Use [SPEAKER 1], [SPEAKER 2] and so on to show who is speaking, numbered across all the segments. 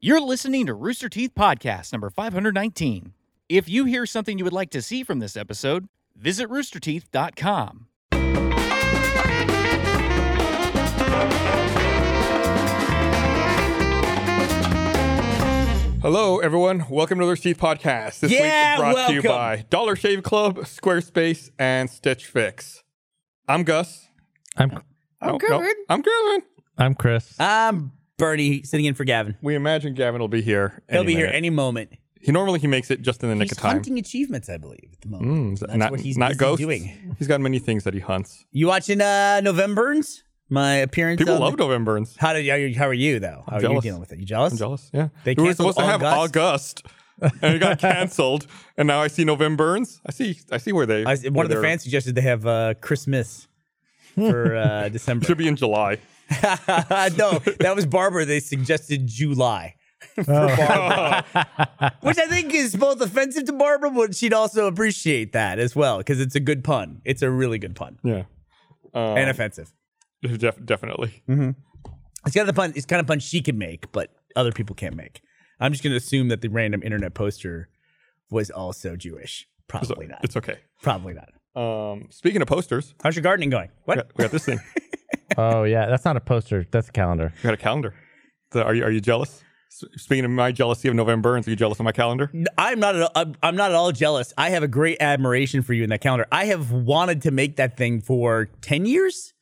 [SPEAKER 1] You're listening to Rooster Teeth Podcast number 519. If you hear something you would like to see from this episode, visit roosterteeth.com.
[SPEAKER 2] Hello, everyone. Welcome to the Teeth Podcast. This
[SPEAKER 3] Yeah,
[SPEAKER 2] week brought to you
[SPEAKER 3] welcome.
[SPEAKER 2] by Dollar Shave Club, Squarespace, and Stitch Fix. I'm Gus.
[SPEAKER 4] I'm
[SPEAKER 2] I'm
[SPEAKER 3] Gavin.
[SPEAKER 2] I'm Gavin.
[SPEAKER 4] I'm Chris.
[SPEAKER 3] I'm Um, Bernie sitting in for Gavin.
[SPEAKER 2] We imagine Gavin will be here.
[SPEAKER 3] He'll
[SPEAKER 2] any
[SPEAKER 3] be here
[SPEAKER 2] minute.
[SPEAKER 3] any moment.
[SPEAKER 2] he normally he makes it just in the nick
[SPEAKER 3] he's
[SPEAKER 2] of time.
[SPEAKER 3] hunting achievements, I believe, at the
[SPEAKER 2] Mm,
[SPEAKER 3] moment.
[SPEAKER 2] is that
[SPEAKER 3] That's
[SPEAKER 2] not
[SPEAKER 3] what he's
[SPEAKER 2] not
[SPEAKER 3] busy
[SPEAKER 2] ghosts?
[SPEAKER 3] doing.
[SPEAKER 2] He's got many things that he hunts.
[SPEAKER 3] You watching uh, Novemberns? My appearance.
[SPEAKER 2] People
[SPEAKER 3] on
[SPEAKER 2] love November Burns.
[SPEAKER 3] How did how you? How are you though? How are you
[SPEAKER 2] jealous.
[SPEAKER 3] dealing with it? You jealous?
[SPEAKER 2] I'm jealous. Yeah,
[SPEAKER 3] They
[SPEAKER 2] we were
[SPEAKER 3] canceled
[SPEAKER 2] supposed to have
[SPEAKER 3] August?
[SPEAKER 2] August, and it got canceled. and now I see November Burns. I see. I see where they.
[SPEAKER 3] I was- one
[SPEAKER 2] where
[SPEAKER 3] of the
[SPEAKER 2] they're-
[SPEAKER 3] fans suggested they have uh, Christmas for uh, December.
[SPEAKER 2] should be in July.
[SPEAKER 3] no, that was Barbara. They suggested July. for Barbara. Which I think is both offensive to Barbara, but she'd also appreciate that as well because it's a good pun. It's a really good pun
[SPEAKER 2] Yeah, Oh. Um,
[SPEAKER 3] and offensive.
[SPEAKER 2] Def- definitely.
[SPEAKER 3] It's kind of the pun. It's kind of pun she can make, but other people can't make. I'm just gonna assume that the random internet poster was also Jewish.
[SPEAKER 2] So
[SPEAKER 3] Probably not.
[SPEAKER 2] it's okay.
[SPEAKER 3] Probably not.
[SPEAKER 2] Um, speaking of posters,
[SPEAKER 3] How's your gardening going?
[SPEAKER 2] we
[SPEAKER 3] What?
[SPEAKER 2] got, we got this thing.
[SPEAKER 4] oh yeah, that's not a poster. That's a calendar.
[SPEAKER 2] We got a calendar. So are you are you jealous? S- Speaking of my jealousy of November Burns, are you jealous of my calendar?
[SPEAKER 3] I'm not. At all, I'm- I'm not at all jealous. I have a great admiration for you in that calendar. I have wanted to make that thing for ten years,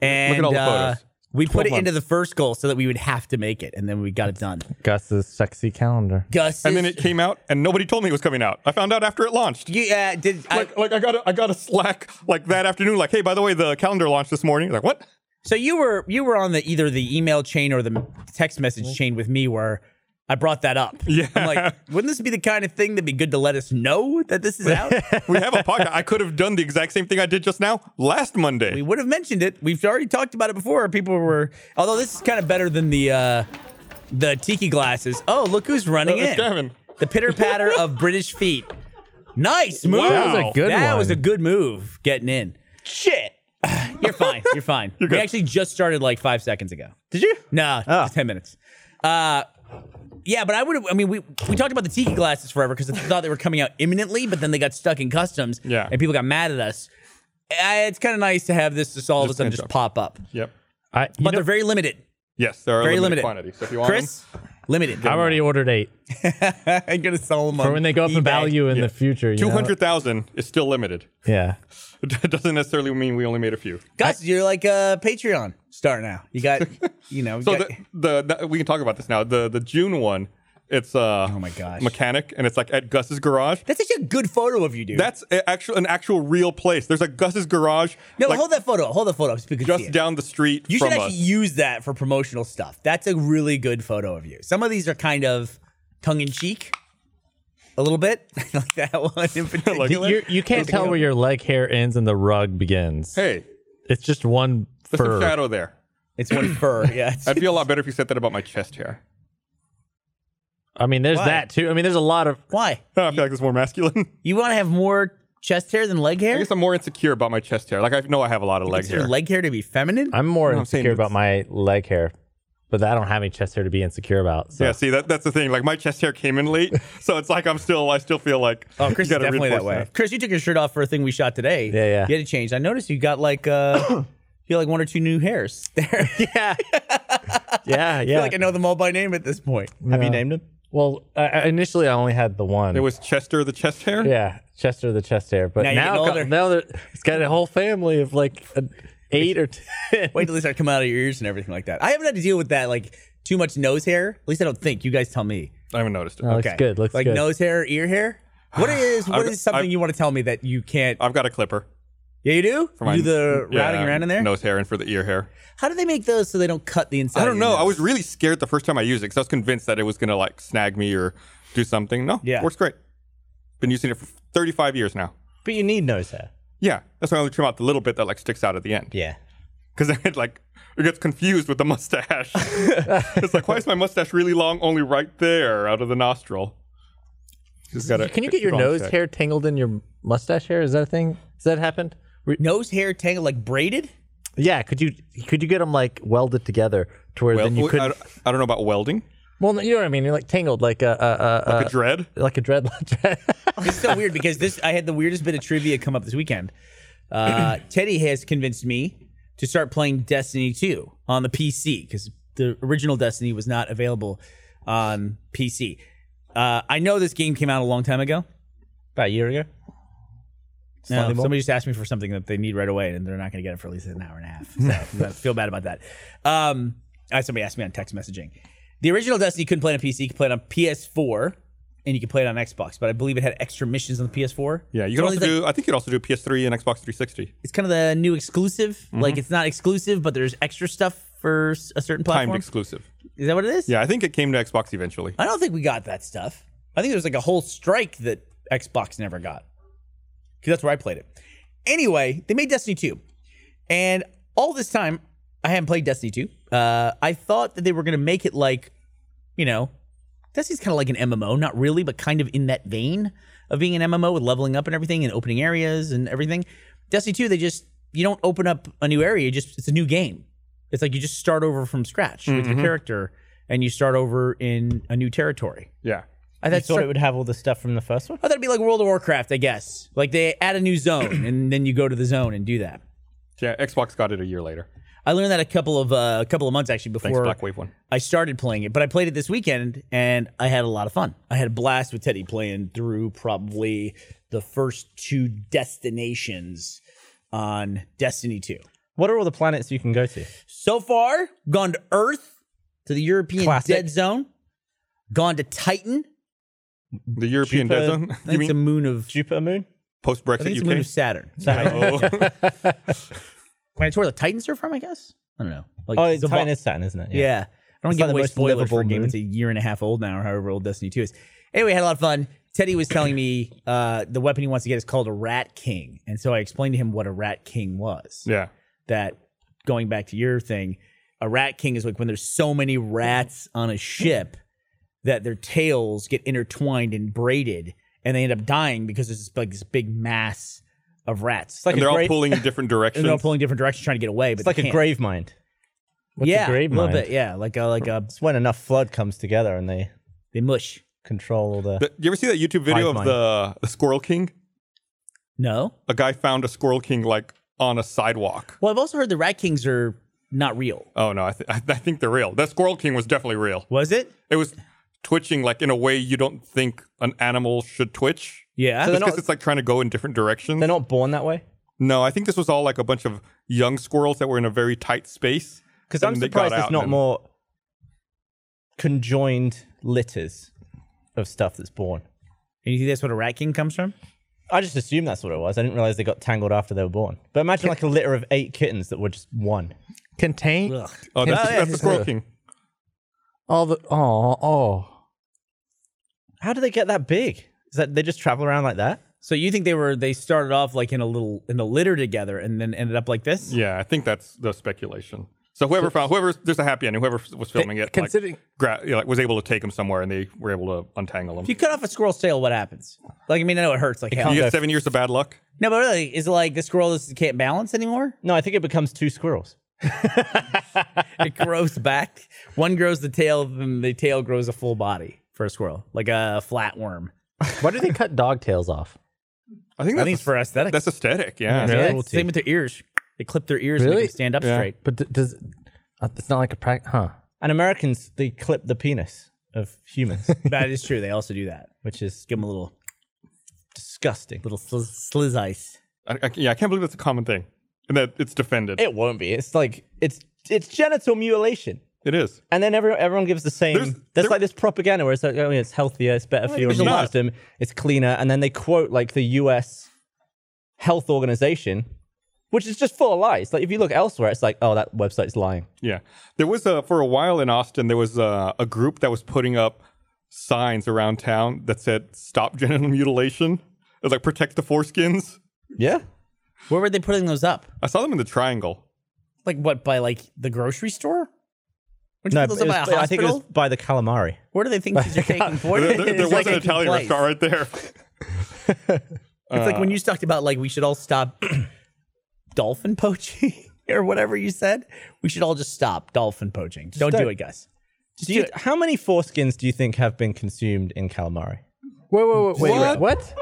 [SPEAKER 3] and
[SPEAKER 2] all the
[SPEAKER 3] uh,
[SPEAKER 2] photos.
[SPEAKER 3] we
[SPEAKER 2] 12
[SPEAKER 3] put it into the first goal so that we would have to make it, and then we got it done.
[SPEAKER 4] Gus's sexy calendar.
[SPEAKER 3] Gus,
[SPEAKER 2] And then it came out, and nobody told me it was coming out. I found out after it launched.
[SPEAKER 3] Yeah, uh, did I,
[SPEAKER 2] Like, like I got a, I got a Slack like that afternoon. Like, hey, by the way, the calendar launched this morning. Like, what?
[SPEAKER 3] So you were you were on the either the email chain or the text message chain with me where I brought that up.
[SPEAKER 2] Mm-hmm. Yeah.
[SPEAKER 3] I'm like, wouldn't this be the kind of thing that'd be good to let us know that this is out?
[SPEAKER 2] We have a podcast. I could have done the exact same thing I did just now last Monday.
[SPEAKER 3] we would have mentioned it. We've already talked about it before. People were although this is kind of better than the uh the tiki glasses. Oh, look who's running
[SPEAKER 2] Oh, it's
[SPEAKER 3] in.
[SPEAKER 2] Gavin.
[SPEAKER 3] The pitter patter of British feet. Nice move.
[SPEAKER 2] That was a
[SPEAKER 4] good
[SPEAKER 3] That
[SPEAKER 4] one.
[SPEAKER 3] was a good move getting in. Shit. You're fine. You're fine. we
[SPEAKER 2] good.
[SPEAKER 3] actually just started like five seconds ago.
[SPEAKER 2] did you?
[SPEAKER 3] No,
[SPEAKER 4] Oh.
[SPEAKER 3] just ten minutes. Uh, yeah, but I would. have I mean, we we talked about the tiki glasses forever because I thought they were coming out imminently, but then they got stuck in customs.
[SPEAKER 2] Yeah.
[SPEAKER 3] and people got mad at us. I, it's kind of nice to have this just all of a
[SPEAKER 2] Just
[SPEAKER 3] sudden
[SPEAKER 2] change
[SPEAKER 3] just
[SPEAKER 2] up.
[SPEAKER 3] pop up,
[SPEAKER 2] Yep.
[SPEAKER 4] I, you
[SPEAKER 3] but
[SPEAKER 4] know,
[SPEAKER 3] they're very limited.
[SPEAKER 2] Yes, there are
[SPEAKER 3] Very
[SPEAKER 2] limited,
[SPEAKER 3] limited.
[SPEAKER 2] quantities. So if you want
[SPEAKER 3] Chris, limited.
[SPEAKER 4] I've already ordered eight
[SPEAKER 3] I'm gonna sell them
[SPEAKER 4] for when they go up in value in
[SPEAKER 2] Yeah.
[SPEAKER 4] the future. you know?
[SPEAKER 2] two hundred thousand is still limited.
[SPEAKER 4] Yeah.
[SPEAKER 2] It doesn't necessarily mean we only made a few.
[SPEAKER 3] Gus, you're like a Patreon star now. You got, you know, you
[SPEAKER 2] So
[SPEAKER 3] got-
[SPEAKER 2] the, the, the- we can talk about this now. The the June one, it's uh
[SPEAKER 3] Oh my gosh.
[SPEAKER 2] mechanic, and it's like at Gus's garage.
[SPEAKER 3] that's such a good photo of you, dude.
[SPEAKER 2] That's a, actual an actual real place. There's a Gus's garage.
[SPEAKER 3] no,
[SPEAKER 2] like,
[SPEAKER 3] hold that photo. up. Hold the photo up so people can see
[SPEAKER 2] just
[SPEAKER 3] it.
[SPEAKER 2] down the street
[SPEAKER 3] You
[SPEAKER 2] from
[SPEAKER 3] should actually
[SPEAKER 2] us.
[SPEAKER 3] use that for promotional stuff. That's a really good photo of you. Some of these are kind of tongue in cheek, a little bit, like that one in particular.
[SPEAKER 4] You you can't tell where your leg hair ends and the rug begins.
[SPEAKER 2] hey,
[SPEAKER 4] It's just one
[SPEAKER 2] there's
[SPEAKER 4] fur.
[SPEAKER 2] some shadow there.
[SPEAKER 3] it's one fur, yeah. It's,
[SPEAKER 2] I'd feel a lot better if you said that about my chest hair.
[SPEAKER 4] I mean, there's
[SPEAKER 3] Why?
[SPEAKER 4] that too. I mean, there's a lot of
[SPEAKER 3] why?
[SPEAKER 2] I feel like it's more masculine.
[SPEAKER 3] You want to have more chest hair than leg
[SPEAKER 2] I
[SPEAKER 3] hair?
[SPEAKER 2] guess I'm more insecure about my chest hair. Like I know I have a lot of leg
[SPEAKER 3] Consider
[SPEAKER 2] hair.
[SPEAKER 3] leg hair to be feminine?
[SPEAKER 4] I'm more
[SPEAKER 2] No, I'm saying
[SPEAKER 4] insecure about
[SPEAKER 2] it's-
[SPEAKER 4] my leg hair, but I don't have any chest hair to be insecure about. So
[SPEAKER 2] yeah, see that that's the thing. Like my chest hair came in late, so it's like I'm still I still feel like
[SPEAKER 3] Oh, Chris
[SPEAKER 2] you
[SPEAKER 3] is
[SPEAKER 2] gotta
[SPEAKER 3] definitely that
[SPEAKER 2] reinforce
[SPEAKER 3] way. Chris, you took your shirt off for a thing we shot today.
[SPEAKER 4] Yeah, yeah.
[SPEAKER 3] You had to change. I noticed you got like uh, you got like one or two new hairs there. I
[SPEAKER 4] yeah, yeah, yeah.
[SPEAKER 3] feel like I know them all by name at this point. Have you named them?
[SPEAKER 4] well, I- I, initially I only had the one.
[SPEAKER 2] It was Chester the chest hair.
[SPEAKER 4] Yeah, Chester the chest hair. But
[SPEAKER 3] Now
[SPEAKER 4] now,
[SPEAKER 3] you're
[SPEAKER 4] now,
[SPEAKER 3] getting older.
[SPEAKER 4] there- it's got a whole family of like uh eight or ten.
[SPEAKER 3] Wait till they start coming out of your ears and everything like that. I haven't had to deal with that, like too much nose hair. At least I don't think. You guys tell me.
[SPEAKER 2] I haven't noticed it.
[SPEAKER 4] No, Looks good, looks
[SPEAKER 3] like
[SPEAKER 4] good.
[SPEAKER 3] nose hair, ear hair. What is what
[SPEAKER 2] I've-
[SPEAKER 3] is something
[SPEAKER 2] I've-
[SPEAKER 3] you want to tell me that you can't?
[SPEAKER 2] I've got a clipper.
[SPEAKER 3] yeah, you do.
[SPEAKER 2] for my-
[SPEAKER 3] you do the
[SPEAKER 2] yeah,
[SPEAKER 3] routing around in there.
[SPEAKER 2] Nose hair and for the ear hair.
[SPEAKER 3] How do they make those so they don't cut the inside?
[SPEAKER 2] I
[SPEAKER 3] of
[SPEAKER 2] don't
[SPEAKER 3] your
[SPEAKER 2] know. I
[SPEAKER 3] nose?
[SPEAKER 2] was really scared the first time I used it because I was convinced that it was gonna like snag me or do something. No,
[SPEAKER 3] Yeah.
[SPEAKER 2] works great. Been using it for 35 years now.
[SPEAKER 4] But you need nose hair.
[SPEAKER 2] Yeah, that's why I only trim out the little bit that like sticks out at the end.
[SPEAKER 4] Yeah.
[SPEAKER 2] because it like it gets confused with the mustache. it's like why is my mustache really long only right there out of the nostril? Just gotta-
[SPEAKER 4] Can you get your
[SPEAKER 2] keep on
[SPEAKER 4] nose
[SPEAKER 2] check.
[SPEAKER 4] hair tangled in your mustache hair? Is that a thing? Has that happened? Re-
[SPEAKER 3] nose hair tangled like braided.
[SPEAKER 4] Yeah. Could you could you get them like welded together to where
[SPEAKER 2] Well,
[SPEAKER 4] then you
[SPEAKER 2] I,
[SPEAKER 4] couldn't?
[SPEAKER 2] don't, I don't know about welding.
[SPEAKER 4] Well, you know what I mean. You're like tangled, like a a, a,
[SPEAKER 2] Like a dread.
[SPEAKER 4] a like a dreadlock.
[SPEAKER 3] It's so weird because this I had the weirdest bit of trivia come up this weekend. Uh, Teddy has convinced me to start playing Destiny 2 on the PC because the original Destiny was not available on PC. Uh, I know this game came out a long time ago, about a year ago. No,
[SPEAKER 4] Slightly more.
[SPEAKER 3] somebody just asked me for something that they need right away, and they're not going to get it for at least an hour and a half. So I feel bad about that. Um, uh, somebody asked me on text messaging. The original Destiny you couldn't play it on PC; you could play it on PS4, and you could play it on Xbox. But I believe it had extra missions on the PS4.
[SPEAKER 2] Yeah, you
[SPEAKER 3] So
[SPEAKER 2] can also
[SPEAKER 3] one of these, like,
[SPEAKER 2] do. I think you could also do PS3 and Xbox 360.
[SPEAKER 3] It's kind of the new exclusive. Like it's not exclusive, but there's extra stuff for s- a certain
[SPEAKER 2] Timed
[SPEAKER 3] platform.
[SPEAKER 2] exclusive.
[SPEAKER 3] is that what it is?
[SPEAKER 2] Yeah, I think it came to Xbox eventually.
[SPEAKER 3] I don't think we got that stuff. I think there was like a whole strike that Xbox never got. Because that's where I played it. Anyway, they made Destiny 2. And all this time, I hadn't played Destiny 2. Uh, I thought that they were going to make it like, you know, Destiny's kind of like an MMO. Not really, but kind of in that vein of being an MMO with leveling up and everything and opening areas and everything. Destiny 2, they just, you don't open up a new area. You just, it's a new game. It's like you just start over from scratch with your character and you start over in a new territory.
[SPEAKER 2] Yeah.
[SPEAKER 3] I
[SPEAKER 5] I
[SPEAKER 3] thought,
[SPEAKER 5] thought it would have all the stuff from the first one.
[SPEAKER 3] I thought it'd be like World of Warcraft, I guess. Like they add a new zone and then you go to the zone and do that.
[SPEAKER 2] Yeah, Xbox got it a year later.
[SPEAKER 3] I learned that a couple of uh, a couple of months actually
[SPEAKER 2] Thanks,
[SPEAKER 3] before
[SPEAKER 2] Black Wave One.
[SPEAKER 3] I started playing it, but I played it this weekend and I had a lot of fun. I had a blast with Teddy playing through probably the first two destinations on Destiny 2.
[SPEAKER 5] What are all the planets you can go to?
[SPEAKER 3] So far, gone to Earth, to the European
[SPEAKER 5] Classic.
[SPEAKER 3] Dead Zone, gone to Titan.
[SPEAKER 2] The European
[SPEAKER 5] Jupiter-
[SPEAKER 2] Dead Zone.
[SPEAKER 3] I
[SPEAKER 2] You
[SPEAKER 3] think it's a
[SPEAKER 2] mean
[SPEAKER 3] moon of
[SPEAKER 5] Jupiter moon?
[SPEAKER 2] post
[SPEAKER 3] I think
[SPEAKER 2] Brexit
[SPEAKER 3] it's a moon
[SPEAKER 2] UK?
[SPEAKER 3] of Saturn.
[SPEAKER 2] Oh.
[SPEAKER 3] I mean, it's where the Titans are from, I guess. I don't know. Like,
[SPEAKER 5] Oh, it's
[SPEAKER 3] Zavon-
[SPEAKER 5] Titan is Saturn, isn't it?
[SPEAKER 3] Yeah. I don't
[SPEAKER 5] It's
[SPEAKER 3] give
[SPEAKER 5] like the
[SPEAKER 3] away
[SPEAKER 5] most
[SPEAKER 3] spoilers for a
[SPEAKER 5] livable
[SPEAKER 3] game.
[SPEAKER 5] moon.
[SPEAKER 3] It's a year and a half old now, or however old Destiny 2 is. Anyway, I had a lot of fun. Teddy was telling me uh, the weapon he wants to get is called a Rat King. And so I explained to him what a Rat King was.
[SPEAKER 2] Yeah.
[SPEAKER 3] That going back to your thing, a Rat King is like when there's so many rats on a ship that their tails get intertwined and braided and they end up dying because there's this, like, this big mass of rats. It's like
[SPEAKER 2] And
[SPEAKER 5] a
[SPEAKER 2] they're all
[SPEAKER 5] great-
[SPEAKER 2] pulling in different
[SPEAKER 3] and
[SPEAKER 2] directions.
[SPEAKER 3] they're all pulling different directions trying to get away. But
[SPEAKER 5] It's like
[SPEAKER 3] they
[SPEAKER 5] a
[SPEAKER 3] can't.
[SPEAKER 5] grave mind.
[SPEAKER 4] a
[SPEAKER 3] yeah,
[SPEAKER 4] grave
[SPEAKER 3] little
[SPEAKER 4] mind?
[SPEAKER 3] bit, yeah, like a like a
[SPEAKER 5] It's when enough flood comes together and they
[SPEAKER 3] they mush.
[SPEAKER 5] control all the.
[SPEAKER 2] The- you ever see that YouTube video
[SPEAKER 5] Hive
[SPEAKER 2] of
[SPEAKER 5] mind.
[SPEAKER 2] the, the Squirrel King?
[SPEAKER 3] No.
[SPEAKER 2] A guy found a Squirrel King like on a sidewalk.
[SPEAKER 3] Well, I've also heard the Rat Kings are not real.
[SPEAKER 2] Oh no, I, th- I think they're real. That Squirrel King was definitely real.
[SPEAKER 3] Was it?
[SPEAKER 2] It was twitching like in a way you don't think an animal should twitch.
[SPEAKER 3] Yeah.
[SPEAKER 5] So
[SPEAKER 2] Just
[SPEAKER 5] they're
[SPEAKER 2] because
[SPEAKER 5] not-
[SPEAKER 2] it's like trying to go in different directions.
[SPEAKER 5] They're not born that way.
[SPEAKER 2] No, I think this was all like a bunch of young squirrels that were in a very tight space.
[SPEAKER 5] Because
[SPEAKER 2] And
[SPEAKER 5] I'm
[SPEAKER 2] they got
[SPEAKER 5] surprised
[SPEAKER 2] out
[SPEAKER 5] it's not
[SPEAKER 2] and-
[SPEAKER 5] more conjoined litters of stuff that's born.
[SPEAKER 3] and you think that's what a Rat King comes from?
[SPEAKER 5] I just assumed that's what it was. I didn't realize they got tangled after they were born. But imagine like a litter of eight kittens that were just one.
[SPEAKER 4] Contain
[SPEAKER 3] Ugh.
[SPEAKER 2] Oh, that's,
[SPEAKER 3] Oh, yeah,
[SPEAKER 2] that's the
[SPEAKER 3] it's
[SPEAKER 2] Squirrel
[SPEAKER 3] true.
[SPEAKER 2] King.
[SPEAKER 4] all the oh oh.
[SPEAKER 5] How do they get that big? Is that they just travel around like that?
[SPEAKER 3] So you think they were they started off like in a little in a litter together and then ended up like this?
[SPEAKER 2] Yeah, I think that's the speculation. So whoever found whoever there's a happy ending. Whoever was filming it,
[SPEAKER 4] Considering
[SPEAKER 2] like, gra- you know, like was able to take him somewhere, and they were able to untangle him.
[SPEAKER 3] If you cut off a squirrel's tail, what happens? Like I mean, I know it hurts like hell.
[SPEAKER 2] You get seven years of bad luck.
[SPEAKER 3] No, but really, is it like the squirrel is, can't balance anymore?
[SPEAKER 5] No, I think it becomes two squirrels.
[SPEAKER 3] It grows back. One grows the tail, and the tail grows a full body for a squirrel, like a flatworm.
[SPEAKER 4] why do they cut dog tails off?
[SPEAKER 2] I think
[SPEAKER 3] I
[SPEAKER 2] that's
[SPEAKER 3] think it's for aesthetics.
[SPEAKER 2] that's aesthetic. Yeah,
[SPEAKER 3] Yeah,
[SPEAKER 4] Really?
[SPEAKER 3] it's the Same with their ears. They clip their ears and
[SPEAKER 4] Really?
[SPEAKER 3] they can stand up straight.
[SPEAKER 4] But d- does uh, it's not like a practice, huh?
[SPEAKER 5] And Americans, they clip the penis of humans,
[SPEAKER 3] That is true. They also do that.
[SPEAKER 5] which is
[SPEAKER 3] Give them a little
[SPEAKER 5] disgusting.
[SPEAKER 3] little sliz, sliz ice.
[SPEAKER 2] I, I, yeah. I can't believe that's a common thing, and that it's defended.
[SPEAKER 5] It won't be. It's like it's it's genital mutilation.
[SPEAKER 2] it is.
[SPEAKER 5] And then everyone, everyone gives the same.
[SPEAKER 2] There's-
[SPEAKER 5] There's,
[SPEAKER 2] there-
[SPEAKER 5] like this propaganda where it's like, oh, yeah, it's healthier, it's better for your
[SPEAKER 2] there's
[SPEAKER 5] immune
[SPEAKER 2] not.
[SPEAKER 5] system, it's cleaner. And then they quote like the US Health Organization, which is just full of lies. Like if you look elsewhere, it's like, oh, that website's lying.
[SPEAKER 2] Yeah, there was a for a while in Austin. There was a, a group that was putting up signs around town that said "Stop genital mutilation." It was like protect the foreskins.
[SPEAKER 5] Yeah.
[SPEAKER 3] Where were they putting those up?
[SPEAKER 2] I saw them in the Triangle.
[SPEAKER 3] Like what? By like the grocery store? Would you
[SPEAKER 5] No,
[SPEAKER 3] put those
[SPEAKER 5] it
[SPEAKER 3] up
[SPEAKER 5] was-
[SPEAKER 3] by a
[SPEAKER 5] I think it was
[SPEAKER 3] hospital?
[SPEAKER 5] by the calamari.
[SPEAKER 3] Where do they think these are taking for?
[SPEAKER 2] There, there- there was an Italian
[SPEAKER 3] place.
[SPEAKER 2] restaurant right there.
[SPEAKER 3] It's like
[SPEAKER 5] Uh.
[SPEAKER 3] when you talked about like we should all stop dolphin poaching or whatever you said. We should all just stop dolphin poaching. Don't do
[SPEAKER 5] don't.
[SPEAKER 3] it, guys.
[SPEAKER 5] Do you, how many foreskins do you think have been consumed in calamari?
[SPEAKER 4] Whoa, whoa, whoa, wait,
[SPEAKER 2] What?
[SPEAKER 4] wait, what?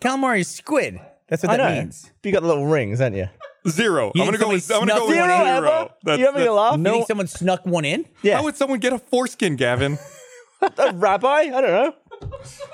[SPEAKER 3] Calamari is squid. That's what that means.
[SPEAKER 5] You got the little rings, haven't you?
[SPEAKER 2] Zero.
[SPEAKER 3] You
[SPEAKER 2] I'm gonna
[SPEAKER 3] think
[SPEAKER 2] go with. I'm
[SPEAKER 3] somebody
[SPEAKER 2] gonna go with
[SPEAKER 3] snuck
[SPEAKER 2] zero.
[SPEAKER 3] one in?
[SPEAKER 5] you having a laugh?
[SPEAKER 3] You think someone snuck one in?
[SPEAKER 5] yeah.
[SPEAKER 2] How would someone get a foreskin, Gavin?
[SPEAKER 5] a rabbi? I don't know.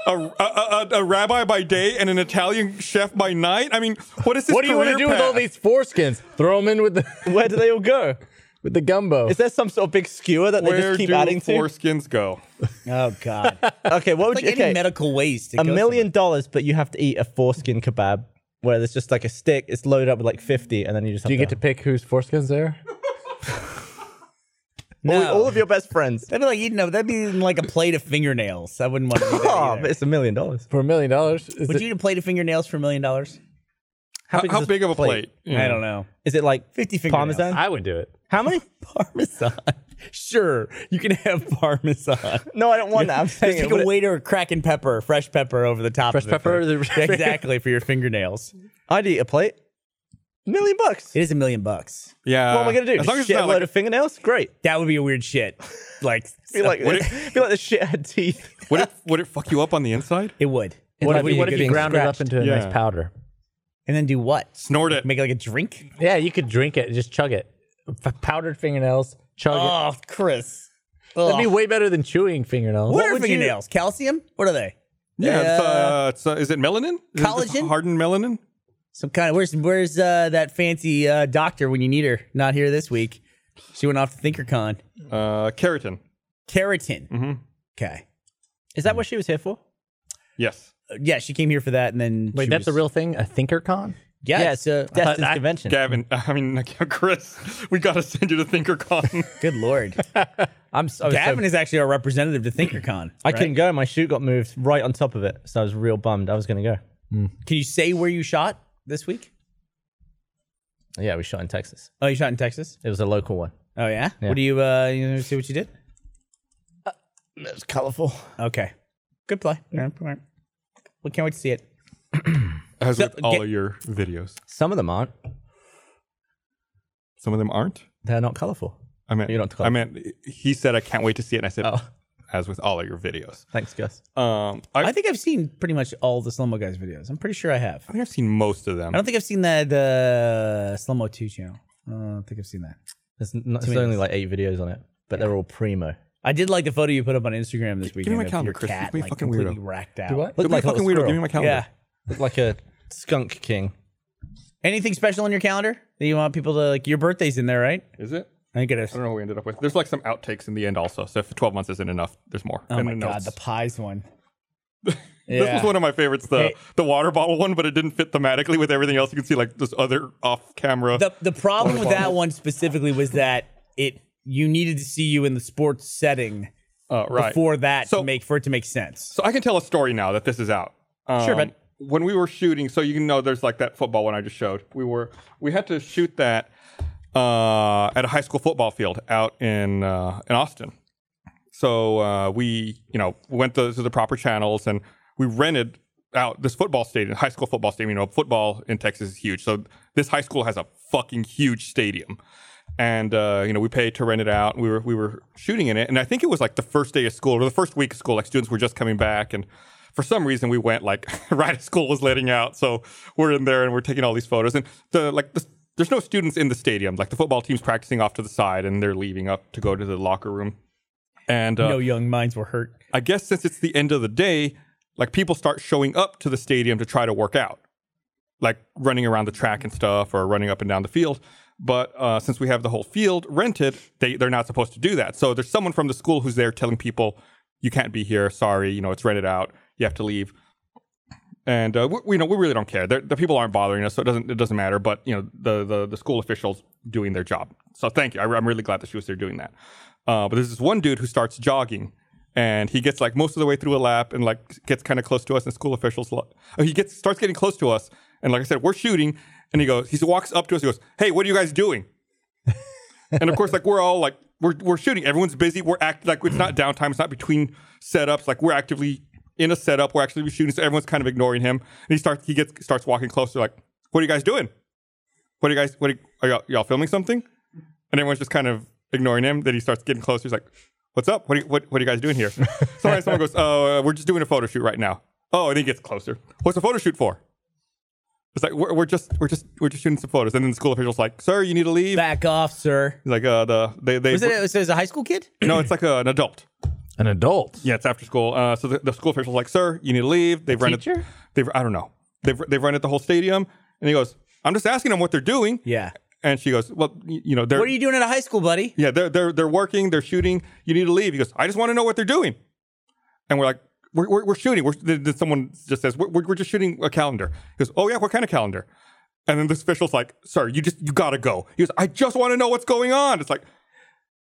[SPEAKER 2] A, a, a, a rabbi by day and an Italian chef by night. I mean, what is this?
[SPEAKER 4] What do you want to
[SPEAKER 2] career
[SPEAKER 4] do with all
[SPEAKER 2] path?
[SPEAKER 4] these foreskins? Throw them in with the
[SPEAKER 5] Where do they all go?
[SPEAKER 4] with the gumbo.
[SPEAKER 5] Is there some sort of big skewer that
[SPEAKER 2] Where
[SPEAKER 5] they just keep
[SPEAKER 2] do
[SPEAKER 5] adding to?
[SPEAKER 2] foreskins go?
[SPEAKER 3] Oh God!
[SPEAKER 5] Okay, what would
[SPEAKER 3] like
[SPEAKER 5] you?
[SPEAKER 3] any
[SPEAKER 5] Okay,
[SPEAKER 3] medical waste.
[SPEAKER 5] a million dollars, but you have to eat a foreskin kebab where there's just like a stick. It's loaded up with like fifty, and then you just have
[SPEAKER 4] Do you get to pick whose foreskins there?
[SPEAKER 5] all,
[SPEAKER 3] No.
[SPEAKER 5] all of your best friends.
[SPEAKER 3] That'd be like eating. A, that'd be eating like a plate of fingernails. I wouldn't want to. Do that
[SPEAKER 5] Oh,
[SPEAKER 3] either.
[SPEAKER 5] but it's a million dollars.
[SPEAKER 4] For a million dollars? Is
[SPEAKER 3] Would
[SPEAKER 4] it-
[SPEAKER 3] you eat a plate of fingernails for a million dollars?
[SPEAKER 2] How,
[SPEAKER 5] big
[SPEAKER 2] how
[SPEAKER 5] is a
[SPEAKER 2] big of a plate?
[SPEAKER 5] plate?
[SPEAKER 3] I don't know.
[SPEAKER 5] Mm. Is it like
[SPEAKER 3] 50 fingernails.
[SPEAKER 5] parmesan?
[SPEAKER 4] I would do it.
[SPEAKER 5] How many?
[SPEAKER 3] Parmesan. Sure, you can have parmesan.
[SPEAKER 5] No, I don't want that. I'm
[SPEAKER 3] Just
[SPEAKER 5] saying
[SPEAKER 3] take
[SPEAKER 5] it. would
[SPEAKER 3] a
[SPEAKER 5] it-
[SPEAKER 3] waiter cracking pepper, fresh pepper over the top.
[SPEAKER 4] Fresh
[SPEAKER 3] of it
[SPEAKER 4] pepper,
[SPEAKER 3] for-
[SPEAKER 4] the-
[SPEAKER 3] exactly for your fingernails.
[SPEAKER 5] I'd eat a plate. Million bucks.
[SPEAKER 3] It is a million buts.
[SPEAKER 2] Yeah.
[SPEAKER 5] what am I gonna do?
[SPEAKER 2] As long as
[SPEAKER 5] Just
[SPEAKER 2] it's
[SPEAKER 5] shit a
[SPEAKER 2] not
[SPEAKER 5] load
[SPEAKER 2] like,
[SPEAKER 5] of fingernails? Great.
[SPEAKER 3] That would be a weird shit. Like
[SPEAKER 5] Be like,
[SPEAKER 2] Would
[SPEAKER 5] be like the shit had teeth.
[SPEAKER 2] would it would it fuck you up on the inside?
[SPEAKER 3] it would.
[SPEAKER 4] What
[SPEAKER 5] might
[SPEAKER 4] if,
[SPEAKER 5] be
[SPEAKER 4] you- what if you
[SPEAKER 5] getting
[SPEAKER 4] ground it up
[SPEAKER 5] scratched.
[SPEAKER 4] into a
[SPEAKER 2] Yeah.
[SPEAKER 4] nice powder?
[SPEAKER 3] And then do what?
[SPEAKER 2] Snort it.
[SPEAKER 3] Make it like a drink?
[SPEAKER 4] Yeah, you could drink it, just chug it. F- powdered fingernails, chug it.
[SPEAKER 3] Oh, Chris.
[SPEAKER 4] That'd be
[SPEAKER 3] Ugh.
[SPEAKER 4] way better than chewing fingernails.
[SPEAKER 3] What, are
[SPEAKER 4] would you-
[SPEAKER 3] fingernails? Calcium? What are they?
[SPEAKER 2] Yeah. It's,
[SPEAKER 3] Yeah.
[SPEAKER 2] uh, it's, uh, is it melanin? Is it
[SPEAKER 3] Collagen?
[SPEAKER 2] hardened melanin.
[SPEAKER 3] Some kind of where's where's uh, that fancy uh, doctor when you need her? Not here this week. She went off to ThinkerCon.
[SPEAKER 2] Uh, keratin.
[SPEAKER 3] Keratin.
[SPEAKER 4] Mm-hmm.
[SPEAKER 2] Mhm.
[SPEAKER 3] Okay.
[SPEAKER 5] Is that what she was here for?
[SPEAKER 2] Yes.
[SPEAKER 3] Uh, Yeah, she came here for that, and then
[SPEAKER 4] Wait,
[SPEAKER 3] she
[SPEAKER 4] that's
[SPEAKER 3] was-
[SPEAKER 4] a real thing? A thinker con?
[SPEAKER 3] Yeah,
[SPEAKER 5] Yeah,
[SPEAKER 3] it's uh,
[SPEAKER 5] it's
[SPEAKER 3] a
[SPEAKER 5] Destin's
[SPEAKER 4] I-
[SPEAKER 5] convention.
[SPEAKER 2] Gavin, I mean Chris, we gotta send you to ThinkerCon.
[SPEAKER 3] good lord.
[SPEAKER 5] I'm so,
[SPEAKER 3] Gavin is actually our representative to ThinkerCon.
[SPEAKER 5] I couldn't go. My shoot got moved right on top of it, so I was real bummed. I was gonna go.
[SPEAKER 3] Can you say where you shot this week?
[SPEAKER 5] Yeah, we shot in Texas.
[SPEAKER 3] Oh, you shot in Texas.
[SPEAKER 5] It was a local one.
[SPEAKER 3] Oh yeah. What do you uh? You wanna see what you did?
[SPEAKER 2] Uh,
[SPEAKER 5] It was colorful.
[SPEAKER 3] Okay. Good play. Yeah, all right. We can't wait to see it.
[SPEAKER 2] As
[SPEAKER 3] So,
[SPEAKER 2] with all
[SPEAKER 3] get-
[SPEAKER 2] of your videos,
[SPEAKER 5] Some of them aren't.
[SPEAKER 2] some of them aren't.
[SPEAKER 5] They're not colorful.
[SPEAKER 2] I meant.
[SPEAKER 5] You don't call
[SPEAKER 2] I
[SPEAKER 5] it-
[SPEAKER 2] meant. He said, "I can't wait to see it," and I said,
[SPEAKER 5] Oh.
[SPEAKER 2] "As with all of your videos."
[SPEAKER 5] Thanks, Gus.
[SPEAKER 2] Um, I,
[SPEAKER 3] I think I've seen pretty much all the Slow Mo Guys videos. I'm pretty sure I have.
[SPEAKER 2] I think I've seen most of them.
[SPEAKER 3] I don't think I've seen the the Slow Mo Two channel. I don't think I've seen that.
[SPEAKER 5] There's, not, there's only like eight videos on it, but they're all primo.
[SPEAKER 3] I did like the photo you put up on Instagram this weekend.
[SPEAKER 2] my
[SPEAKER 3] of
[SPEAKER 2] calendar,
[SPEAKER 3] your
[SPEAKER 2] Chris.
[SPEAKER 3] Cat,
[SPEAKER 2] Give me a
[SPEAKER 3] like,
[SPEAKER 2] fucking
[SPEAKER 3] completely
[SPEAKER 2] weirdo.
[SPEAKER 3] racked out.
[SPEAKER 5] Look
[SPEAKER 2] Give me
[SPEAKER 5] like
[SPEAKER 2] a
[SPEAKER 5] a
[SPEAKER 2] fucking
[SPEAKER 5] little
[SPEAKER 2] weirdo. Give me
[SPEAKER 5] squirrel.
[SPEAKER 2] my calendar.
[SPEAKER 3] Yeah.
[SPEAKER 5] Looked like a skunk king.
[SPEAKER 3] Anything special on your calendar that you want people to like? Your birthday's in there, right?
[SPEAKER 2] Is it?
[SPEAKER 3] I think it is.
[SPEAKER 2] I don't know what we ended up with. There's like some outtakes in the end also. So if 12 months isn't enough, there's more.
[SPEAKER 3] Oh
[SPEAKER 2] in
[SPEAKER 3] my
[SPEAKER 2] the
[SPEAKER 3] god,
[SPEAKER 2] notes.
[SPEAKER 3] the pies one.
[SPEAKER 2] This was one of my favorites, the
[SPEAKER 3] Hey.
[SPEAKER 2] the water bottle one, but it didn't fit thematically with everything else. You can see like this other off camera.
[SPEAKER 3] the the problem with that one specifically was that it you needed to see you in the sports setting
[SPEAKER 2] uh, right.
[SPEAKER 3] before that
[SPEAKER 2] So-
[SPEAKER 3] to make for it to make sense.
[SPEAKER 2] So I can tell a story now that this is out.
[SPEAKER 3] Sure,
[SPEAKER 2] Um,
[SPEAKER 3] bud.
[SPEAKER 2] When we were shooting, so you can know there's like that football one I just showed. We were we had to shoot that uh, at a high school football field out in uh, in Austin. So uh, we you know went to, to the proper channels and we rented out this football stadium, high school football stadium. You know, football in Texas is huge. So this high school has a fucking huge stadium. And uh, you know we paid to rent it out. We were we were shooting in it, and I think it was like the first day of school or the first week of school. Like students were just coming back, and for some reason we went like right as school was letting out so we're in there and we're taking all these photos and the like the, there's no students in the stadium like the football team's practicing off to the side and they're leaving up to go to the locker room and uh,
[SPEAKER 3] no young minds were hurt.
[SPEAKER 2] i guess since it's the end of the day like people start showing up to the stadium to try to work out like running around the track and stuff or running up and down the field. But uh, since we have the whole field rented, they, they're not supposed to do that. So there's someone from the school who's there telling people, you can't be here. Sorry, you know, it's rented out. You have to leave. And uh, we, we- you know, we really don't care. They're, the people aren't bothering us, so it doesn't it doesn't matter. But you know, the the, the school officials doing their job. So thank you. I, am really glad that she was there doing that. Uh, but there's this one dude who starts jogging, and he gets like most of the way through a lap, and like gets kind of close to us. And school officials, lo- oh, he gets starts getting close to us, and like I said, we're shooting, and he goes, he walks up to us, he goes, "Hey, what are you guys doing?" and of course, like we're all like we're we're shooting. Everyone's busy. We're act like it's not downtime. It's not between setups. Like we're actively in a setup. We're actually shooting. So everyone's kind of ignoring him. And he starts he gets starts walking closer. Like, what are you guys doing? What are you guys? What are, y- are y'all, y'all filming something? And everyone's just kind of ignoring him. Then he starts getting closer. He's like, what's up? What are you, what, what are you guys doing here? Sorry, someone goes, oh, uh, we're just doing a photo shoot right now. Oh, and he gets closer. What's the photo shoot for? It's like we're, we're just we're just we're just shooting some photos, and then the school official's like, "Sir, you need to leave."
[SPEAKER 3] Back off, sir.
[SPEAKER 2] He's like, "Uh, the they they
[SPEAKER 3] Was it, was it a high school kid?
[SPEAKER 2] no, it's like uh an adult.
[SPEAKER 4] An adult.
[SPEAKER 2] Yeah, it's after school. Uh, so the, the school official's like, "Sir, you need to leave." They've rented.
[SPEAKER 5] teacher?
[SPEAKER 2] They've I don't know. They've they've rented the whole stadium, and he goes, "I'm just asking them what they're doing."
[SPEAKER 3] Yeah.
[SPEAKER 2] And she goes, "Well, y- you know, they're
[SPEAKER 3] What are you doing at a high school, buddy?
[SPEAKER 2] yeah, they're they're they're working, they're shooting. You need to leave." He goes, "I just want to know what they're doing," and we're like. We're, we're, we're shooting. We're, then then someone just says, we're, we're, we're just shooting a calendar. He goes, Oh, yeah, what kind of calendar? And then this official's like, Sir, you just, you gotta go. He goes, I just wanna know what's going on. It's like,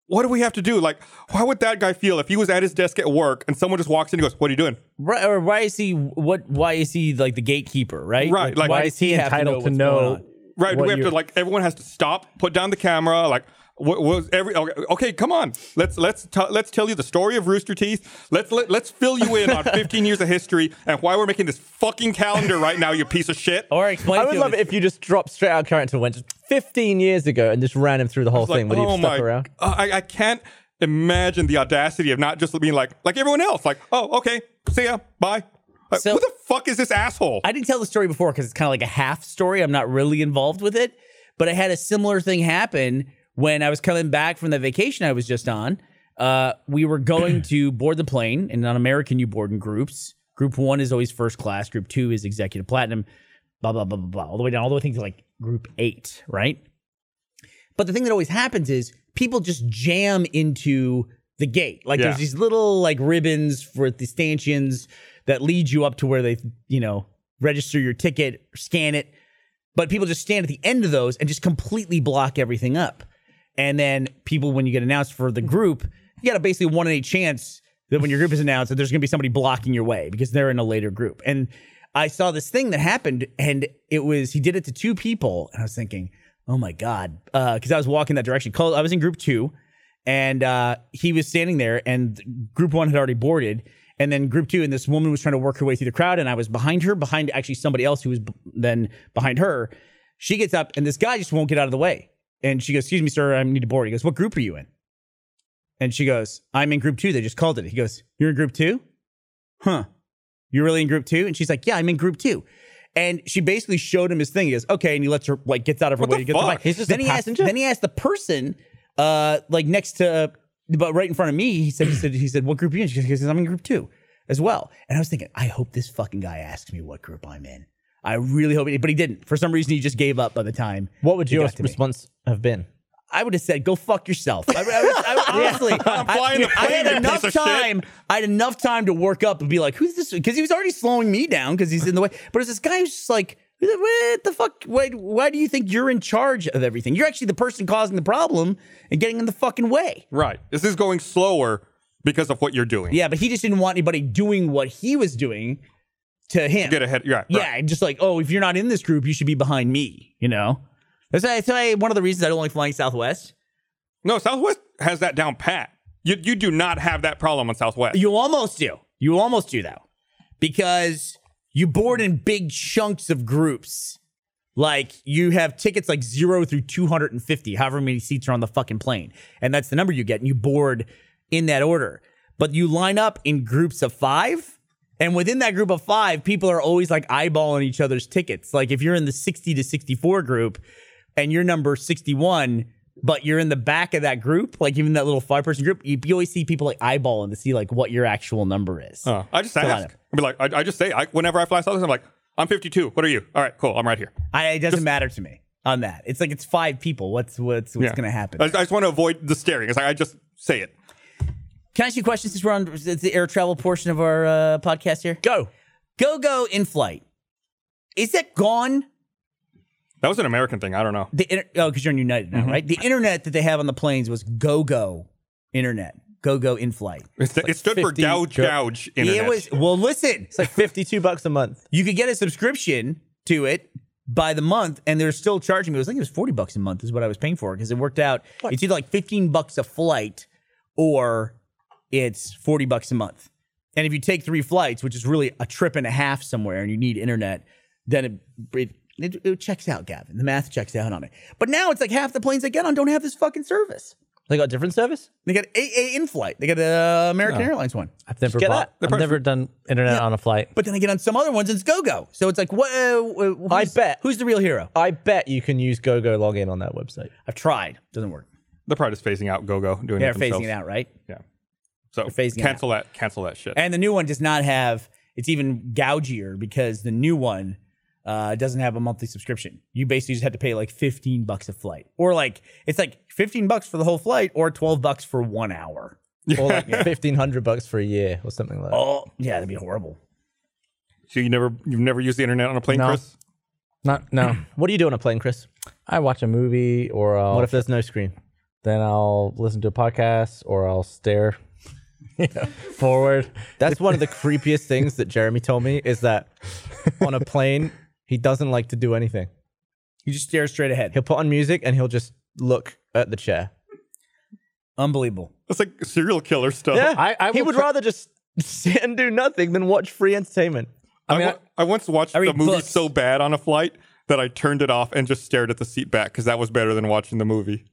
[SPEAKER 2] What do we have to do? Like, how would that guy feel if he was at his desk at work and someone just walks in and goes, What are you doing?
[SPEAKER 3] Right, or why is he what? Why is he like the gatekeeper? Right.
[SPEAKER 2] Right, like-
[SPEAKER 3] why
[SPEAKER 2] Why
[SPEAKER 3] does he have
[SPEAKER 4] entitled to
[SPEAKER 3] what's
[SPEAKER 4] know?
[SPEAKER 3] going on?
[SPEAKER 2] Right.
[SPEAKER 4] what
[SPEAKER 2] we have
[SPEAKER 4] you-
[SPEAKER 2] to like everyone has to stop, put down the camera, like what was every okay, okay, come on. Let's let's t- let's tell you the story of Rooster Teeth. Let's let, let's fill you in on 15 years of history and why we're making this fucking calendar right now, you piece of shit.
[SPEAKER 3] Or explain.
[SPEAKER 5] I would
[SPEAKER 3] to
[SPEAKER 5] love
[SPEAKER 3] him-
[SPEAKER 5] it if you just dropped straight out of character and went just 15 years ago and just ran him through the whole
[SPEAKER 2] It's like, oh
[SPEAKER 5] thing. Would he have stuck around?
[SPEAKER 2] I, I can't imagine the audacity of not just being like like everyone else, like, "Oh, okay. See ya. Bye." Like,
[SPEAKER 3] So-
[SPEAKER 2] who the fuck is this asshole?
[SPEAKER 3] I didn't tell the story before because it's kind of like a half story. I'm not really involved with it, but I had a similar thing happen when I was coming back from the vacation I was just on. Uh, we were going to board the plane, and on American, you board in groups. Group one is always first class. Group two is executive platinum. Blah blah blah blah blah. All the way down, all the way to like group eight, right? But the thing that always happens is people just jam into the gate. Like
[SPEAKER 2] Yeah.
[SPEAKER 3] there's these little like ribbons for the stanchions that lead you up to where they, you know, register your ticket, scan it. But people just stand at the end of those and just completely block everything up. And then people, when you get announced for the group, you got a basically one in eight chance that when your group is announced that there's going to be somebody blocking your way because they're in a later group. And I saw this thing that happened, and it was he did it to two people, and I was thinking, oh my god, because I was walking that direction. Col- I was in group two, and uh, he was standing there, and group one had already boarded. And then group two, and this woman was trying to work her way through the crowd, and I was behind her, behind actually somebody else who was b- then behind her. She gets up, and this guy just won't get out of the way. And she goes, Excuse me, sir, I need to board. He goes, What group are you in? And she goes, I'm in group two. They just called it. He goes, You're in group two? Huh. You're really in group two? And she's like, Yeah, I'm in group two. And she basically showed him his thing. He goes, Okay. And he lets her, like, gets out of her
[SPEAKER 2] What
[SPEAKER 3] way
[SPEAKER 2] the
[SPEAKER 3] to get the
[SPEAKER 2] fuck?
[SPEAKER 3] bike.
[SPEAKER 5] He's just
[SPEAKER 3] then
[SPEAKER 5] a
[SPEAKER 3] he asked,
[SPEAKER 5] passenger?
[SPEAKER 3] Then he asked the person, uh, like, next to, but right in front of me, he said, He said, he said What group are you in? She goes, I'm in group two as well. And I was thinking, I hope this fucking guy asks me what group I'm in. I really hope it, but he didn't. For some reason, he just gave up by the time.
[SPEAKER 5] What would
[SPEAKER 3] it
[SPEAKER 5] your
[SPEAKER 3] got to me.
[SPEAKER 5] response have been?
[SPEAKER 3] I would have said, "Go fuck yourself." I, I, I, I, honestly, I-
[SPEAKER 2] flying the
[SPEAKER 3] I had
[SPEAKER 2] plane, you
[SPEAKER 3] enough
[SPEAKER 2] piece of shit.
[SPEAKER 3] time. I had enough time to work up and be like, "Who's this?" Because he was already slowing me down because he's in the way. But it's this guy who's just like, "What the fuck? Why, why do you think you're in charge of everything? You're actually the person causing the problem and getting in the fucking way."
[SPEAKER 2] right. This is going slower because of what you're doing.
[SPEAKER 3] Yeah, but he just didn't want anybody doing what he was doing to him.
[SPEAKER 2] Get ahead. Yeah. Right.
[SPEAKER 3] Yeah, and just like, oh, if you're not in this group, you should be behind me. You know, that's why, that's why one of the reasons I don't like flying Southwest.
[SPEAKER 2] No, Southwest has that down pat. You, you do not have that problem on Southwest.
[SPEAKER 3] You almost do. You almost do though, because you board in big chunks of groups. Like you have tickets like zero through two hundred and fifty, however many seats are on the fucking plane, and that's the number you get, and you board in that order. But you line up in groups of five, and within that group of five, people are always like eyeballing each other's tickets. Like if you're in the sixty to sixty-four group, and you're number sixty-one, but you're in the back of that group, like even that little five-person group, you, you always see people like eyeballing to see like what your actual number is.
[SPEAKER 2] Uh, I just
[SPEAKER 3] on
[SPEAKER 2] ask. I'd be like, I, I just say, I, whenever I fly Southwest, I'm like, I'm 52. What are you? All right, cool. I'm right here.
[SPEAKER 3] I, it doesn't matter to me on that. It's like it's five people. What's what's what's
[SPEAKER 2] Yeah. Uh,
[SPEAKER 3] going to happen?
[SPEAKER 2] I, I just want to avoid the staring. It's like I just say it.
[SPEAKER 3] Can I ask you a question since we're on it's the air travel portion of our uh, podcast here?
[SPEAKER 5] Go.
[SPEAKER 3] Go go in flight. Is that gone?
[SPEAKER 2] That was an American thing. I don't know.
[SPEAKER 3] The inter- oh, because you're in United
[SPEAKER 2] Mm-hmm.
[SPEAKER 3] now, right? The internet that they have on the planes was go go internet. Go go in flight.
[SPEAKER 2] It's it stood for
[SPEAKER 5] 50
[SPEAKER 2] gouge,
[SPEAKER 5] go-
[SPEAKER 2] gouge. Internet.
[SPEAKER 3] It was well. Listen,
[SPEAKER 5] It's like 52 bucks a month.
[SPEAKER 3] you could get a subscription to it by the month, and they're still charging me. I think it was forty bucks a month is what I was paying for because it worked out. It's either like fifteen bucks a flight, or it's forty bucks a month. And if you take three flights, which is really a trip and a half somewhere, and you need internet, then it it, it, it checks out, Gavin. The math checks out on it. But now it's like half the planes I get on don't have this fucking service.
[SPEAKER 5] They got a different service?
[SPEAKER 3] They got AA in flight. They got a American
[SPEAKER 5] Oh.
[SPEAKER 3] Airlines one.
[SPEAKER 4] I've never
[SPEAKER 5] get
[SPEAKER 4] bought,
[SPEAKER 5] that.
[SPEAKER 4] I've never done internet on a flight.
[SPEAKER 3] But then they get on some other ones. It's GoGo. So it's like, what? Uh, who's-
[SPEAKER 5] I bet.
[SPEAKER 3] Who's the real hero?
[SPEAKER 5] I bet you can use GoGo login on that website.
[SPEAKER 3] I've tried. Doesn't work.
[SPEAKER 2] They're probably just phasing out GoGo, doing
[SPEAKER 3] They're
[SPEAKER 2] it themselves.
[SPEAKER 3] phasing it out, right?
[SPEAKER 2] Yeah. So
[SPEAKER 3] phasing it
[SPEAKER 2] cancel that. Cancel that shit.
[SPEAKER 3] And the new one does not have. It's even gougier because the new one uh, doesn't have a monthly subscription. You basically just have to pay like fifteen bucks a flight, or like it's like fifteen bucks for the whole flight, or twelve bucks for one hour.
[SPEAKER 5] Or like fifteen hundred bucks for a year or something like that.
[SPEAKER 3] Oh, yeah, that'd be horrible.
[SPEAKER 2] so you never you've never used the internet on a plane,
[SPEAKER 4] No.
[SPEAKER 2] Chris?
[SPEAKER 4] Not no.
[SPEAKER 5] What do you do on a plane, Chris?
[SPEAKER 4] I watch a movie or I'll,
[SPEAKER 5] What if there's no screen?
[SPEAKER 4] then I'll listen to a podcast or I'll stare forward.
[SPEAKER 5] That's one of the creepiest things that Jeremy told me is that on a plane he doesn't like to do anything.
[SPEAKER 3] You just stare straight ahead.
[SPEAKER 5] He'll put on music and he'll just look at the chair.
[SPEAKER 3] Unbelievable.
[SPEAKER 2] That's like serial killer stuff.
[SPEAKER 4] I- I
[SPEAKER 5] he
[SPEAKER 4] will
[SPEAKER 5] would
[SPEAKER 4] try-
[SPEAKER 5] rather just sit and do nothing than watch free entertainment.
[SPEAKER 2] I, wa- I once watched
[SPEAKER 3] read
[SPEAKER 2] a movie
[SPEAKER 3] books.
[SPEAKER 2] so bad on a flight that I turned it off and just stared at the seat back because that was better than watching the movie.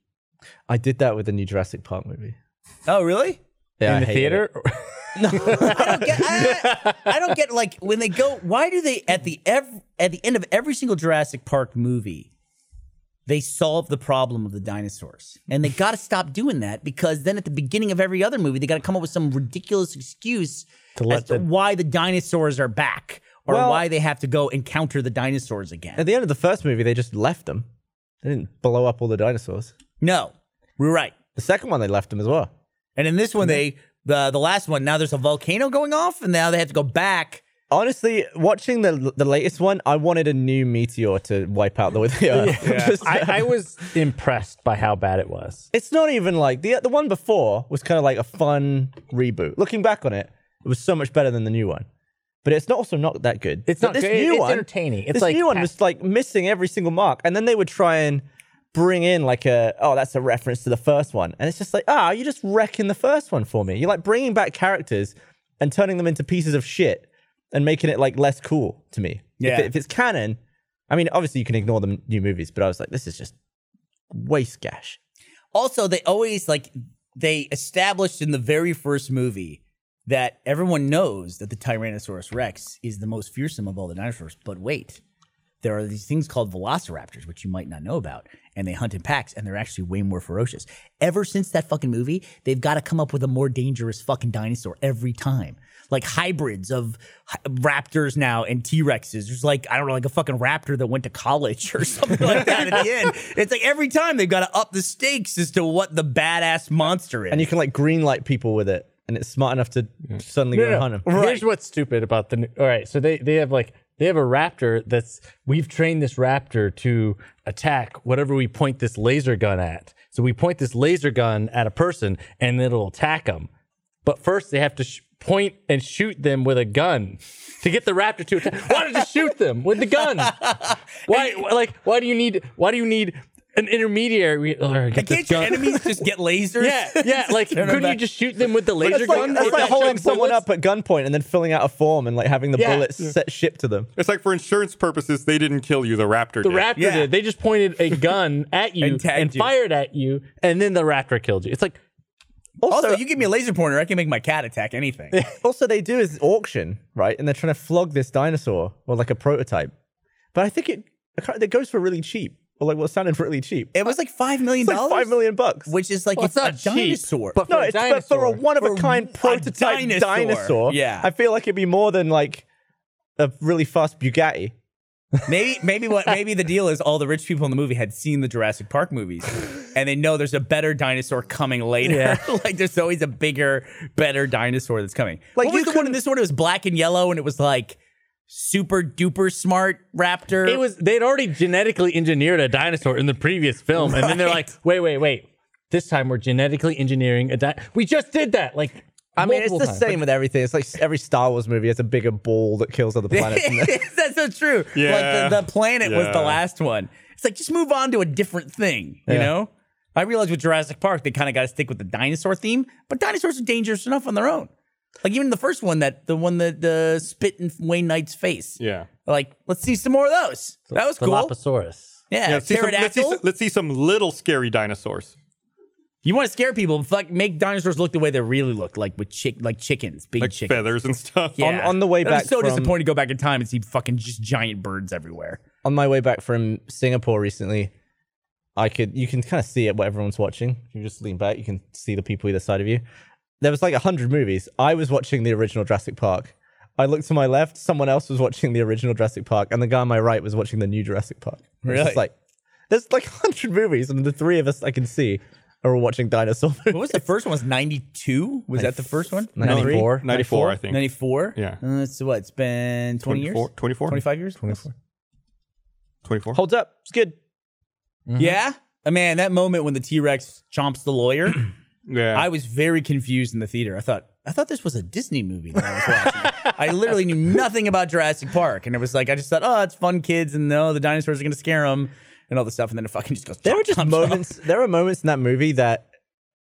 [SPEAKER 5] I did that with the new Jurassic Park movie.
[SPEAKER 3] Oh, really?
[SPEAKER 5] Yeah, I
[SPEAKER 4] in the
[SPEAKER 5] hated
[SPEAKER 4] theater.
[SPEAKER 5] it.
[SPEAKER 3] I don't get. I, I don't get like when they go. Why do they at the ev- at the end of every single Jurassic Park movie, they solve the problem of the dinosaurs, and they got to stop doing that because then at the beginning of every other movie, they got to come up with some ridiculous excuse
[SPEAKER 4] To let
[SPEAKER 3] as to
[SPEAKER 4] the-
[SPEAKER 3] why the dinosaurs are back or
[SPEAKER 5] Well-
[SPEAKER 3] why they have to go encounter the dinosaurs again.
[SPEAKER 5] At the end of the first movie, they just left them. They didn't blow up all the dinosaurs.
[SPEAKER 3] No, we're right.
[SPEAKER 5] The second one, they left them as well.
[SPEAKER 3] And in this one, they the the last one now there's a volcano going off, and now they have to go back.
[SPEAKER 5] Honestly, watching the the latest one, I wanted a new meteor to wipe out the, the Earth. Just-
[SPEAKER 4] I, I was impressed by how bad it was.
[SPEAKER 5] it's not even like the the one before was kind of like a fun reboot. Looking back on it, it was so much better than the new one. But it's not also not that good.
[SPEAKER 4] It's
[SPEAKER 5] But
[SPEAKER 4] not good. It's entertaining. It's
[SPEAKER 5] this
[SPEAKER 4] like-
[SPEAKER 5] new one was like missing every single mark, and then they would try and bring in like a oh that's a reference to the first one, and it's just like ah you're just wrecking the first one for me. You're like bringing back characters and turning them into pieces of shit and making it like less cool to me. If
[SPEAKER 3] Yeah.
[SPEAKER 5] it- if it's canon, I mean obviously you can ignore the m- new movies, but I was like this is just waste gash.
[SPEAKER 3] also they always like they established in the very first movie that everyone knows that the Tyrannosaurus Rex is the most fearsome of all the dinosaurs. But wait, there are these things called velociraptors, which you might not know about, and they hunt in packs, and they're actually way more ferocious. Ever since that fucking movie, they've got to come up with a more dangerous fucking dinosaur every time. Like hybrids of hy- raptors now and T Rexes. There's like, I don't know, like a fucking raptor that went to college or something like that at the end. It's like every time they've got to up the stakes as to what the badass monster is.
[SPEAKER 5] and you can like green light people with it, and it's smart enough to suddenly go and hunt them.
[SPEAKER 4] Here's what's stupid about the. new- All right, so they they have like they have a raptor that's we've trained this raptor to attack whatever we point this laser gun at. So we point this laser gun at a person and it'll attack them. But first they have to sh- point and shoot them with a gun to get the raptor to attack. Why did you shoot them with the gun? Why like why do you need why do you need an intermediary? We- all right, get this
[SPEAKER 3] Can't your
[SPEAKER 4] gun.
[SPEAKER 3] enemies just get lasers?
[SPEAKER 4] yeah, yeah. Like,
[SPEAKER 3] Turn 'em
[SPEAKER 4] couldn't you
[SPEAKER 3] back.
[SPEAKER 4] just shoot them with the laser
[SPEAKER 5] That's like,
[SPEAKER 4] gun?
[SPEAKER 5] that's
[SPEAKER 4] without
[SPEAKER 5] like holding
[SPEAKER 4] shooting
[SPEAKER 5] someone
[SPEAKER 4] bullets?
[SPEAKER 5] up at gunpoint and then filling out a form and like having the
[SPEAKER 4] Yeah.
[SPEAKER 5] bullets set shipped to them.
[SPEAKER 2] It's like for insurance purposes, they didn't kill you. The raptor.
[SPEAKER 4] The
[SPEAKER 2] did.
[SPEAKER 4] raptor
[SPEAKER 3] Yeah.
[SPEAKER 4] did. They just pointed a gun at you and,
[SPEAKER 3] tagged you.
[SPEAKER 4] fired at you, and then the raptor killed you. It's like
[SPEAKER 3] Also, you give me a laser pointer, I can make my cat attack anything.
[SPEAKER 5] Also, they do is auction, right? And they're trying to flog this dinosaur or like a prototype. But I think it I can't- it goes for really cheap, or like what sounded really cheap.
[SPEAKER 3] It was like five million
[SPEAKER 5] It's like
[SPEAKER 3] dollars,
[SPEAKER 5] five million bucks.
[SPEAKER 3] which is like
[SPEAKER 4] Well,
[SPEAKER 3] it's,
[SPEAKER 4] it's
[SPEAKER 3] a
[SPEAKER 4] not cheap,
[SPEAKER 3] dinosaur.
[SPEAKER 4] but-
[SPEAKER 5] no,
[SPEAKER 4] for a
[SPEAKER 5] it's but for a
[SPEAKER 4] dinosaur.
[SPEAKER 5] one of a kind
[SPEAKER 3] a
[SPEAKER 5] prototype
[SPEAKER 3] dinosaur.
[SPEAKER 5] dinosaur.
[SPEAKER 3] Yeah.
[SPEAKER 5] I feel like it'd be more than like a really fast Bugatti.
[SPEAKER 3] maybe, maybe what, maybe the deal is all the rich people in the movie had seen the Jurassic Park movies, and they know there's a better dinosaur coming later. like there's always a bigger, better dinosaur that's coming. Like
[SPEAKER 5] Like,
[SPEAKER 3] what was
[SPEAKER 5] you
[SPEAKER 3] the one in
[SPEAKER 5] couldn't-
[SPEAKER 3] this one? It was black and yellow, and it was like super duper smart raptor.
[SPEAKER 4] it was they'd already genetically engineered a dinosaur in the previous film, and then they're like, wait, wait, wait. This time we're genetically engineering a di- We just did that. Like,
[SPEAKER 5] I mean, it's
[SPEAKER 4] multiple
[SPEAKER 5] the
[SPEAKER 4] times.
[SPEAKER 5] same with everything. It's like every Star Wars movie has a bigger ball that kills other planets. than the-
[SPEAKER 3] That's so true.
[SPEAKER 2] Yeah.
[SPEAKER 3] Like the, the planet was the
[SPEAKER 2] Yeah.
[SPEAKER 3] last one. It's like just move on to a different thing, you
[SPEAKER 5] Yeah.
[SPEAKER 3] know? I realized with Jurassic Park, they kind of got to stick with the dinosaur theme, but dinosaurs are dangerous enough on their own. Like even the first one, that the one that the spit in Wayne Knight's face.
[SPEAKER 2] Yeah.
[SPEAKER 3] Like, let's see some more of those. That was cool.
[SPEAKER 4] Dilophosaurus.
[SPEAKER 3] Yeah,
[SPEAKER 2] Yeah, let's see some- let's see
[SPEAKER 3] uh, pterodactyl.
[SPEAKER 2] some- let's see some little scary dinosaurs.
[SPEAKER 3] You want to scare people? Fuck, make dinosaurs look the way they really look, like with chick, like chickens, big
[SPEAKER 2] like
[SPEAKER 3] chickens.
[SPEAKER 2] feathers and stuff.
[SPEAKER 3] Yeah.
[SPEAKER 5] On- on the way
[SPEAKER 3] And I'm
[SPEAKER 5] back
[SPEAKER 3] so
[SPEAKER 5] from-
[SPEAKER 3] disappointed to go back in time and see fucking just giant birds everywhere.
[SPEAKER 5] on my way back from Singapore recently, I could you can kind of see it what everyone's watching. If you just lean back, you can see the people either side of you. There was like hundred movies. I was watching the original Jurassic Park. I looked to my left, someone else was watching the original Jurassic Park, and the guy on my right was watching the new Jurassic Park. Really? It's like there's like hundred movies, and the three of us I can see are all watching dinosaur movies.
[SPEAKER 3] What was the first one? Was 92? Was that the first one?
[SPEAKER 5] No.
[SPEAKER 4] 94.
[SPEAKER 2] 94, I think.
[SPEAKER 3] 94?
[SPEAKER 2] Yeah.
[SPEAKER 3] Uh, so what? It's been
[SPEAKER 2] 24,
[SPEAKER 3] 20 years?
[SPEAKER 2] 24?
[SPEAKER 3] 25 years? 24.
[SPEAKER 2] 24.
[SPEAKER 5] Holds up, it's good.
[SPEAKER 3] Yeah? Uh, Man, that moment when the T Rex chomps the lawyer,
[SPEAKER 2] yeah.
[SPEAKER 3] I was very confused in the theater. I thought, I thought this was a Disney movie that I was watching. I literally knew nothing about Jurassic Park. And it was like, I just thought, oh, it's fun kids. And no, the dinosaurs are going to scare them and all this stuff. And then it fucking just goes,
[SPEAKER 5] There
[SPEAKER 3] chomp,
[SPEAKER 5] were just
[SPEAKER 3] chomp, chomp.
[SPEAKER 5] moments. There were moments in that movie that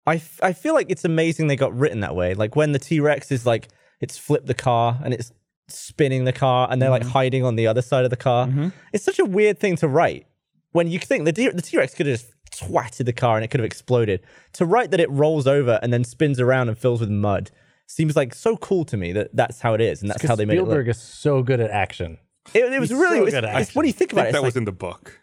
[SPEAKER 5] I, f- I feel like it's amazing they got written that way. Like when the T Rex is like it's flipped the car and it's spinning the car and they're
[SPEAKER 4] Mm-hmm.
[SPEAKER 5] like hiding on the other side of the car. It's such a weird thing to write. When you think the D- the T Rex could have just twatted the car and it could have exploded. To write that it rolls over and then spins around and fills with mud seems like so cool to me that that's how it is and that's how they made
[SPEAKER 4] Spielberg is so good at action.
[SPEAKER 5] it look. It, it was
[SPEAKER 4] he's
[SPEAKER 5] really
[SPEAKER 4] so
[SPEAKER 5] it's,
[SPEAKER 4] good at
[SPEAKER 5] it's- what do you
[SPEAKER 2] I
[SPEAKER 5] think about
[SPEAKER 2] think
[SPEAKER 5] it?
[SPEAKER 2] that was
[SPEAKER 5] It's like-
[SPEAKER 2] in the book.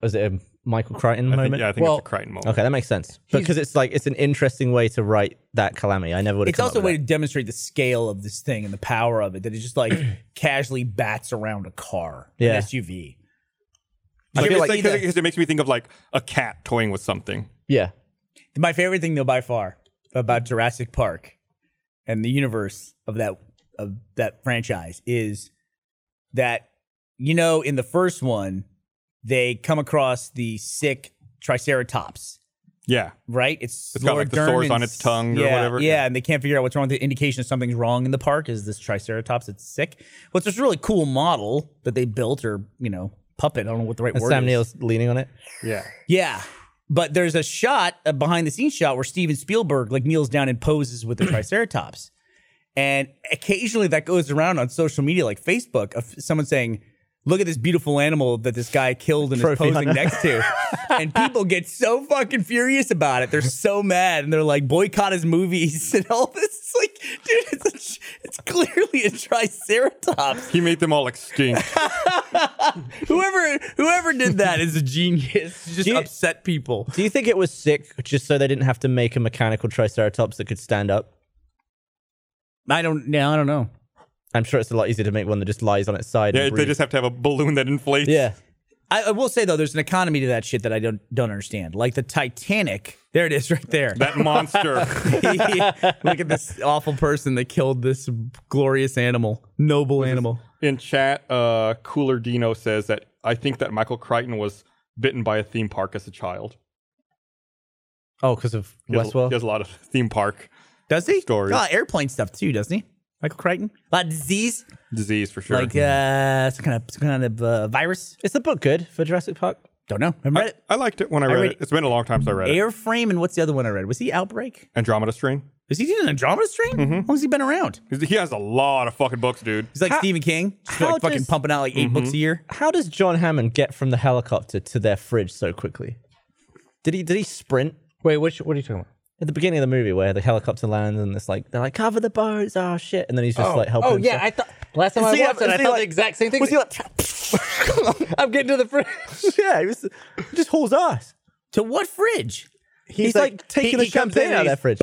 [SPEAKER 5] was it a Michael Crichton
[SPEAKER 2] I
[SPEAKER 5] moment?
[SPEAKER 2] think, yeah, I think
[SPEAKER 4] Well,
[SPEAKER 2] it's a Crichton moment.
[SPEAKER 5] Okay, that makes sense. Because it's like it's an interesting way to write that calamity. I never would have.
[SPEAKER 3] It's also a way to demonstrate the scale of this thing and the power of it that it just like casually bats around a car,
[SPEAKER 5] Yeah.
[SPEAKER 3] an SUV.
[SPEAKER 2] I
[SPEAKER 5] I
[SPEAKER 2] feel
[SPEAKER 5] feel
[SPEAKER 2] like,
[SPEAKER 5] like-
[SPEAKER 2] cause it, 'cause it makes me think of like a cat toying with something.
[SPEAKER 5] Yeah,
[SPEAKER 3] My favorite thing, though, by far about Jurassic Park and the universe of that of that franchise is that you know in the first one they come across the sick Triceratops,
[SPEAKER 2] Yeah.
[SPEAKER 3] right? It's,
[SPEAKER 2] It's got, like, the
[SPEAKER 3] Lordoner's-
[SPEAKER 2] sores on its tongue or
[SPEAKER 3] yeah,
[SPEAKER 2] whatever.
[SPEAKER 3] Yeah,
[SPEAKER 2] Yeah.
[SPEAKER 3] and they can't figure out what's wrong. The indication of something's wrong in the park is this Triceratops. It's sick. Well, it's this really cool model that they built, or you know, puppet. I don't know what the right
[SPEAKER 5] and
[SPEAKER 3] word
[SPEAKER 5] Sam
[SPEAKER 3] is.
[SPEAKER 5] Neill's leaning on it.
[SPEAKER 2] Yeah.
[SPEAKER 3] Yeah. But there's a shot, a behind the scenes shot where Steven Spielberg like kneels down and poses with the Triceratops. And occasionally that goes around on social media like Facebook of someone saying, Look at this beautiful animal that this guy killed and is
[SPEAKER 5] Trophy
[SPEAKER 3] posing
[SPEAKER 5] hunter.
[SPEAKER 3] next to. and people get so fucking furious about it. They're so mad and they're like, boycott his movies and all this. It's like, dude, it's, a, it's clearly a Triceratops.
[SPEAKER 2] He made them all extinct.
[SPEAKER 3] Whoever whoever did that is a genius. Just
[SPEAKER 5] you-
[SPEAKER 3] upset people.
[SPEAKER 5] Do you think it was sick just so they didn't have to make a mechanical Triceratops that could stand up?
[SPEAKER 3] I don't. No, I don't know.
[SPEAKER 5] I'm sure it's a lot easier to make one that just lies on its side.
[SPEAKER 2] yeah,
[SPEAKER 5] and
[SPEAKER 2] they
[SPEAKER 5] breathes.
[SPEAKER 2] just have to have a balloon that inflates.
[SPEAKER 5] yeah.
[SPEAKER 3] I, I will say though, there's an economy to that shit that I don't don't understand. Like the Titanic. There it is, right there.
[SPEAKER 2] That monster.
[SPEAKER 3] Look at this awful person that killed this glorious animal, noble animal.
[SPEAKER 2] In chat, uh, Cooler Dino says that I think that Michael Crichton was bitten by a theme park as a child.
[SPEAKER 5] Oh, because of
[SPEAKER 2] He has, a,
[SPEAKER 5] Westworld.
[SPEAKER 2] he has a lot of theme park
[SPEAKER 3] Does he?
[SPEAKER 2] Stories.
[SPEAKER 3] A lot of airplane stuff too, doesn't he? Michael Crichton. A lot of disease,
[SPEAKER 2] disease for sure.
[SPEAKER 3] like uh, some kind of some kind of uh, virus.
[SPEAKER 5] Is the book good for Jurassic Park?
[SPEAKER 3] Don't know. I
[SPEAKER 2] I,
[SPEAKER 3] read
[SPEAKER 2] I liked it when I read,
[SPEAKER 3] read
[SPEAKER 2] it. It's been a long time since I read
[SPEAKER 3] it.
[SPEAKER 2] it.
[SPEAKER 3] Airframe and what's the other one I read? Was he Outbreak?
[SPEAKER 2] Andromeda Strain.
[SPEAKER 3] Is he an Andromeda Strain?
[SPEAKER 5] Mm-hmm.
[SPEAKER 3] How long's he been around?
[SPEAKER 2] He's- He has a lot of fucking books, dude.
[SPEAKER 3] He's like
[SPEAKER 5] How-
[SPEAKER 3] Stephen King, just
[SPEAKER 5] how
[SPEAKER 3] like fucking
[SPEAKER 5] does- Mm-hmm.
[SPEAKER 3] pumping out like 8 books a year.
[SPEAKER 5] How does John Hammond get from the helicopter to their fridge so quickly? Did he did he sprint?
[SPEAKER 4] Wait, which, what are you talking about?
[SPEAKER 5] At the beginning of the movie, where the helicopter lands and it's like they're like cover the boats, oh shit, and then he's just like helping.
[SPEAKER 4] Oh yeah,
[SPEAKER 5] himself.
[SPEAKER 4] I thought last time
[SPEAKER 5] Is
[SPEAKER 4] I
[SPEAKER 5] he
[SPEAKER 4] watched
[SPEAKER 5] like-
[SPEAKER 4] it, I
[SPEAKER 5] is he
[SPEAKER 4] thought
[SPEAKER 5] like-
[SPEAKER 4] the exact same thing.
[SPEAKER 5] was he like?
[SPEAKER 4] I'm getting to the fridge.
[SPEAKER 5] yeah, he was he just hauls ass.
[SPEAKER 3] To what fridge?
[SPEAKER 5] He's, like, taking the champagne out of that fridge.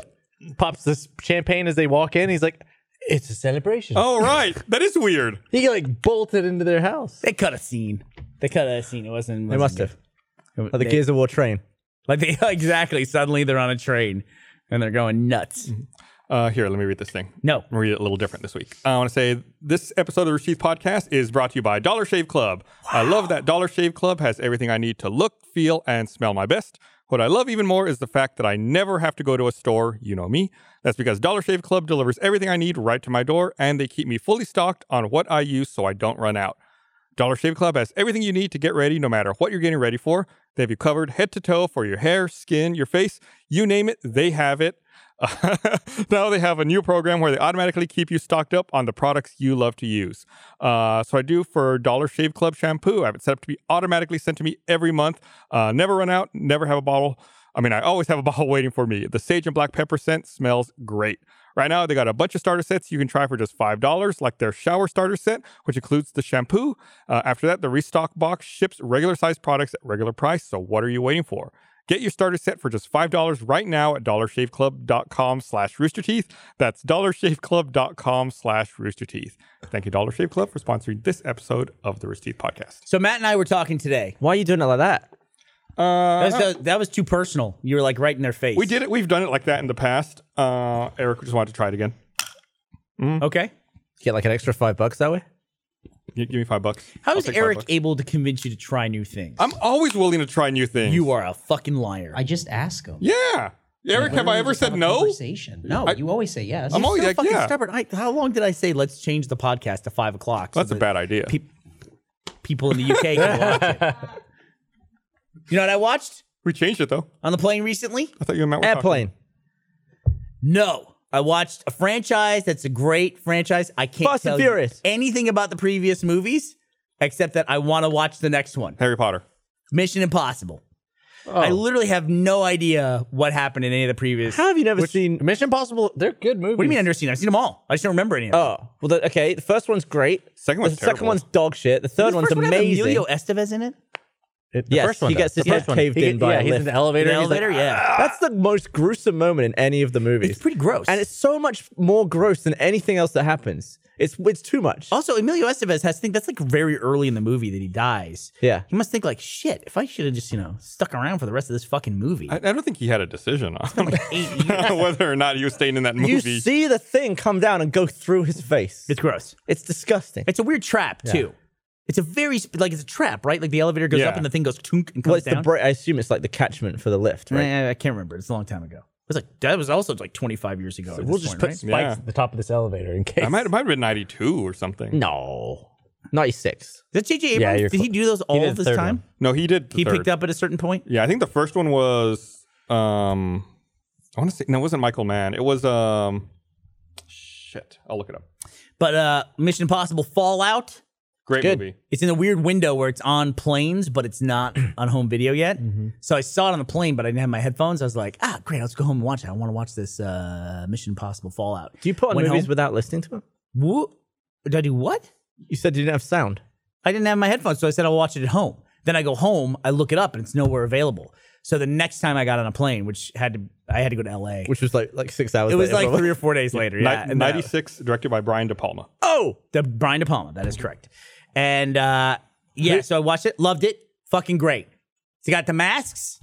[SPEAKER 4] pops this champagne as they walk in. He's like, "It's a celebration."
[SPEAKER 2] Oh, right. that is weird.
[SPEAKER 4] He like bolted into their house.
[SPEAKER 3] They cut a scene. They cut a scene. It wasn't.
[SPEAKER 5] They must have. Like the Gears of War train.
[SPEAKER 3] Like they exactly. Suddenly they're on a train and they're going nuts.
[SPEAKER 2] Uh, here, let me read this thing.
[SPEAKER 3] No.
[SPEAKER 2] I'm gonna read it a little different this week. I want to say this episode of the Received Podcast is brought to you by Dollar Shave Club. I love that Dollar Shave Club has everything I need to look, feel, and smell my best. What I love even more is the fact that I never have to go to a store, you know me. That's because Dollar Shave Club delivers everything I need right to my door, and they keep me fully stocked on what I use so I don't run out. Dollar Shave Club has everything you need to get ready no matter what you're getting ready for. They have you covered head to toe for your hair, skin, your face, you name it, they have it. now they have a new program where they automatically keep you stocked up on the products you love to use. Uh, so I do for Dollar Shave Club shampoo. I have it set up to be automatically sent to me every month. Uh, never run out, never have a bottle. I mean, I always have a bottle waiting for me. The sage and black pepper scent smells great. Right now, they got a bunch of starter sets you can try for just $5, like their shower starter set, which includes the shampoo. Uh, after that, the restock box ships regular sized products at regular price. So what are you waiting for? Get your starter set for just $5 right now at dollarshaveclub.com slash roosterteeth. That's dollarshaveclub.com slash roosterteeth. Thank you, Dollar Shave Club, for sponsoring this episode of the Rooster Teeth Podcast.
[SPEAKER 3] So Matt and I were talking today.
[SPEAKER 5] Why are you doing it like that?
[SPEAKER 3] That was, that, that was too personal. You were like right in their face.
[SPEAKER 2] Uh, Uh-huh. We did it. We've done it like that in the past. Uh, Eric just wanted to try it again.
[SPEAKER 3] Okay.
[SPEAKER 5] Get like an extra five bucks that way?
[SPEAKER 2] Gi- Give me five bucks.
[SPEAKER 3] How
[SPEAKER 2] I'll
[SPEAKER 3] is
[SPEAKER 2] take five
[SPEAKER 3] Eric
[SPEAKER 2] bucks.
[SPEAKER 3] able to convince you to try new things?
[SPEAKER 2] I'm always willing to try new things.
[SPEAKER 3] you are a fucking liar.
[SPEAKER 6] I just ask them.
[SPEAKER 2] Yeah. Eric, have I ever said no?
[SPEAKER 6] Conversation. No,
[SPEAKER 2] I-
[SPEAKER 6] you always say yes.
[SPEAKER 2] I'm always
[SPEAKER 3] so
[SPEAKER 2] like,
[SPEAKER 3] fucking
[SPEAKER 2] Oh, yeah.
[SPEAKER 3] stubborn. I, how long did I say let's change the podcast to five o'clock? so
[SPEAKER 2] That's a
[SPEAKER 3] that
[SPEAKER 2] bad idea.
[SPEAKER 3] pe- people in the UK can watch it. You know what I watched
[SPEAKER 2] we changed it though.
[SPEAKER 3] on the plane recently?
[SPEAKER 2] I thought you and Matt were talking.
[SPEAKER 5] Airplane.
[SPEAKER 3] No. I watched a franchise that's a great franchise. I can't
[SPEAKER 5] Fast and
[SPEAKER 3] tell
[SPEAKER 5] Furious.
[SPEAKER 3] you anything about the previous movies except that I want to watch the next one.
[SPEAKER 2] Harry Potter.
[SPEAKER 3] Mission Impossible.
[SPEAKER 5] Oh.
[SPEAKER 3] I literally have no idea what happened in any of the previous.
[SPEAKER 5] How have you never seen?
[SPEAKER 4] Mission Impossible, they're good movies.
[SPEAKER 3] What do you mean I've never seen? them? I've seen them all. I just don't remember any of them.
[SPEAKER 5] Oh, well, the, okay. The first one's great.
[SPEAKER 2] Second one's
[SPEAKER 5] the second
[SPEAKER 2] terrible.
[SPEAKER 5] one's dog shit. The third
[SPEAKER 3] The
[SPEAKER 5] one's
[SPEAKER 3] first one had
[SPEAKER 5] amazing.
[SPEAKER 3] Emilio Estevez in it.
[SPEAKER 4] It- the
[SPEAKER 5] Yes,
[SPEAKER 4] first one
[SPEAKER 5] he gets his
[SPEAKER 4] does. The
[SPEAKER 5] head
[SPEAKER 4] first one.
[SPEAKER 5] caved
[SPEAKER 4] He
[SPEAKER 5] in by
[SPEAKER 4] yeah,
[SPEAKER 5] a
[SPEAKER 4] he's
[SPEAKER 5] lift.
[SPEAKER 4] in the elevator.
[SPEAKER 3] The
[SPEAKER 4] and he's like,
[SPEAKER 3] elevator, yeah.
[SPEAKER 5] That's the most gruesome moment in any of the movies.
[SPEAKER 3] It's pretty gross.
[SPEAKER 5] and it's so much more gross than anything else that happens. It's it's too much.
[SPEAKER 3] also Emilio Estevez has to think that's like very early in the movie that he dies.
[SPEAKER 5] Yeah.
[SPEAKER 3] He must think like shit. If I should have just you know stuck around for the rest of this fucking movie.
[SPEAKER 2] I, I don't think he had a decision on
[SPEAKER 3] Eight years.
[SPEAKER 2] whether or not he was staying in that
[SPEAKER 5] You
[SPEAKER 2] movie.
[SPEAKER 5] see the thing come down and go through his face.
[SPEAKER 3] it's gross.
[SPEAKER 5] It's disgusting.
[SPEAKER 3] It's a weird trap too. It's a very sp- like it's a trap, right? Like the elevator goes
[SPEAKER 2] Yeah.
[SPEAKER 3] up and the thing goes tunk and comes
[SPEAKER 5] What's the
[SPEAKER 3] down.
[SPEAKER 5] bra- I assume it's like the catchment for the lift, right?
[SPEAKER 3] Eh, I can't remember. It's a long time ago. It was like that was also like 25 years ago. at
[SPEAKER 4] we'll
[SPEAKER 3] this
[SPEAKER 4] just
[SPEAKER 3] point,
[SPEAKER 4] put
[SPEAKER 3] right?
[SPEAKER 4] spikes
[SPEAKER 2] Yeah.
[SPEAKER 4] at the top of this elevator in case.
[SPEAKER 2] I might, it might have been 92 or something.
[SPEAKER 5] No, ninety six.
[SPEAKER 3] Is that J.J.
[SPEAKER 4] Yeah,
[SPEAKER 3] Abrams?
[SPEAKER 4] you're
[SPEAKER 3] did he
[SPEAKER 4] cl-
[SPEAKER 3] do those all
[SPEAKER 4] did the
[SPEAKER 3] this
[SPEAKER 4] third
[SPEAKER 3] time?
[SPEAKER 4] one.
[SPEAKER 2] No, he did. the
[SPEAKER 3] He
[SPEAKER 2] third.
[SPEAKER 3] picked up at a certain point.
[SPEAKER 2] Yeah, I think the first one was um I want to say no, it wasn't Michael Mann. It was um shit. I'll look it up.
[SPEAKER 3] But uh Mission Impossible Fallout.
[SPEAKER 2] Great
[SPEAKER 5] Good.
[SPEAKER 2] movie.
[SPEAKER 3] It's in a weird window where it's on planes, but it's not on home video yet. So I saw it on the plane, but I didn't have my headphones. I was like, ah, great, let's go home and watch it. I want to watch this uh Mission Impossible Fallout.
[SPEAKER 5] Do you put on
[SPEAKER 3] Went
[SPEAKER 5] movies
[SPEAKER 3] home-
[SPEAKER 5] without listening to them?
[SPEAKER 3] Woo- Did I do what?
[SPEAKER 5] You said you didn't have sound.
[SPEAKER 3] I didn't have my headphones, so I said I'll watch it at home. Then I go home, I look it up, and it's nowhere available. So the next time I got on a plane, which had to, I had to go to L.A.
[SPEAKER 5] which was like like six hours.
[SPEAKER 3] it was
[SPEAKER 5] later,
[SPEAKER 3] like
[SPEAKER 5] probably.
[SPEAKER 3] three or four days later. Yeah,
[SPEAKER 2] Ni-
[SPEAKER 3] and then I-
[SPEAKER 2] 96 directed by Brian De Palma.
[SPEAKER 3] Oh, the Brian De Palma. That is correct. And uh, yeah, so I watched it, loved it, fucking great. So you got the masks.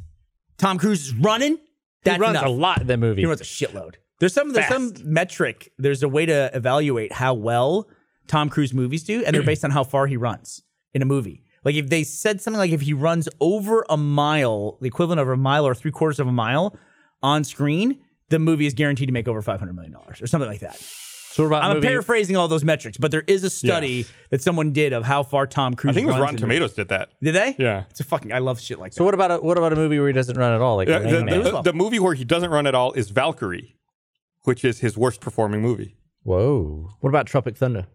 [SPEAKER 3] Tom Cruise is running. That's
[SPEAKER 4] he runs
[SPEAKER 3] enough.
[SPEAKER 4] a lot in that movie.
[SPEAKER 3] He runs a shitload. There's some there's some metric. There's a way to evaluate how well Tom Cruise movies do, and they're based on how far he runs in a movie. Like if they said something like if he runs over a mile, the equivalent of a mile or three quarters of a mile on screen, the movie is guaranteed to make over five hundred million dollars or something like that.
[SPEAKER 4] so we're about
[SPEAKER 3] I'm
[SPEAKER 4] movie-
[SPEAKER 3] paraphrasing all those metrics, but there is a study that someone did of how far Tom Cruise.
[SPEAKER 2] I think it was
[SPEAKER 3] runs
[SPEAKER 2] Rotten
[SPEAKER 3] in-
[SPEAKER 2] Tomatoes did that.
[SPEAKER 3] Did they?
[SPEAKER 2] Yeah.
[SPEAKER 3] It's a fucking. I love shit like
[SPEAKER 4] So
[SPEAKER 3] that.
[SPEAKER 4] what about a, what about a movie where he doesn't run at all? Like
[SPEAKER 2] Yeah,
[SPEAKER 4] Rain
[SPEAKER 2] the,
[SPEAKER 4] Man?
[SPEAKER 2] the- the movie where he doesn't run at all is Valkyrie, which is his worst performing movie.
[SPEAKER 4] Whoa.
[SPEAKER 5] What about Tropic Thunder?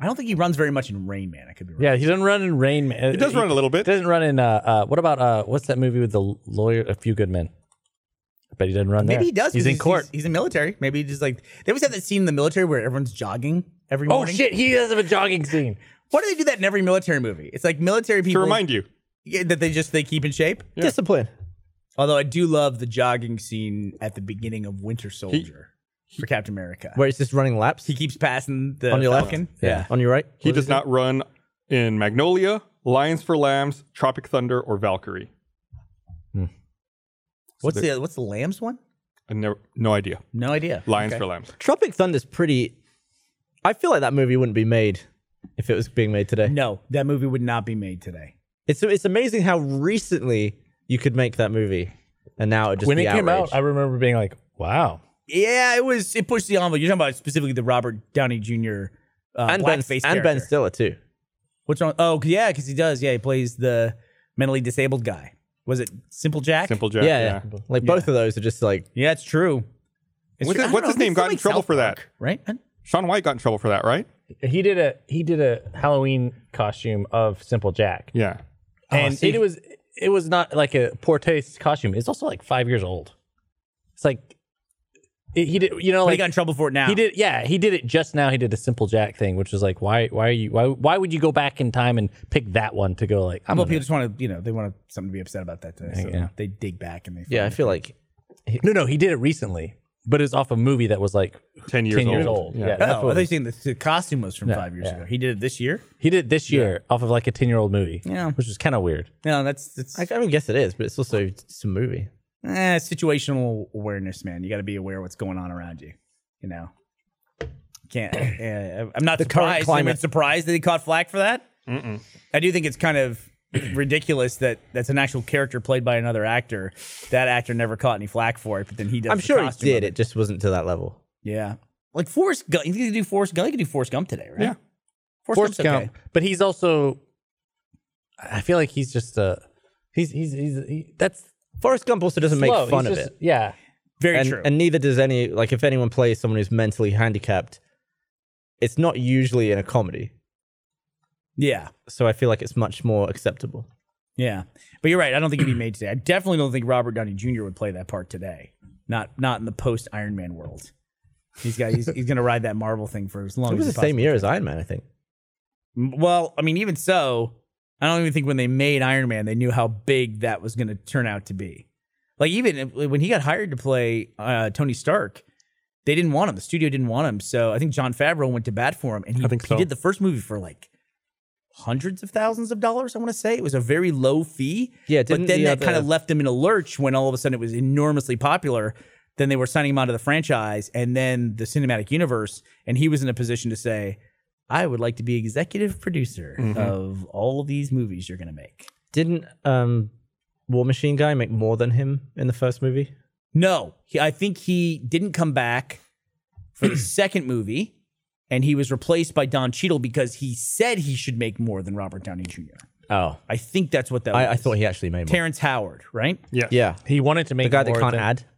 [SPEAKER 3] I don't think he runs very much in Rain Man. I could be wrong.
[SPEAKER 4] Yeah, he doesn't run in Rain Man.
[SPEAKER 2] He does run a little bit.
[SPEAKER 4] Doesn't run in. Uh, uh, what about uh, what's that movie with the lawyer? A Few Good Men. I bet he doesn't run there.
[SPEAKER 3] Maybe he does.
[SPEAKER 4] He's
[SPEAKER 3] 'cause
[SPEAKER 4] in court.
[SPEAKER 3] He's, he's in military. Maybe he just like they always have that scene in the military where everyone's jogging every
[SPEAKER 4] oh
[SPEAKER 3] morning.
[SPEAKER 4] shit! He does have a jogging scene.
[SPEAKER 3] Why do they do that in every military movie? It's like military
[SPEAKER 2] To
[SPEAKER 3] people
[SPEAKER 2] remind you,
[SPEAKER 3] yeah, that they just they keep in shape.
[SPEAKER 5] Discipline.
[SPEAKER 3] Although I do love the jogging scene at the beginning of Winter Soldier for Captain America.
[SPEAKER 5] Where it's just running laps.
[SPEAKER 3] he keeps passing the
[SPEAKER 5] on your left.
[SPEAKER 3] Falcon.
[SPEAKER 5] Yeah. On your right.
[SPEAKER 2] he does not run in Magnolia, Lions for Lambs, Tropic Thunder, or Valkyrie.
[SPEAKER 3] What's the what's the lambs one?
[SPEAKER 2] I never, no idea.
[SPEAKER 3] No idea.
[SPEAKER 2] Lions for Lambs.
[SPEAKER 5] Tropic Thunder's pretty. I feel like that movie wouldn't be made if it was being made today.
[SPEAKER 3] No, that movie would not be made today.
[SPEAKER 5] It's it's amazing how recently you could make that movie, and now it just
[SPEAKER 4] when
[SPEAKER 5] be
[SPEAKER 4] it came
[SPEAKER 5] outrage.
[SPEAKER 4] out, I remember being like, "Wow,
[SPEAKER 3] Yeah, it was. It pushed the envelope. You're talking about specifically the Robert Downey Jr. Uh,
[SPEAKER 5] and Ben
[SPEAKER 3] blackface
[SPEAKER 5] and Ben
[SPEAKER 3] character.
[SPEAKER 5] Stiller too.
[SPEAKER 3] What's wrong? Oh, 'cause- yeah, because he does. Yeah, he plays the mentally disabled guy. Was it Simple Jack?
[SPEAKER 2] Simple Jack.
[SPEAKER 5] Yeah, yeah. like both of those are just like
[SPEAKER 3] Yeah, it's true. It's
[SPEAKER 2] What's his-
[SPEAKER 3] true. I don't
[SPEAKER 2] what's
[SPEAKER 3] know,
[SPEAKER 2] his
[SPEAKER 3] they
[SPEAKER 2] name
[SPEAKER 3] still
[SPEAKER 2] got in
[SPEAKER 3] make
[SPEAKER 2] trouble
[SPEAKER 3] South
[SPEAKER 2] for that?
[SPEAKER 3] Park, right? And
[SPEAKER 2] Sean White got in trouble for that, right?
[SPEAKER 4] he did a he did a Halloween costume of Simple Jack,
[SPEAKER 3] Oh,
[SPEAKER 2] Yeah.
[SPEAKER 4] and it was it was not like a poor taste costume. It's also like five years old. It's like it, he did, you know,
[SPEAKER 3] But
[SPEAKER 4] like
[SPEAKER 3] he got in trouble for it now.
[SPEAKER 4] He did, yeah, he did it just now. He did a simple Jack thing, which was like, why, why are you, why, why would you go back in time and pick that one to go like? I'm
[SPEAKER 3] Well,
[SPEAKER 4] gonna-
[SPEAKER 3] people just want to, you know, they want something to be upset about that today. So
[SPEAKER 4] Yeah.
[SPEAKER 3] they dig back and they.
[SPEAKER 5] Yeah, I
[SPEAKER 3] find it.
[SPEAKER 5] feel like
[SPEAKER 4] no, no, he did it recently, but it's off a movie that was like
[SPEAKER 2] 10 years
[SPEAKER 4] ten
[SPEAKER 2] old.
[SPEAKER 4] years old. Yeah,
[SPEAKER 3] Oh,
[SPEAKER 4] that's
[SPEAKER 3] I
[SPEAKER 4] what
[SPEAKER 3] thought
[SPEAKER 4] it
[SPEAKER 3] you were
[SPEAKER 4] was.
[SPEAKER 3] saying the, the costume was from five years ago. He did it this year.
[SPEAKER 4] he did it this year off of like a ten year old movie.
[SPEAKER 3] Yeah.
[SPEAKER 4] which is kind of weird.
[SPEAKER 3] No, that's that's
[SPEAKER 5] I, I mean, guess it is, but it's also it's a movie.
[SPEAKER 3] eh, situational awareness, man. You got to be aware of what's going on around you. You know, can't. eh, I'm not surprised. I'm
[SPEAKER 5] climate.
[SPEAKER 3] surprised that he caught flack for that. I do think it's kind of ridiculous that that's an actual character played by another actor. That actor never caught any flack for it, but then he does.
[SPEAKER 5] I'm
[SPEAKER 3] the
[SPEAKER 5] sure it
[SPEAKER 3] costume of
[SPEAKER 5] did. It just wasn't to that level.
[SPEAKER 3] Yeah, like Forrest Gump. You could do Forrest Gump. You could do Forrest Gump today, right?
[SPEAKER 2] Yeah.
[SPEAKER 3] Forrest, Gump's
[SPEAKER 4] Forrest Gump,
[SPEAKER 3] okay.
[SPEAKER 4] but he's also, I feel like he's just a, he's he's he's he, that's
[SPEAKER 5] Forrest Gump also doesn't
[SPEAKER 4] slow.
[SPEAKER 5] make fun
[SPEAKER 4] He's
[SPEAKER 5] of
[SPEAKER 4] just-
[SPEAKER 5] it,
[SPEAKER 4] Yeah,
[SPEAKER 3] Very
[SPEAKER 5] and
[SPEAKER 3] true.
[SPEAKER 5] and neither does any. Like, if anyone plays someone who's mentally handicapped, it's not usually in a comedy.
[SPEAKER 3] yeah.
[SPEAKER 5] So I feel like it's much more acceptable.
[SPEAKER 3] Yeah, but you're right. I don't think it'd be made today. I definitely don't think Robert Downey Jr. would play that part today. Not not in the post Iron Man world. He's got he's, he's gonna ride that Marvel thing for as long
[SPEAKER 5] It was
[SPEAKER 3] as
[SPEAKER 5] the same year as Iron Man, I think.
[SPEAKER 3] possible. Well, I mean, even so, I don't even think when they made Iron Man, they knew how big that was gonna turn out to be. Like even if- when he got hired to play uh, Tony Stark, they didn't want him. The studio didn't want him. So I think John Favreau went to bat for him, and he,
[SPEAKER 2] I think
[SPEAKER 3] he
[SPEAKER 2] so.
[SPEAKER 3] did the first movie for like hundreds of thousands of dollars. I want to say it was a very low fee.
[SPEAKER 5] Yeah,
[SPEAKER 3] But
[SPEAKER 5] didn't
[SPEAKER 3] then
[SPEAKER 5] the
[SPEAKER 3] that kind of
[SPEAKER 5] other-
[SPEAKER 3] left him in a lurch when all of a sudden it was enormously popular. Then they were signing him out of the franchise and then the cinematic universe. And he was in a position to say, I would like to be executive producer
[SPEAKER 5] Mm-hmm.
[SPEAKER 3] of all of these movies you're going to make.
[SPEAKER 5] Didn't um, War Machine guy make more than him in the first movie?
[SPEAKER 3] No, he, I think he didn't come back for the second movie. And he was replaced by Don Cheadle because he said he should make more than Robert Downey Jr.
[SPEAKER 5] Oh,
[SPEAKER 3] I think that's what that
[SPEAKER 5] I,
[SPEAKER 3] was.
[SPEAKER 5] I thought he actually made more.
[SPEAKER 3] Terrence Howard, right?
[SPEAKER 2] Yeah.
[SPEAKER 5] yeah,
[SPEAKER 4] he wanted to make
[SPEAKER 5] the guy that
[SPEAKER 4] more
[SPEAKER 5] can't
[SPEAKER 4] than-
[SPEAKER 5] add.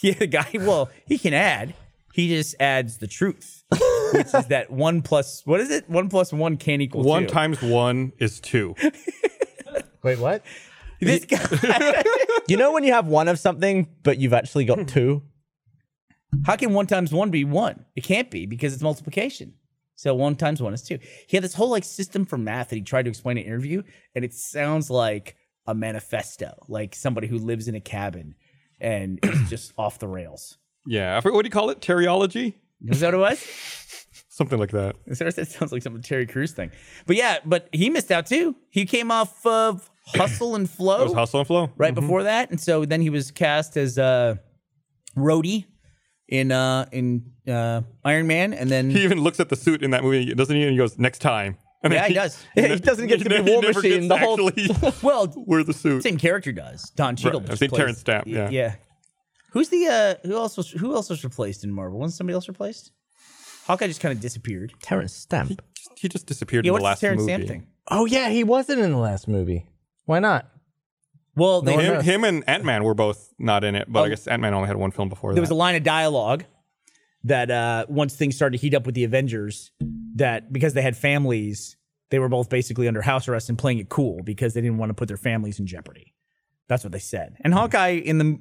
[SPEAKER 3] Yeah, the guy. Well, he can add. He just adds the truth, which is that one plus. What is it? One plus one can't equal
[SPEAKER 2] One
[SPEAKER 3] two.
[SPEAKER 2] times one is two.
[SPEAKER 4] Wait, what?
[SPEAKER 3] This guy.
[SPEAKER 5] You know when you have one of something, but you've actually got two.
[SPEAKER 3] How can one times one be one? It can't be because it's multiplication. So one times one is two. He had this whole like system for math that he tried to explain in an interview, and it sounds like a manifesto, like somebody who lives in a cabin and is just off the rails.
[SPEAKER 2] Yeah. I forget what do you call it? Teriology?
[SPEAKER 3] Is that what it was?
[SPEAKER 2] Something like that.
[SPEAKER 3] It sort of- That sounds like some Terry Crews thing. But yeah, but he missed out too. He came off of Hustle and Flow
[SPEAKER 2] It was Hustle and Flow.
[SPEAKER 3] right before that, and so then he was cast as uh, Rhodey in uh, in uh, Iron Man, and then
[SPEAKER 2] He even looks at the suit in that movie, doesn't he? And he goes, next time. And
[SPEAKER 3] Yeah,
[SPEAKER 2] then
[SPEAKER 3] he does.
[SPEAKER 5] Yeah, he doesn't get to be
[SPEAKER 2] never- he
[SPEAKER 5] War
[SPEAKER 2] never gets
[SPEAKER 5] Machine the
[SPEAKER 2] to
[SPEAKER 5] whole-
[SPEAKER 2] actually
[SPEAKER 3] well,
[SPEAKER 2] wear the suit.
[SPEAKER 3] same character does Don Cheadle.
[SPEAKER 2] Right.
[SPEAKER 3] just
[SPEAKER 2] I've seen
[SPEAKER 3] plays-
[SPEAKER 2] Terrence Stamp,
[SPEAKER 3] y-
[SPEAKER 2] yeah.
[SPEAKER 3] yeah. Who's the uh, who else was who else was replaced in Marvel? Wasn't somebody else replaced? Hawkeye just kind of disappeared.
[SPEAKER 5] Terrence Stamp.
[SPEAKER 2] He just disappeared
[SPEAKER 3] Yeah,
[SPEAKER 2] in
[SPEAKER 3] what's
[SPEAKER 2] the
[SPEAKER 3] the
[SPEAKER 2] last
[SPEAKER 3] Terrence
[SPEAKER 2] movie.
[SPEAKER 3] Stamp thing?
[SPEAKER 4] Oh yeah, he wasn't in the last movie. Why not?
[SPEAKER 3] Well, they,
[SPEAKER 2] Him, him and Ant Man were both not in it, but I guess Ant Man only had one film before
[SPEAKER 3] Oh. there was
[SPEAKER 2] that.
[SPEAKER 3] a line of dialogue that uh, once things started to heat up with the Avengers, that because they had families, they were both basically under house arrest and playing it cool because they didn't want to put their families in jeopardy. That's what they said. And
[SPEAKER 2] Mm-hmm.
[SPEAKER 3] Hawkeye in the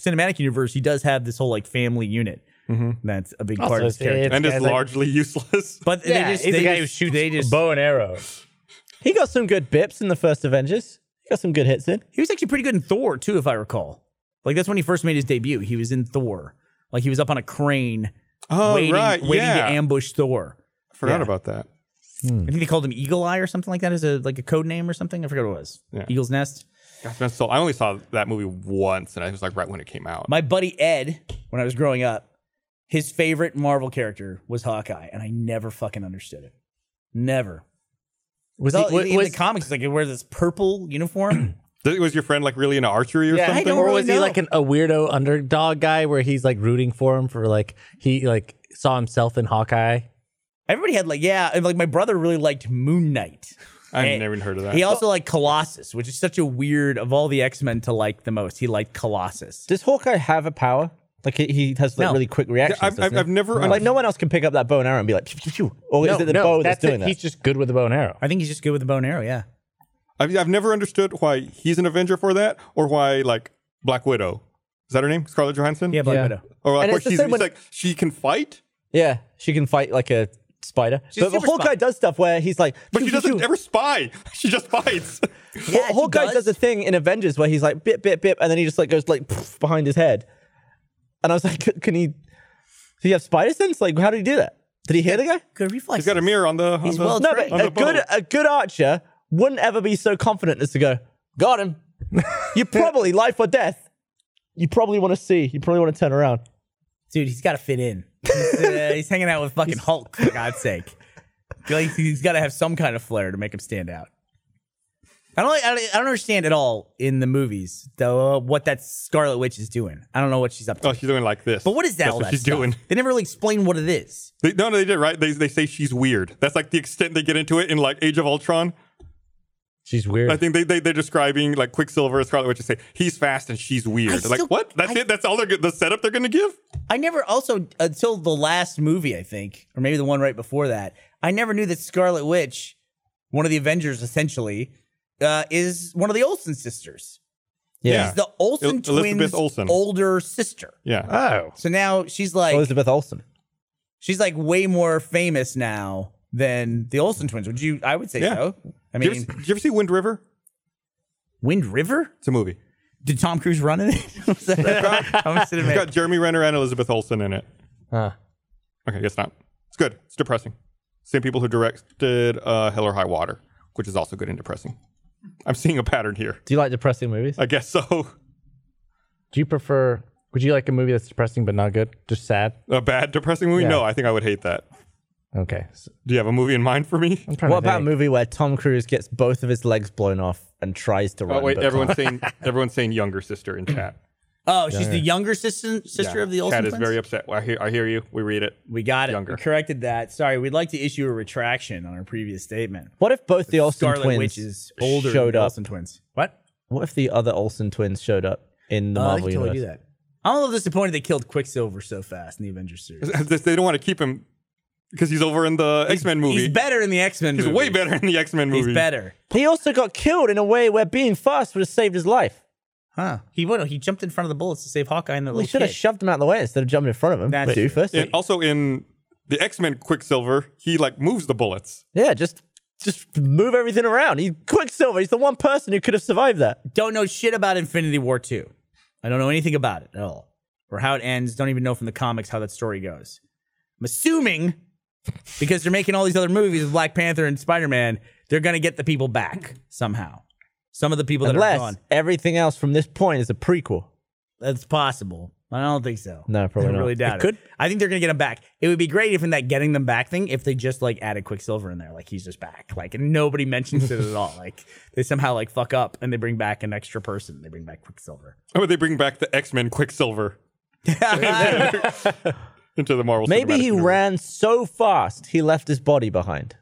[SPEAKER 3] cinematic universe, he does have this whole like family unit.
[SPEAKER 2] Mm-hmm.
[SPEAKER 3] That's a big part of his
[SPEAKER 4] it's-
[SPEAKER 3] character.
[SPEAKER 4] it's
[SPEAKER 2] and is
[SPEAKER 4] guys like-
[SPEAKER 2] largely useless.
[SPEAKER 3] But
[SPEAKER 4] Yeah,
[SPEAKER 3] they just,
[SPEAKER 4] he's
[SPEAKER 3] they
[SPEAKER 4] the guy
[SPEAKER 3] just-
[SPEAKER 4] who shoots
[SPEAKER 3] they just-
[SPEAKER 4] bow and arrow.
[SPEAKER 5] He got some good bips in the first Avengers. He got some good hits in.
[SPEAKER 3] He was actually pretty good in Thor too, if I recall. Like that's when he first made his debut. He was in Thor. Like he was up on a crane,
[SPEAKER 2] Oh,
[SPEAKER 3] waiting,
[SPEAKER 2] right,
[SPEAKER 3] waiting to
[SPEAKER 2] yeah.
[SPEAKER 3] ambush Thor.
[SPEAKER 2] Forgot
[SPEAKER 3] yeah.
[SPEAKER 2] about that.
[SPEAKER 3] I think they called him Eagle Eye or something like that as a like a code name or something. I forgot what it was.
[SPEAKER 2] Yeah.
[SPEAKER 3] Eagle's Nest.
[SPEAKER 2] Gosh, that's so I only saw that movie once, and I was like right when it came out.
[SPEAKER 3] My buddy Ed, when I was growing up, his favorite Marvel character was Hawkeye, and I never fucking understood it. Never.
[SPEAKER 4] Was
[SPEAKER 3] So
[SPEAKER 4] he,
[SPEAKER 3] in, in
[SPEAKER 4] was-
[SPEAKER 3] the comics, it's like he wears this purple uniform.
[SPEAKER 2] Th- was your friend like really into archery or
[SPEAKER 3] Yeah, I
[SPEAKER 2] something?
[SPEAKER 3] don't
[SPEAKER 4] or
[SPEAKER 3] really
[SPEAKER 4] was he
[SPEAKER 3] know.
[SPEAKER 4] like an, a weirdo underdog guy where he's like rooting for him for like he like saw himself in Hawkeye?
[SPEAKER 3] Everybody had like yeah, and like my brother really liked Moon Knight.
[SPEAKER 2] I've
[SPEAKER 3] Hey,
[SPEAKER 2] never even heard of that.
[SPEAKER 3] He also liked Colossus, which is such a weird of all the X Men to like the most. He liked Colossus.
[SPEAKER 5] Does Hawkeye have a power? Like he, he has like
[SPEAKER 3] No.
[SPEAKER 5] really quick reactions.
[SPEAKER 2] I've-
[SPEAKER 5] doesn't
[SPEAKER 2] I've-
[SPEAKER 5] he?
[SPEAKER 2] I've never
[SPEAKER 5] like no one else can pick up that bow and arrow and be like, "Phew, phew, phew," or is it the bow that's,
[SPEAKER 4] it.
[SPEAKER 5] doing that?
[SPEAKER 4] He's just good with the bow and arrow.
[SPEAKER 3] I think he's just good with the bow and arrow. Yeah,
[SPEAKER 2] I've, I've never understood why he's an Avenger for that, or why like Black Widow. Is that her name? Scarlett Johansson.
[SPEAKER 3] Yeah, Black
[SPEAKER 4] Yeah.
[SPEAKER 3] Widow.
[SPEAKER 2] Or like,
[SPEAKER 5] And
[SPEAKER 2] where
[SPEAKER 5] it's the
[SPEAKER 2] she's,
[SPEAKER 5] same
[SPEAKER 2] it's
[SPEAKER 5] when-
[SPEAKER 2] like she can fight,
[SPEAKER 5] Yeah, she can fight like a spider.
[SPEAKER 3] She's
[SPEAKER 5] but but
[SPEAKER 3] super
[SPEAKER 5] Hawkeye
[SPEAKER 3] spy.
[SPEAKER 5] does stuff where he's like,
[SPEAKER 2] but she
[SPEAKER 5] "Choo, choo,
[SPEAKER 2] doesn't
[SPEAKER 5] choo."
[SPEAKER 2] ever spy. She just fights.
[SPEAKER 5] Haw-
[SPEAKER 3] she
[SPEAKER 5] Hawkeye
[SPEAKER 3] does.
[SPEAKER 5] does. a thing in Avengers where he's like bip bip bip, and then he just like goes like poof, behind his head, and I was like, "Can- can he? Does he have spider sense? Like, how did he do that? Did he hear the guy?
[SPEAKER 3] Good reflex.
[SPEAKER 2] He's got a mirror on the. on
[SPEAKER 3] He's
[SPEAKER 2] the-
[SPEAKER 3] well
[SPEAKER 5] No,
[SPEAKER 3] Right.
[SPEAKER 5] but
[SPEAKER 2] On
[SPEAKER 5] a
[SPEAKER 2] the boat.
[SPEAKER 5] good a good archer wouldn't ever be so confident as to go, got him. you probably life or death. You probably want to see. You probably want to turn around.
[SPEAKER 3] Dude, he's got to fit in. He's, uh, he's hanging out with fucking Hulk, for God's sake. Like, he's got to have some kind of flair to make him stand out. I don't, like, I don't I don't understand at all in the movies though uh, what that Scarlet Witch is doing. I don't know what she's up to.
[SPEAKER 2] Oh, she's doing like this.
[SPEAKER 3] but what is that?
[SPEAKER 2] That's
[SPEAKER 3] all
[SPEAKER 2] what
[SPEAKER 3] that
[SPEAKER 2] she's
[SPEAKER 3] stuff?
[SPEAKER 2] doing.
[SPEAKER 3] They never really explain what it is.
[SPEAKER 2] They, no, no, they did right. They they say she's weird. That's like the extent they get into it in like Age of Ultron.
[SPEAKER 4] She's weird.
[SPEAKER 2] I think they, they they're describing like Quicksilver, Scarlet Witch, and say he's fast and she's weird.
[SPEAKER 3] still-
[SPEAKER 2] like what? That's
[SPEAKER 3] I-
[SPEAKER 2] it. That's all they're go- the setup they're gonna give.
[SPEAKER 3] I never also until the last movie, I think, or maybe the one right before that. I never knew that Scarlet Witch, one of the Avengers, essentially, uh, is one of the Olsen sisters.
[SPEAKER 2] Yeah.
[SPEAKER 3] She's the Olsen
[SPEAKER 2] El-
[SPEAKER 3] twins'
[SPEAKER 2] Elizabeth Olsen.
[SPEAKER 3] older sister.
[SPEAKER 2] Yeah.
[SPEAKER 4] oh.
[SPEAKER 3] So now she's like
[SPEAKER 5] Elizabeth Olsen.
[SPEAKER 3] she's like way more famous now than the Olsen twins. Would you? I would say
[SPEAKER 2] Yeah.
[SPEAKER 3] so. I
[SPEAKER 2] Do you,
[SPEAKER 3] mean,
[SPEAKER 2] ever, did you ever see Wind River?
[SPEAKER 3] Wind River.
[SPEAKER 2] It's a movie.
[SPEAKER 3] Did Tom Cruise run in it? Was that- I'm sitting
[SPEAKER 2] It's
[SPEAKER 3] there.
[SPEAKER 2] got Jeremy Renner and Elizabeth Olsen in it.
[SPEAKER 4] Huh.
[SPEAKER 2] Okay, guess not. It's good. It's depressing. Same people who directed uh, Hell or High Water, which is also good and depressing. I'm seeing a pattern here.
[SPEAKER 5] Do you like depressing movies?
[SPEAKER 2] I guess so.
[SPEAKER 4] Do you prefer? Would you like a movie that's depressing but not good, just sad?
[SPEAKER 2] A bad depressing movie?
[SPEAKER 4] Yeah.
[SPEAKER 2] No, I think I would hate that.
[SPEAKER 4] Okay. So,
[SPEAKER 2] Do you have a movie in mind for me?
[SPEAKER 4] I'm trying
[SPEAKER 5] What
[SPEAKER 4] to
[SPEAKER 5] about a
[SPEAKER 4] think.
[SPEAKER 5] movie where Tom Cruise gets both of his legs blown off and tries to run?
[SPEAKER 2] Oh wait,
[SPEAKER 5] but
[SPEAKER 2] everyone's saying everyone's saying younger sister in chat.
[SPEAKER 3] Oh, she's the younger sister sister
[SPEAKER 2] Yeah.
[SPEAKER 3] of the Olsen
[SPEAKER 2] Chat is
[SPEAKER 3] twins.
[SPEAKER 2] very upset. I hear, I hear you. We read it.
[SPEAKER 3] We got it.
[SPEAKER 2] Younger.
[SPEAKER 3] We corrected that. Sorry, we'd like to issue a retraction on our previous statement.
[SPEAKER 5] What if both the Olsen
[SPEAKER 3] Scarlet
[SPEAKER 5] twins
[SPEAKER 3] Witch is older
[SPEAKER 5] showed
[SPEAKER 3] than
[SPEAKER 5] up?
[SPEAKER 3] Olsen twins. What?
[SPEAKER 5] What if the other Olsen twins showed up in the
[SPEAKER 3] Uh, they
[SPEAKER 5] Marvel
[SPEAKER 3] could totally
[SPEAKER 5] universe?
[SPEAKER 3] do that. I'm a little disappointed they killed Quicksilver so fast in the Avengers series.
[SPEAKER 2] they don't want to keep him because he's over in the X Men movie.
[SPEAKER 3] He's better in the X Men.
[SPEAKER 2] He's way better in the X Men movie.
[SPEAKER 3] He's better.
[SPEAKER 5] He also got killed in a way where being fast would have saved his life.
[SPEAKER 3] Huh? He would. He jumped in front of the bullets to save Hawkeye and the
[SPEAKER 5] We
[SPEAKER 3] little
[SPEAKER 5] should have
[SPEAKER 3] kid.
[SPEAKER 5] shoved him out of the way instead of jumping in front of him.
[SPEAKER 3] That's true.
[SPEAKER 5] doofus.
[SPEAKER 2] And also in the X Men Quicksilver, he like moves the bullets.
[SPEAKER 5] Yeah, just just move everything around. He Quicksilver. He's the one person who could have survived that.
[SPEAKER 3] don't know shit about Infinity War two. I don't know anything about it at all, or how it ends. Don't even know from the comics how that story goes. I'm assuming because they're making all these other movies with Black Panther and Spider Man, they're gonna get the people back somehow. Some of the people that are
[SPEAKER 5] Unless
[SPEAKER 3] gone.
[SPEAKER 5] everything else from this point is a prequel.
[SPEAKER 3] That's possible. I don't think so.
[SPEAKER 5] No, probably
[SPEAKER 3] I
[SPEAKER 5] not.
[SPEAKER 3] really doubt it.
[SPEAKER 5] It could-
[SPEAKER 3] I think they're gonna get them back. It would be great if in that getting them back thing, if they just like added Quicksilver in there, like he's just back, like and nobody mentions it at all. Like they somehow like fuck up and they bring back an extra person. They bring back Quicksilver.
[SPEAKER 2] Oh, they bring back the X Men Quicksilver into the Marvel.
[SPEAKER 5] Maybe
[SPEAKER 2] Cinematic
[SPEAKER 5] he
[SPEAKER 2] Universe.
[SPEAKER 5] ran so fast he left his body behind.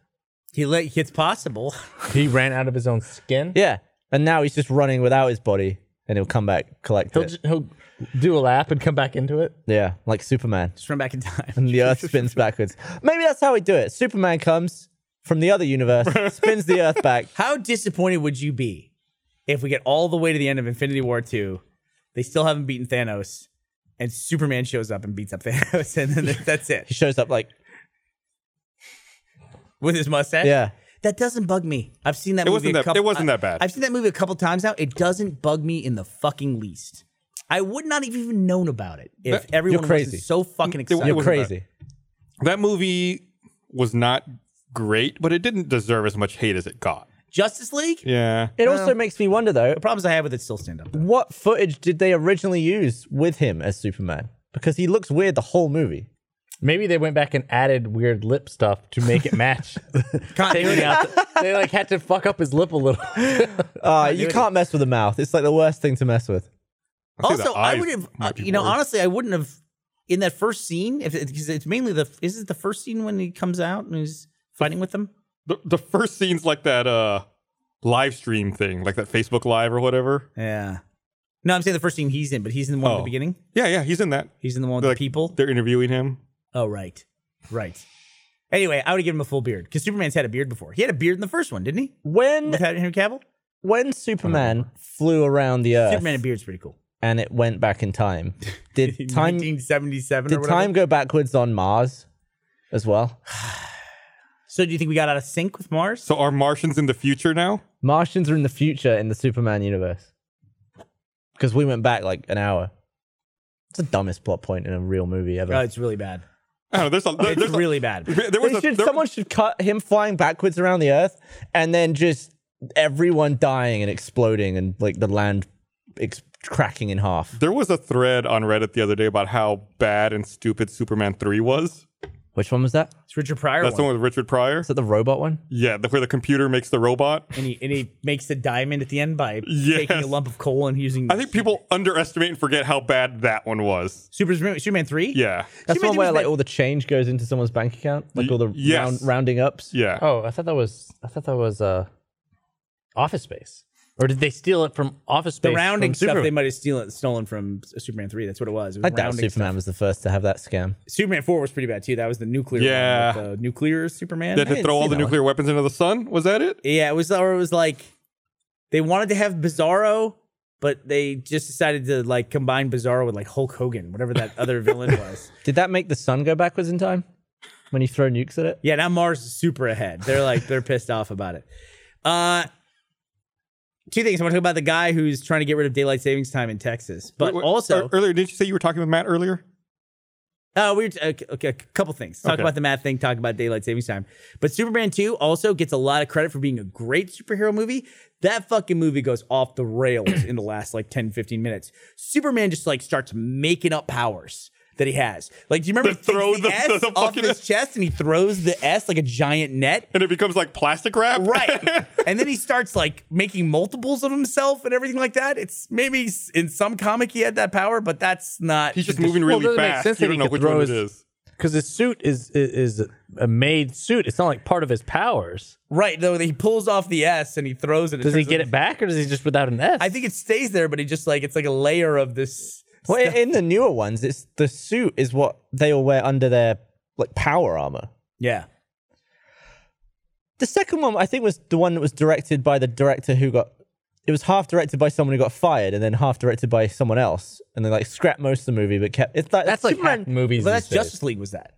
[SPEAKER 3] He let, it's possible.
[SPEAKER 4] He ran out of his own skin.
[SPEAKER 5] Yeah, and now he's just running without his body, and he'll come back collect
[SPEAKER 4] He'll,
[SPEAKER 5] it.
[SPEAKER 4] ju- he'll do a lap and come back into it.
[SPEAKER 5] yeah, like Superman.
[SPEAKER 3] Just run back in time.
[SPEAKER 5] and the Earth spins backwards. Maybe that's how we do it. Superman comes from the other universe, spins the Earth back.
[SPEAKER 3] How disappointed would you be if we get all the way to the end of Infinity War 2, they still haven't beaten Thanos, and Superman shows up and beats up Thanos, and then that's
[SPEAKER 5] He
[SPEAKER 3] it
[SPEAKER 5] shows up like,
[SPEAKER 3] with his mustache?
[SPEAKER 5] yeah.
[SPEAKER 3] That doesn't bug me. I've seen that
[SPEAKER 2] It
[SPEAKER 3] movie
[SPEAKER 2] wasn't
[SPEAKER 3] a
[SPEAKER 2] that-
[SPEAKER 3] couple
[SPEAKER 2] it wasn't that bad.
[SPEAKER 3] I, have seen that movie a couple times now. It doesn't bug me in the fucking least. I would not have even known about it if
[SPEAKER 2] That-
[SPEAKER 3] everyone
[SPEAKER 5] you're crazy.
[SPEAKER 3] wasn't so fucking
[SPEAKER 2] They-
[SPEAKER 3] excited.
[SPEAKER 5] You're
[SPEAKER 2] wasn't
[SPEAKER 5] crazy.
[SPEAKER 2] That movie was not great, but it didn't deserve as much hate as it got.
[SPEAKER 3] Justice League?
[SPEAKER 2] Yeah.
[SPEAKER 5] It also makes me wonder though,
[SPEAKER 3] The problems I have with it still stand up.
[SPEAKER 5] what footage did they originally use with him as Superman? Because he looks weird the whole movie.
[SPEAKER 4] Maybe they went back and added weird lip stuff to make it match. they, out the- they like had to fuck up his lip a little.
[SPEAKER 5] Uh, you can't mess with the mouth. It's like the worst thing to mess with.
[SPEAKER 2] I'd say the
[SPEAKER 3] also, I
[SPEAKER 2] eyes
[SPEAKER 3] would have,
[SPEAKER 2] might be
[SPEAKER 3] you know,
[SPEAKER 2] worse.
[SPEAKER 3] honestly, I wouldn't have in that first scene if because it's mainly the is it the first scene when he comes out and he's fighting with them.
[SPEAKER 2] The, the first scene's like that uh live stream thing, like that Facebook Live or whatever.
[SPEAKER 3] Yeah. No, I'm saying the first scene he's in, but he's in the one at the
[SPEAKER 2] Oh.
[SPEAKER 3] beginning.
[SPEAKER 2] Yeah, yeah, he's in that.
[SPEAKER 3] He's in the one with
[SPEAKER 2] They're
[SPEAKER 3] the
[SPEAKER 2] like-
[SPEAKER 3] people.
[SPEAKER 2] They're interviewing him.
[SPEAKER 3] Oh, right, right. Anyway, I would have given him a full beard because Superman's had a beard before. He had a beard in the first one, didn't he?
[SPEAKER 5] When
[SPEAKER 3] With Henry Cavill.
[SPEAKER 5] when Superman flew around the Earth
[SPEAKER 3] Superman and Beard's pretty cool.
[SPEAKER 5] and it went back in time, did time
[SPEAKER 3] 1977 or
[SPEAKER 5] did
[SPEAKER 3] whatever.
[SPEAKER 5] time go backwards on Mars as well?
[SPEAKER 3] So do you think we got out of sync with Mars?
[SPEAKER 2] So are Martians in the future now?
[SPEAKER 5] Martians are in the future in the Superman universe because we went back like an hour. It's the dumbest plot point in a real movie ever.
[SPEAKER 3] oh, it's really bad.
[SPEAKER 2] I don't know. There's a there-
[SPEAKER 3] It's
[SPEAKER 2] there's a-
[SPEAKER 3] really bad.
[SPEAKER 2] there was
[SPEAKER 5] They
[SPEAKER 2] a,
[SPEAKER 5] should-
[SPEAKER 2] there-
[SPEAKER 5] someone should cut him flying backwards around the Earth, and then just everyone dying and exploding, and like the land ex- cracking in half.
[SPEAKER 2] there was a thread on Reddit the other day about how bad and stupid Superman three was.
[SPEAKER 5] Which one was that? Is
[SPEAKER 3] It's Richard Pryor
[SPEAKER 2] That's the
[SPEAKER 3] one.
[SPEAKER 2] one with Richard Pryor.
[SPEAKER 5] that the robot one?
[SPEAKER 2] Yeah, the, where the computer makes the robot.
[SPEAKER 3] And he, and he makes the diamond at the end by
[SPEAKER 2] Yes.
[SPEAKER 3] taking a lump of coal and using.
[SPEAKER 2] I think people underestimate and forget how bad that one was.
[SPEAKER 3] Super Superman three.
[SPEAKER 2] Yeah,
[SPEAKER 5] That's the
[SPEAKER 3] Superman
[SPEAKER 5] one where
[SPEAKER 3] was
[SPEAKER 5] like
[SPEAKER 3] made-
[SPEAKER 5] all the change goes into someone's bank account, like all the
[SPEAKER 2] yes.
[SPEAKER 5] round, rounding ups.
[SPEAKER 2] yeah.
[SPEAKER 4] Oh, I thought that was I thought that was uh, Office Space, or did they steal it from Office Space?
[SPEAKER 3] The rounding
[SPEAKER 4] from
[SPEAKER 3] stuff
[SPEAKER 4] Superman?
[SPEAKER 3] they might have stolen, stolen from Superman three. That's what it was. It was
[SPEAKER 5] I doubt
[SPEAKER 3] rounding
[SPEAKER 5] Superman
[SPEAKER 3] stuff.
[SPEAKER 5] was the first to have that scam.
[SPEAKER 3] Superman four was pretty bad too. That was the nuclear.
[SPEAKER 2] Yeah.
[SPEAKER 3] one with the nuclear Superman.
[SPEAKER 2] That
[SPEAKER 5] didn't
[SPEAKER 2] had throw all
[SPEAKER 5] see
[SPEAKER 2] the
[SPEAKER 5] that
[SPEAKER 2] nuclear weapons into the sun. Was that it?
[SPEAKER 3] Yeah, it was. Or it was like they wanted to have Bizarro, but they just decided to like combine Bizarro with like Hulk Hogan, whatever that other villain was.
[SPEAKER 5] Did that make the sun go backwards in time when you throw nukes at it?
[SPEAKER 3] Yeah, now Mars is super ahead. They're like they're pissed off about it. Uh, two things. I want to talk about the guy who's trying to get rid of daylight savings time in Texas, but
[SPEAKER 2] Wait, wait,
[SPEAKER 3] also
[SPEAKER 2] ear- earlier, didn't you say you were talking with Matt earlier?
[SPEAKER 3] Uh, we were t- okay, okay, a couple things. Talk
[SPEAKER 2] Okay.
[SPEAKER 3] about the math thing, talk about daylight savings time. But Superman 2 also gets a lot of credit for being a great superhero movie. That fucking movie goes off the rails in the last like 10, 15 minutes. Superman just like starts making up powers that he has. Like, do you remember
[SPEAKER 2] To
[SPEAKER 3] he takes
[SPEAKER 2] throw the-
[SPEAKER 3] S
[SPEAKER 2] the
[SPEAKER 3] off
[SPEAKER 2] fucking-
[SPEAKER 3] his chest and he throws the S like a giant net?
[SPEAKER 2] And it becomes like plastic wrap.
[SPEAKER 3] Right. and then he starts like making multiples of himself and everything like that. It's maybe s- in some comic he had that power, but that's not.
[SPEAKER 2] He's just moving
[SPEAKER 4] Well,
[SPEAKER 2] really
[SPEAKER 4] it doesn't make
[SPEAKER 2] fast.
[SPEAKER 4] sense
[SPEAKER 2] you
[SPEAKER 4] that
[SPEAKER 2] don't
[SPEAKER 4] he
[SPEAKER 2] know
[SPEAKER 4] could
[SPEAKER 2] which
[SPEAKER 4] throw
[SPEAKER 2] one
[SPEAKER 4] his-
[SPEAKER 2] it is.
[SPEAKER 4] because his suit is, is is a made suit. It's not like part of his powers.
[SPEAKER 3] Right, though he pulls off the S and he throws it.
[SPEAKER 4] Does he
[SPEAKER 3] turns
[SPEAKER 4] get it back, or does he just without an S?
[SPEAKER 3] I think it stays there, but he just like it's like a layer of this.
[SPEAKER 5] Well, in- in the newer ones, it's the suit is what they all wear under their like power armor.
[SPEAKER 3] Yeah,
[SPEAKER 5] The second one, I think, was the one that was directed by the director who got. It was half directed by someone who got fired, and then half directed by someone else, and they like scrapped most of the movie, but kept. It's like
[SPEAKER 4] that's like
[SPEAKER 5] Superman-
[SPEAKER 4] half movies.
[SPEAKER 3] well, that's
[SPEAKER 4] these days.
[SPEAKER 3] Justice League was that.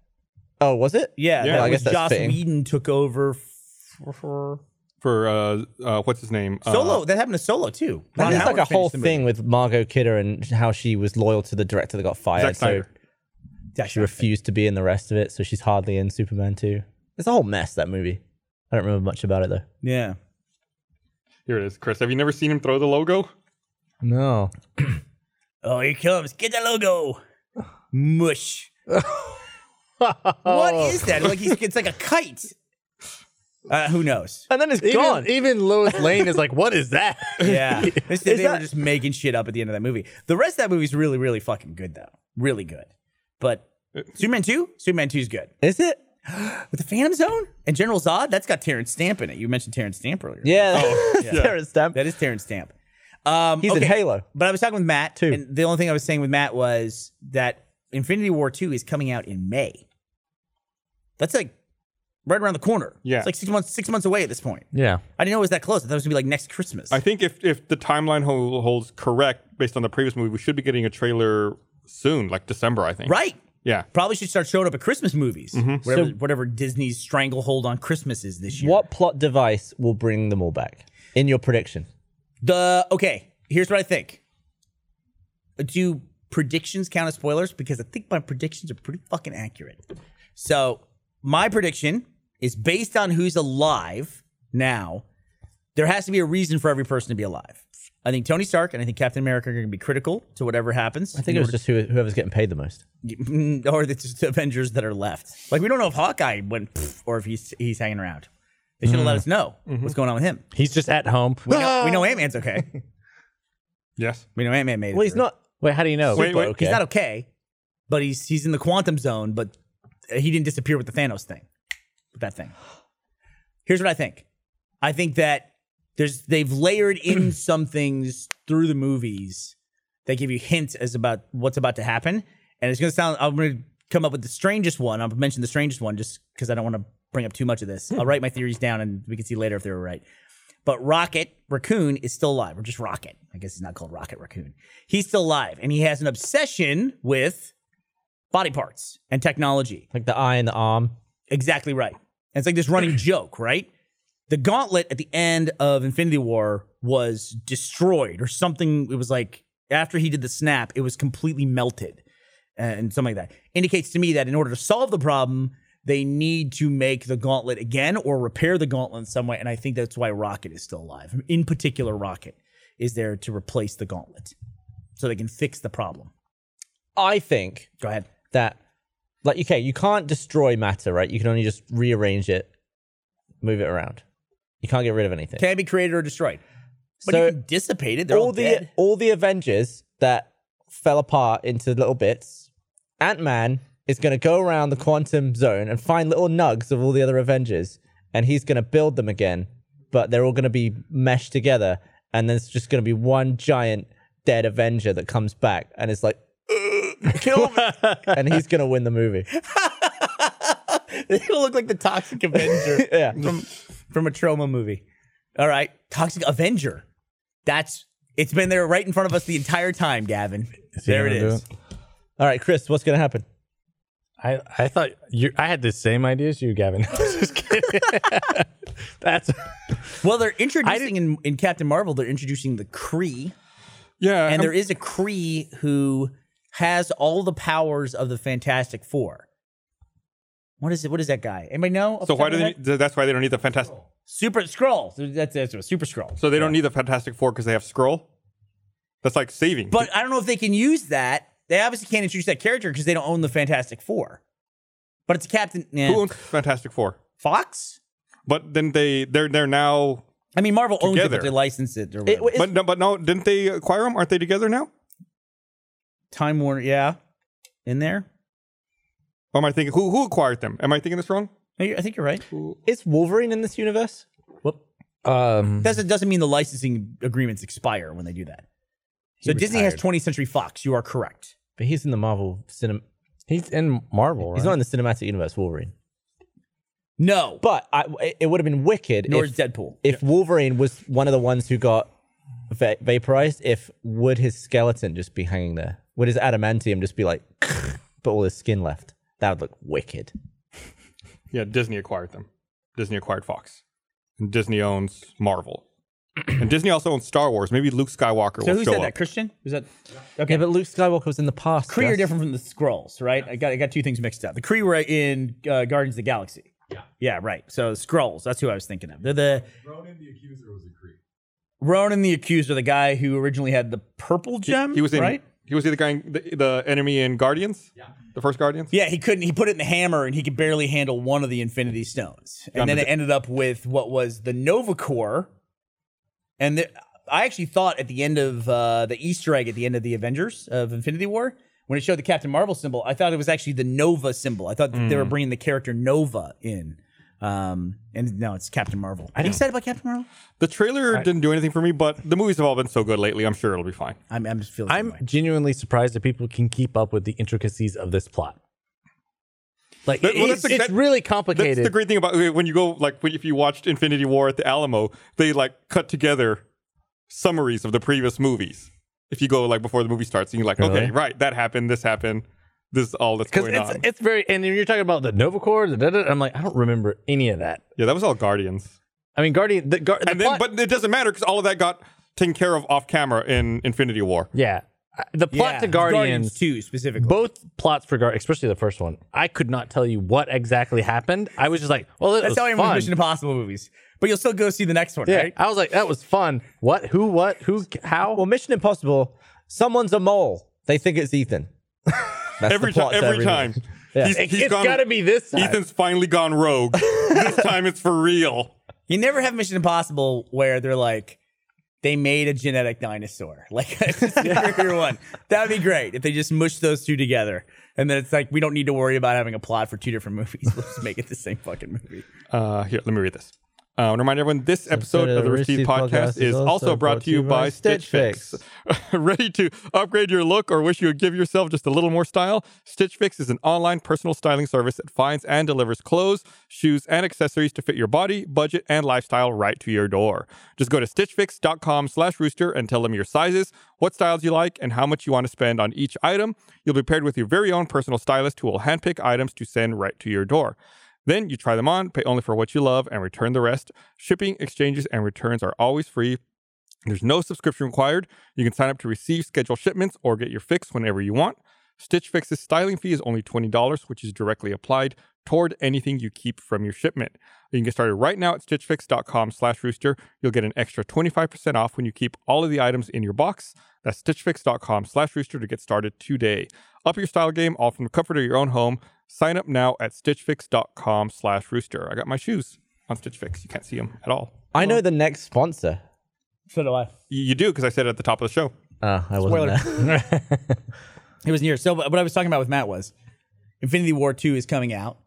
[SPEAKER 5] Oh, was it?
[SPEAKER 3] Yeah,
[SPEAKER 2] Yeah,
[SPEAKER 3] that
[SPEAKER 2] I
[SPEAKER 3] was
[SPEAKER 5] guess that's
[SPEAKER 3] Joss
[SPEAKER 5] fitting.
[SPEAKER 3] Whedon took over for, for
[SPEAKER 2] For uh, uh, what's his name? Uh,
[SPEAKER 3] Solo. that happened to Solo too.
[SPEAKER 5] That
[SPEAKER 3] Ron
[SPEAKER 5] is
[SPEAKER 3] Howard
[SPEAKER 5] like a whole
[SPEAKER 3] finished the movie.
[SPEAKER 5] thing with Margot Kidder and how she was loyal to the director that got
[SPEAKER 2] Zack
[SPEAKER 5] fired, so
[SPEAKER 2] Snyder.
[SPEAKER 3] That's
[SPEAKER 5] she
[SPEAKER 3] right.
[SPEAKER 5] refused to be in the rest of it. So she's hardly in Superman 2. It's a whole mess that movie. I don't remember much about it though.
[SPEAKER 3] Yeah,
[SPEAKER 2] Here it is, Chris. Have you never seen him throw the logo?
[SPEAKER 5] No,
[SPEAKER 3] Oh, here comes. Get the logo. Mush. What is that? Like he's, it's like a kite. Uh, who knows?
[SPEAKER 5] and then it's
[SPEAKER 4] even,
[SPEAKER 5] gone.
[SPEAKER 4] Even Lois Lane is like, what is that?
[SPEAKER 3] Yeah, This- they were
[SPEAKER 5] that-
[SPEAKER 3] just making shit up at the end of that movie. The rest of that movie's really, really fucking good though. Really good. But
[SPEAKER 2] Uh,
[SPEAKER 3] Superman two, Superman two is good.
[SPEAKER 5] Is it?
[SPEAKER 3] But the Phantom Zone and General Zod, that's got Terrence Stamp in it. You mentioned Terrence Stamp earlier.
[SPEAKER 5] Yeah, yeah. Terrence Stamp.
[SPEAKER 3] Oh, that is Terrence Stamp. Um,
[SPEAKER 5] He's in
[SPEAKER 3] okay.
[SPEAKER 5] Halo.
[SPEAKER 3] But I was talking with Matt
[SPEAKER 5] Two.
[SPEAKER 3] and the only thing I was saying with Matt was that Infinity War two is coming out in May. That's like right around the corner.
[SPEAKER 2] Yeah.
[SPEAKER 3] it's like six months six months away at this point.
[SPEAKER 4] Yeah.
[SPEAKER 3] I didn't know it was that close. I thought it was gonna be like next Christmas.
[SPEAKER 2] I think if if the timeline hol- holds correct based on the previous movie, we should be getting a trailer soon, like December, I think.
[SPEAKER 3] right.
[SPEAKER 2] Yeah.
[SPEAKER 3] Probably should start showing up at Christmas movies. Whatever, whatever Disney's stranglehold on Christmas is this year.
[SPEAKER 5] Mm-hmm. What plot device will bring them all back? In your prediction,
[SPEAKER 3] The okay. Here's what I think. Do predictions count as spoilers? Because I think my predictions are pretty fucking accurate. So my prediction is based on who's alive now. There has to be a reason for every person to be alive. I think Tony Stark and I think Captain America are going to be critical to whatever happens.
[SPEAKER 5] I think it was just who, whoever's getting paid the most.
[SPEAKER 3] or it's just Avengers that are left. Like we don't know if Hawkeye went pff, or if he's he's hanging around. They should have
[SPEAKER 5] Mm.
[SPEAKER 3] let us know
[SPEAKER 5] Mm-hmm.
[SPEAKER 3] what's going on with him.
[SPEAKER 4] He's just at home.
[SPEAKER 3] We know, we know Ant Man's okay.
[SPEAKER 2] Yes.
[SPEAKER 3] We know Ant Man made it.
[SPEAKER 5] Well, he's
[SPEAKER 3] through.
[SPEAKER 5] not.
[SPEAKER 4] Wait, how do you know?
[SPEAKER 2] Wait, wait.
[SPEAKER 5] okay.
[SPEAKER 3] He's not okay, but he's he's in the quantum zone. But he didn't disappear with the Thanos thing, with that thing. Here's what I think. I think that there's they've layered in some things through the movies that give you hints as about what's about to happen. And it's gonna sound. I'm gonna come up with the strangest one. I'll mention the strangest one just because I don't want to bring up too much of this. I'll write my theories down and we can see later if they were right. But Rocket Raccoon is still alive, or just Rocket. I guess he's not called Rocket Raccoon. He's still alive, and he has an obsession with body parts and technology.
[SPEAKER 5] Like the eye and the arm.
[SPEAKER 3] Exactly right. And it's like this running joke, right? The gauntlet at the end of Infinity War was destroyed or something. It was like after he did the snap, it was completely melted and something like that. Indicates to me that in order to solve the problem, they need to make the gauntlet again or repair the gauntlet in some way. And I think that's why Rocket is still alive. In particular, Rocket is there to replace the gauntlet so they can fix the problem.
[SPEAKER 5] I think
[SPEAKER 3] Go ahead.
[SPEAKER 5] that like okay, you can't destroy matter, right? You can only just rearrange it, move it around. You can't get rid of anything.
[SPEAKER 3] Can it be created or destroyed? But
[SPEAKER 5] So-
[SPEAKER 3] you can dissipate it. They're all,
[SPEAKER 5] all, the
[SPEAKER 3] dead.
[SPEAKER 5] all the Avengers that fell apart into little bits, Ant Man is going to go around the quantum zone and find little nugs of all the other Avengers, and he's going to build them again. But they're all going to be meshed together, and there's just going to be one giant dead Avenger that comes back and is like, "Ugh, "Kill me," and he's going to win the movie.
[SPEAKER 3] They all look like the Toxic Avenger
[SPEAKER 5] Yeah.
[SPEAKER 3] from, from a trauma movie. All right, Toxic Avenger. That's it's been there right in front of us the entire time, Gavin. there it
[SPEAKER 4] gonna do
[SPEAKER 3] is.
[SPEAKER 5] All right, Chris, what's going to happen?
[SPEAKER 4] I, I thought you I had the same idea as you, Gavin. Just kidding. That's
[SPEAKER 3] Well, they're introducing in, in Captain Marvel. They're introducing the Kree,
[SPEAKER 2] Yeah,
[SPEAKER 3] and
[SPEAKER 2] I'm-
[SPEAKER 3] there is a Kree who has all the powers of the Fantastic Four. What is it? What is that guy? Anybody know?
[SPEAKER 2] so why do they? That's why they don't need the fantastic.
[SPEAKER 3] Super Scroll? That's that's what Super Scroll.
[SPEAKER 2] So they don't need the Fantastic Four because they have Scroll. That's like saving.
[SPEAKER 3] But I don't know if they can use that. They obviously can't introduce that character because they don't own the Fantastic Four. But it's a Captain eh,
[SPEAKER 2] who owns Fantastic Four?
[SPEAKER 3] Fox.
[SPEAKER 2] But then they they're they're now.
[SPEAKER 3] I mean, Marvel owns it, but
[SPEAKER 2] Together.
[SPEAKER 3] they license it. Or
[SPEAKER 5] It-
[SPEAKER 3] whatever.
[SPEAKER 5] it's-
[SPEAKER 2] But no, but no, didn't they acquire them? Aren't they together now?
[SPEAKER 3] Time Warner, yeah, in there.
[SPEAKER 2] Or am I thinking who who acquired them? Am I thinking this wrong?
[SPEAKER 3] No, you- I think you're right.
[SPEAKER 5] is Wolverine in this universe?
[SPEAKER 3] Whoop.
[SPEAKER 4] um
[SPEAKER 3] That doesn't mean the licensing agreements expire when they do that. So Disney has 20th Century Fox. You are correct.
[SPEAKER 5] But he's in the Marvel cinema.
[SPEAKER 4] he's in Marvel,
[SPEAKER 5] He's not in the cinematic universe, Wolverine.
[SPEAKER 3] No, but
[SPEAKER 5] But I, it- it would have been wicked
[SPEAKER 3] nor
[SPEAKER 5] if,
[SPEAKER 3] is Deadpool.
[SPEAKER 5] if Wolverine was one of the ones who got va- vaporized. If would his skeleton just be hanging there? Would his adamantium just be like, but all his skin left? That would look wicked.
[SPEAKER 2] Yeah, Disney acquired them. Disney acquired Fox, and Disney owns Marvel, and Disney also owns Star Wars. Maybe Luke Skywalker
[SPEAKER 3] So
[SPEAKER 2] will
[SPEAKER 3] who
[SPEAKER 2] show
[SPEAKER 3] said
[SPEAKER 2] up.
[SPEAKER 3] that? Christian? Was that
[SPEAKER 5] Yeah, but Luke Skywalker was in the past.
[SPEAKER 3] Kree are
[SPEAKER 5] Gus.
[SPEAKER 3] different from the Skrulls, right? I got I got two things mixed up. The Kree were in uh, Guardians of the Galaxy. Yeah. Yeah, right. So Skrulls, that's who I was thinking of. They're the Ronan the Accuser was a Kree. Ronan the Accuser, the guy who originally had the purple gem.
[SPEAKER 2] He was in.
[SPEAKER 3] right.
[SPEAKER 2] He was the guy, in, the, the enemy in Guardians. Yeah, the first Guardians.
[SPEAKER 3] Yeah, he couldn't. He put it in the hammer, and he could barely handle one of the Infinity Stones. And then it ended up with what was the Nova Core. And the, I actually thought at the end of uh, the Easter egg at the end of the Avengers of Infinity War, when it showed the Captain Marvel symbol, I thought it was actually the Nova symbol. I thought that they were
[SPEAKER 4] Hmm.
[SPEAKER 3] bringing the character Nova in. Um, and no, it's Captain Marvel. Are you excited about Captain Marvel?
[SPEAKER 2] The trailer didn't do anything for me, but the movies have all been so good lately. I'm sure it'll be fine.
[SPEAKER 3] I'm, I'm just feeling.
[SPEAKER 4] I'm genuinely surprised that people can keep up with the intricacies of this plot. Like
[SPEAKER 2] That- well, that's
[SPEAKER 4] it's,
[SPEAKER 2] the-
[SPEAKER 4] it's
[SPEAKER 2] that-
[SPEAKER 4] really
[SPEAKER 2] That's
[SPEAKER 4] complicated.
[SPEAKER 2] the great thing about when you go like when, if you watched Infinity War at the Alamo, they like cut together summaries of the previous movies. If you go like before the movie starts, and you're like, okay,
[SPEAKER 4] Really?
[SPEAKER 2] right, that happened, this happened, this is all that's
[SPEAKER 4] because
[SPEAKER 2] going
[SPEAKER 4] it's
[SPEAKER 2] on.
[SPEAKER 4] it's very and you're talking about the Nova Corps, the da, da, da, I'm like I don't remember any of that.
[SPEAKER 2] yeah, that was all Guardians,
[SPEAKER 4] I mean, Guardian the, Guar- the
[SPEAKER 2] and then
[SPEAKER 4] plot-
[SPEAKER 2] but it doesn't matter because all of that got taken care of off camera in Infinity War.
[SPEAKER 4] yeah, I- the plot to Guardians,
[SPEAKER 3] two specifically.
[SPEAKER 4] both plots for Guardians, especially the first one, I could not tell you what exactly happened. I was just like, well, that
[SPEAKER 3] That's
[SPEAKER 4] was
[SPEAKER 3] how I remember
[SPEAKER 4] fun.
[SPEAKER 3] Mission Impossible movies. But you'll still go see the next one,
[SPEAKER 4] yeah,
[SPEAKER 3] right?
[SPEAKER 4] I was like, that was fun. What? Who? What? Who? How?
[SPEAKER 5] Well, Mission Impossible. Someone's a mole. They think it's Ethan. That's
[SPEAKER 2] Every,
[SPEAKER 5] the
[SPEAKER 2] time,
[SPEAKER 5] plot to
[SPEAKER 2] every
[SPEAKER 5] everything.
[SPEAKER 2] time, he's,
[SPEAKER 4] It-
[SPEAKER 2] he's
[SPEAKER 4] it's
[SPEAKER 2] gone.
[SPEAKER 4] got to be this. Time.
[SPEAKER 2] Ethan's finally gone rogue. this time it's for real.
[SPEAKER 3] You never have Mission Impossible where they're like, they made a genetic dinosaur. Like, it's a superior one. That would be great if they just mushed those two together. And then it's like, we don't need to worry about having a plot for two different movies. Let's just make it the same fucking movie.
[SPEAKER 2] Uh, here, let me read this. Uh, I want to remind everyone this episode of the Rooster Teeth podcast is also brought to you by Stitch Fix. Ready to upgrade your look or wish you would give yourself just a little more style? Stitch Fix is an online personal styling service that finds and delivers clothes, shoes, and accessories to fit your body, budget, and lifestyle right to your door. Just go to stitchfix.com slash rooster and tell them your sizes, what styles you like, and how much you want to spend on each item. You'll be paired with your very own personal stylist who will handpick items to send right to your door. Then you try them on, pay only for what you love, and return the rest. Shipping, exchanges, and returns are always free. There's no subscription required. You can sign up to receive scheduled shipments or get your fix whenever you want. Stitch Fix's styling fee is only $20, which is directly applied toward anything you keep from your shipment. You can get started right now at stitchfix.com slash rooster. You'll get an extra 25% off when you keep all of the items in your box. That's stitchfix.com slash rooster to get started today. Up your style game, all from the comfort of your own home. Sign up now at stitchfix.com slash rooster. I got my shoes on Stitch Fix. You can't see them at all.
[SPEAKER 5] I know the next sponsor.
[SPEAKER 3] So do I.
[SPEAKER 2] You you do, because I said it at the top of the show.
[SPEAKER 5] Oh, I wasn't there.
[SPEAKER 3] It was near. So but what I was talking about with Matt was Infinity War 2 is coming out.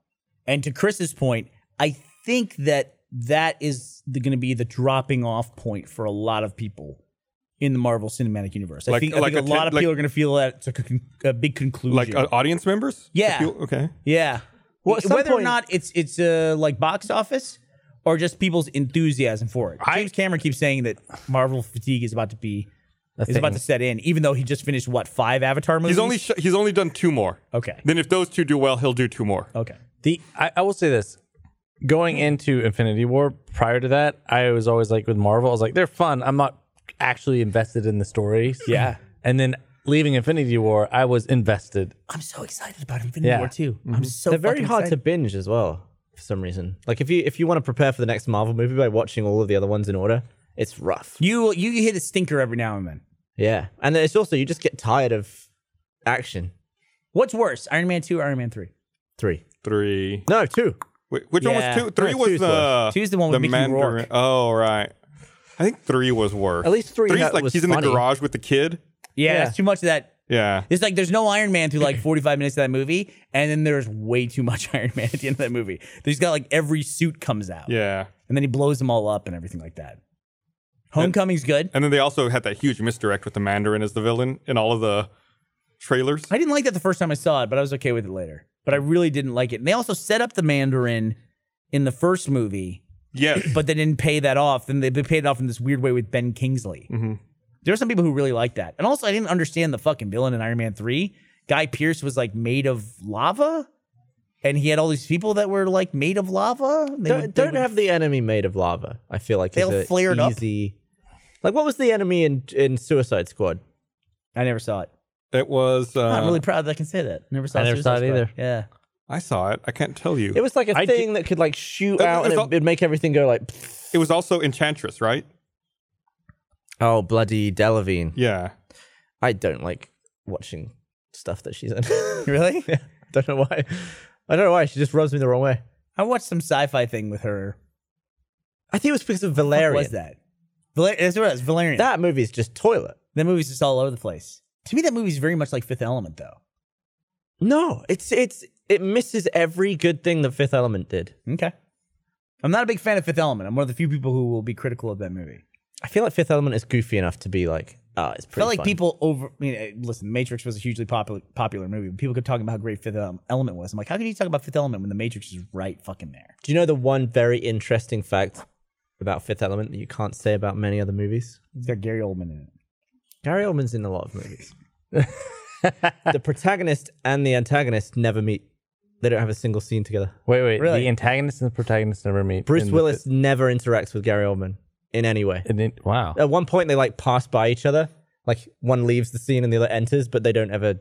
[SPEAKER 3] And to Chris's point, I think that that is going to be the dropping off point for a lot of people in the Marvel Cinematic Universe. I
[SPEAKER 2] Like-
[SPEAKER 3] think, I
[SPEAKER 2] like
[SPEAKER 3] think
[SPEAKER 2] a
[SPEAKER 3] a, lot
[SPEAKER 2] ten-
[SPEAKER 3] of
[SPEAKER 2] like-
[SPEAKER 3] people are going to feel that it's a, con- a big conclusion.
[SPEAKER 2] Like uh, audience members?
[SPEAKER 3] Yeah.
[SPEAKER 2] If you- okay.
[SPEAKER 3] yeah.
[SPEAKER 5] Well, at some
[SPEAKER 3] Whether or
[SPEAKER 5] point-
[SPEAKER 3] not it's it's uh, like box office or just people's enthusiasm for it. James Cameron keeps saying that Marvel fatigue is about to be is about
[SPEAKER 4] thing.
[SPEAKER 3] to set in, even though he just finished what five Avatar movies.
[SPEAKER 2] He's only sh- he's only done two more.
[SPEAKER 3] Okay.
[SPEAKER 2] Then if those two do well, he'll do two more.
[SPEAKER 3] okay.
[SPEAKER 4] The I, I will say this. Going into Infinity War prior to that, I was always like with Marvel, I was like, they're fun. I'm not actually invested in the stories.
[SPEAKER 3] Yeah.
[SPEAKER 4] And then leaving Infinity War, I was invested.
[SPEAKER 3] I'm so excited about Infinity
[SPEAKER 4] Yeah.
[SPEAKER 3] War 2. I'm so
[SPEAKER 5] They're very
[SPEAKER 3] fucking
[SPEAKER 5] hard to
[SPEAKER 3] excited.
[SPEAKER 5] binge as well for some reason. Like if you if you want to prepare for the next Marvel movie by watching all of the other ones in order, it's rough.
[SPEAKER 3] You you hit a stinker every now and then.
[SPEAKER 5] Yeah, and it's also you just get tired of action.
[SPEAKER 3] What's worse, Iron Man 2 or Iron Man 3?
[SPEAKER 5] Three,
[SPEAKER 2] Three.
[SPEAKER 5] no, two.
[SPEAKER 2] Wait, which
[SPEAKER 3] Yeah.
[SPEAKER 2] one was two? Three
[SPEAKER 5] No,
[SPEAKER 2] was
[SPEAKER 5] two's
[SPEAKER 2] the
[SPEAKER 3] Two's the one with Mickey Rourke.
[SPEAKER 2] Oh right. I think three was worse.
[SPEAKER 5] At least three
[SPEAKER 2] Three's
[SPEAKER 5] that
[SPEAKER 2] like
[SPEAKER 5] was
[SPEAKER 2] he's in
[SPEAKER 5] funny.
[SPEAKER 2] the garage with the kid.
[SPEAKER 3] Yeah,
[SPEAKER 5] Yeah.
[SPEAKER 3] it's too much of that.
[SPEAKER 2] Yeah.
[SPEAKER 3] It's like there's no Iron Man through like 45 minutes of that movie, and then there's way too much Iron Man at the end of that movie. He's got like every suit comes out,
[SPEAKER 2] Yeah.
[SPEAKER 3] and then he blows them all up and everything like that. Homecoming's good.
[SPEAKER 2] And then they also had that huge misdirect with the Mandarin as the villain in all of the trailers.
[SPEAKER 3] I didn't like that the first time I saw it, but I was okay with it later. But I really didn't like it. And they also set up the Mandarin in the first movie
[SPEAKER 2] Yes.
[SPEAKER 3] but they didn't pay that off. Then they, they paid it off in this weird way with Ben Kingsley. There were some people who really liked that. And also, I didn't understand the fucking villain in Iron Man 3. Guy Pierce was like made of lava. And he had all these people that were like made of lava. They
[SPEAKER 5] Don't,
[SPEAKER 3] would- they
[SPEAKER 5] don't
[SPEAKER 3] would-
[SPEAKER 5] have the enemy made of lava. I feel like
[SPEAKER 3] They
[SPEAKER 5] is
[SPEAKER 3] all
[SPEAKER 5] a
[SPEAKER 3] flared up.
[SPEAKER 5] easy... Like what was the enemy in in Suicide Squad?
[SPEAKER 3] I never saw it.
[SPEAKER 2] it was. Uh,
[SPEAKER 3] I'm really proud that I can say that. Never saw.
[SPEAKER 4] I never
[SPEAKER 3] Suicide
[SPEAKER 4] saw it
[SPEAKER 3] Squad.
[SPEAKER 4] either.
[SPEAKER 3] Yeah.
[SPEAKER 2] I saw it. I can't tell you.
[SPEAKER 5] It was like a
[SPEAKER 4] I
[SPEAKER 5] thing that could like shoot
[SPEAKER 2] It-
[SPEAKER 5] out
[SPEAKER 2] it's
[SPEAKER 5] and
[SPEAKER 2] all-
[SPEAKER 5] it, would make everything go like. pfft.
[SPEAKER 2] It was also Enchantress, right?
[SPEAKER 5] Oh bloody Delavine!
[SPEAKER 2] Yeah.
[SPEAKER 5] I don't like watching stuff that she's in.
[SPEAKER 3] Really?
[SPEAKER 5] don't know why. I don't know why she just rubs me the wrong way.
[SPEAKER 3] I watched some sci-fi thing with her.
[SPEAKER 5] I think it was because of
[SPEAKER 3] What
[SPEAKER 5] Valerian.
[SPEAKER 3] was that? Valer- that's what it was. Valerian. That-,
[SPEAKER 5] That movie is just toilet.
[SPEAKER 3] movie's just all over the place. To me, that movie's very much like Fifth Element, though.
[SPEAKER 5] No, it's it's it misses every good thing that Fifth Element did.
[SPEAKER 3] Okay. I'm not a big fan of Fifth Element. I'm one of the few people who will be critical of that movie.
[SPEAKER 5] I feel like Fifth Element is goofy enough to be like, oh, it's
[SPEAKER 3] I
[SPEAKER 5] pretty.
[SPEAKER 3] felt like
[SPEAKER 5] fun.
[SPEAKER 3] people over. I mean, eh, listen, Matrix was a hugely popular popular movie. but People kept talking about how great Fifth Ele- Element was. I'm like, how can you talk about Fifth Element when the Matrix is right fucking there?
[SPEAKER 5] Do you know the one very interesting fact about Fifth Element that you can't say about many other movies?
[SPEAKER 3] It's got Gary Oldman in it.
[SPEAKER 5] Gary Oldman's in a lot of movies. the protagonist and the antagonist never meet. They don't have a single scene together.
[SPEAKER 4] Wait, wait.
[SPEAKER 3] Really?
[SPEAKER 4] The antagonist and the protagonist never meet.
[SPEAKER 5] Bruce
[SPEAKER 4] in the-
[SPEAKER 5] Willis never interacts with Gary Oldman in any way.
[SPEAKER 4] in it- wow.
[SPEAKER 5] At one point, they like pass by each other. Like one leaves the scene and the other enters, but they don't ever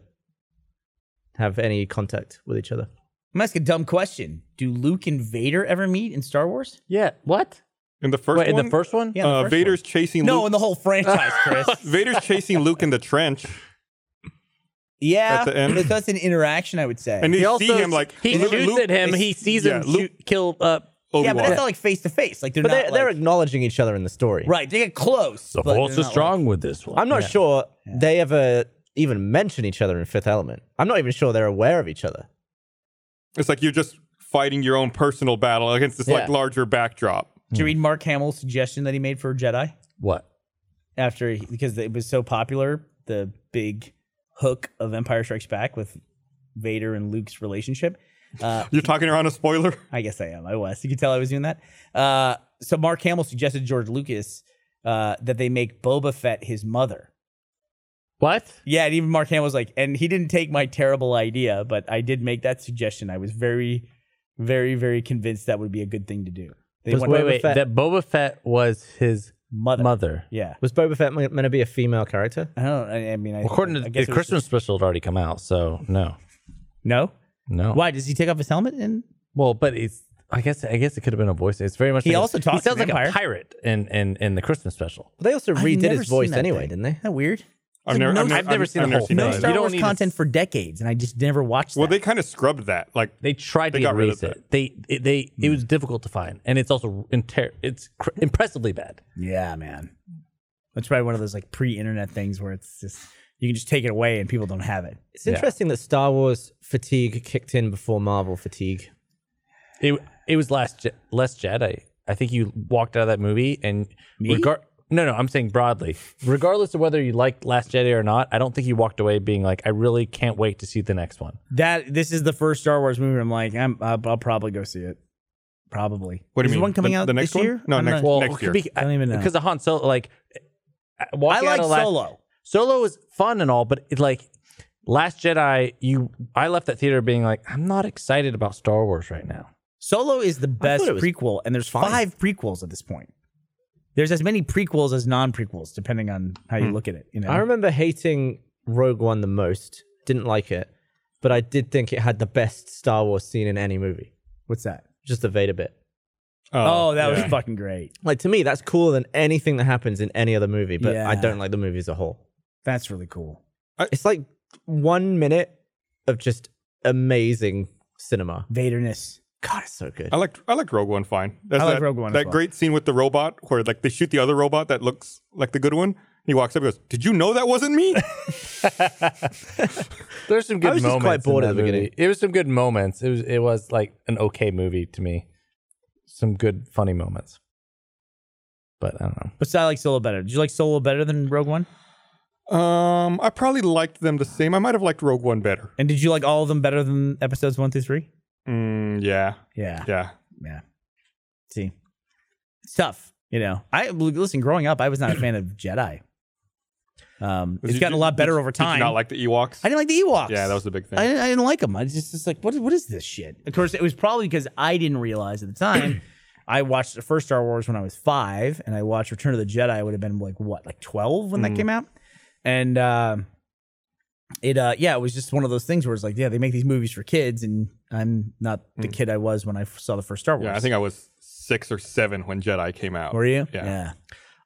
[SPEAKER 5] have any contact with each other.
[SPEAKER 3] I'm asking a dumb question. Do Luke and Vader ever meet in Star Wars?
[SPEAKER 4] Yeah. What?
[SPEAKER 2] In the first
[SPEAKER 4] Wait, in
[SPEAKER 2] one.
[SPEAKER 4] the first one?
[SPEAKER 3] Yeah, in the
[SPEAKER 2] Uh,
[SPEAKER 3] first
[SPEAKER 2] Vader's chasing.
[SPEAKER 3] one. No,
[SPEAKER 2] Luke.
[SPEAKER 3] in the whole franchise, Chris.
[SPEAKER 2] Vader's chasing Luke in the trench,
[SPEAKER 3] yeah,
[SPEAKER 2] At the end.
[SPEAKER 3] but that's an interaction, I would say.
[SPEAKER 2] and you
[SPEAKER 4] He
[SPEAKER 2] see
[SPEAKER 4] also
[SPEAKER 2] him like
[SPEAKER 4] he
[SPEAKER 2] Lu-
[SPEAKER 4] shoots
[SPEAKER 2] Luke-
[SPEAKER 4] at him. He sees him
[SPEAKER 2] yeah, Luke-
[SPEAKER 4] shoot, kill.
[SPEAKER 3] yeah,
[SPEAKER 4] Uh,
[SPEAKER 3] but
[SPEAKER 2] Obi-Wan.
[SPEAKER 3] that's not like face to face. Like they're
[SPEAKER 5] But
[SPEAKER 3] not.
[SPEAKER 5] they're, they're
[SPEAKER 3] like-
[SPEAKER 5] acknowledging each other in the story.
[SPEAKER 3] right. They get close. but they're not, like-
[SPEAKER 4] with this one.
[SPEAKER 5] I'm not sure they ever even mention each other in Fifth Element. I'm not even sure they're aware of each other.
[SPEAKER 2] It's like you're just fighting your own personal battle against this like
[SPEAKER 5] Yeah.
[SPEAKER 2] larger backdrop.
[SPEAKER 3] Did
[SPEAKER 5] Hmm.
[SPEAKER 3] you read Mark Hamill's suggestion that he made for Jedi
[SPEAKER 4] What?
[SPEAKER 3] after he, because it was so popular? The big hook of Empire Strikes Back with Vader and Luke's relationship. Uh,
[SPEAKER 2] You're talking around a spoiler?
[SPEAKER 3] I guess I am. I was. You can tell I was doing that. Uh, so Mark Hamill suggested George Lucas uh, that they make Boba Fett his mother.
[SPEAKER 4] What?
[SPEAKER 3] Yeah, and even Mark Hamill was like, and he didn't take my terrible idea, but I did make that suggestion. I was very, very, very convinced that would be a good thing to do. They
[SPEAKER 5] Was
[SPEAKER 3] want
[SPEAKER 4] wait,
[SPEAKER 5] Boba
[SPEAKER 4] wait.
[SPEAKER 5] Fett-
[SPEAKER 4] That Boba Fett was his
[SPEAKER 3] mother.
[SPEAKER 4] mother.
[SPEAKER 3] Yeah.
[SPEAKER 5] Was Boba Fett meant to be a female character?
[SPEAKER 3] I don't. I, I mean, I,
[SPEAKER 4] According to
[SPEAKER 3] I
[SPEAKER 4] the
[SPEAKER 3] guess it was
[SPEAKER 4] Christmas
[SPEAKER 3] just-
[SPEAKER 4] special, had already come out, so no,
[SPEAKER 3] no.
[SPEAKER 4] no.
[SPEAKER 3] Why does he take off his helmet? And
[SPEAKER 4] Well, but it's. I guess. I guess it could have been a voice. It's very much.
[SPEAKER 3] He
[SPEAKER 4] like a-
[SPEAKER 3] also talks
[SPEAKER 4] He sounds
[SPEAKER 3] in
[SPEAKER 4] like
[SPEAKER 3] Empire.
[SPEAKER 4] a pirate in, in in the Christmas special.
[SPEAKER 5] They also
[SPEAKER 3] I've
[SPEAKER 5] redid
[SPEAKER 3] never
[SPEAKER 5] his
[SPEAKER 3] seen
[SPEAKER 5] voice
[SPEAKER 3] that
[SPEAKER 5] anyway,
[SPEAKER 3] thing.
[SPEAKER 5] didn't they?
[SPEAKER 3] Isn't that weird?
[SPEAKER 2] I've never,
[SPEAKER 3] no-
[SPEAKER 4] I've never seen the whole
[SPEAKER 3] No
[SPEAKER 4] Uh, you
[SPEAKER 3] Star
[SPEAKER 4] don't
[SPEAKER 3] Wars
[SPEAKER 4] need to
[SPEAKER 3] content for decades, and I just never watched.
[SPEAKER 2] Well,
[SPEAKER 3] that.
[SPEAKER 2] they kind of scrubbed that. Like
[SPEAKER 4] They tried
[SPEAKER 2] They
[SPEAKER 4] to
[SPEAKER 2] got rid
[SPEAKER 4] erase
[SPEAKER 2] of
[SPEAKER 4] it. They it, they it was difficult to find, and it's also inter- it's cr- impressively bad.
[SPEAKER 3] Yeah, man. That's probably one of those like pre-internet things where it's just you can just take it away and people don't have it.
[SPEAKER 5] It's interesting that Star Wars fatigue kicked in before Marvel fatigue.
[SPEAKER 4] It it was last Je- less Jedi. I think you walked out of that movie and
[SPEAKER 3] Me?
[SPEAKER 4] regar- no, no, I'm saying broadly. Regardless of whether you liked Last Jedi or not, I don't think you walked away being like, I really can't wait to see the next one.
[SPEAKER 3] That this is the first Star Wars movie. I'm like, I'm I'll, I'll probably go see it. Probably.
[SPEAKER 2] What do you
[SPEAKER 3] Is
[SPEAKER 2] mean?
[SPEAKER 3] one coming
[SPEAKER 2] The-
[SPEAKER 3] out
[SPEAKER 2] the next
[SPEAKER 3] this
[SPEAKER 2] one?
[SPEAKER 3] year?
[SPEAKER 2] No,
[SPEAKER 3] I'm
[SPEAKER 2] next-
[SPEAKER 3] not-
[SPEAKER 2] well,
[SPEAKER 4] it could be-
[SPEAKER 3] I don't even know.
[SPEAKER 4] because the Han Solo like. uh,
[SPEAKER 3] I
[SPEAKER 4] walking out
[SPEAKER 3] like
[SPEAKER 4] of Last-
[SPEAKER 3] Solo.
[SPEAKER 4] Solo is fun and all, but it, like Last Jedi, you I left that theater being like, I'm not excited about Star Wars right now.
[SPEAKER 3] Solo is the best
[SPEAKER 4] it was
[SPEAKER 3] prequel, and there's five prequels at this point. There's as many prequels as non-prequels, depending on how
[SPEAKER 2] Hmm.
[SPEAKER 3] you look at it. You know,
[SPEAKER 5] I remember hating Rogue One the most. Didn't like it, but I did think it had the best Star Wars scene in any movie.
[SPEAKER 3] what's that?
[SPEAKER 5] Just the Vader bit.
[SPEAKER 3] Oh, that
[SPEAKER 2] uh, yeah.
[SPEAKER 3] was fucking great.
[SPEAKER 5] Like to me, that's cooler than anything that happens in any other movie. But I
[SPEAKER 3] Yeah.
[SPEAKER 5] don't like the movie as a whole.
[SPEAKER 3] That's really cool.
[SPEAKER 5] It's like one minute of just amazing cinema.
[SPEAKER 3] Vaderness.
[SPEAKER 5] God, it's so good.
[SPEAKER 2] I liked I liked Rogue One fine. That's
[SPEAKER 3] I like
[SPEAKER 2] that,
[SPEAKER 3] Rogue One as
[SPEAKER 2] That
[SPEAKER 3] well.
[SPEAKER 2] great scene with the robot where like they shoot the other robot that looks like the good one. He walks up and goes, Did you know that wasn't me?
[SPEAKER 4] There's some good
[SPEAKER 5] was just
[SPEAKER 4] moments.
[SPEAKER 5] quite bored
[SPEAKER 4] in
[SPEAKER 5] at
[SPEAKER 4] that
[SPEAKER 5] the
[SPEAKER 4] movie.
[SPEAKER 5] beginning.
[SPEAKER 4] It was some good moments. It was it was like an okay movie to me. Some good funny moments. But I don't know.
[SPEAKER 3] But I like Solo better. Did you like Solo better than Rogue One?
[SPEAKER 2] um, I probably liked them the same. I might have liked Rogue One better.
[SPEAKER 3] And did you like all of them better than episodes one through three?
[SPEAKER 2] Mm, yeah.
[SPEAKER 3] Yeah.
[SPEAKER 2] Yeah.
[SPEAKER 3] Yeah. See, it's tough. You know, I listen. Growing up, I was not a fan of Jedi. Um,
[SPEAKER 2] Did
[SPEAKER 3] it's
[SPEAKER 2] you-
[SPEAKER 3] gotten a lot
[SPEAKER 2] did-
[SPEAKER 3] better over
[SPEAKER 2] Did
[SPEAKER 3] time.
[SPEAKER 2] you not like the Ewoks?
[SPEAKER 3] I didn't like the Ewoks.
[SPEAKER 2] yeah, that was the big thing.
[SPEAKER 3] I didn't, I didn't like them. I was just, just like, what, what is this shit? Of course, it was probably because I didn't realize at the time. I watched the first Star Wars when I was five, and I watched Return of the Jedi. I would have been like what, like twelve when that came out, and uh, it, uh, yeah, it was just one of those things where it's like, yeah, they make these movies for kids, and I'm not the kid I was when Mm. I f- saw the first Star Wars.
[SPEAKER 2] yeah, I think I was six or seven when Jedi came out.
[SPEAKER 3] were you?
[SPEAKER 2] Yeah.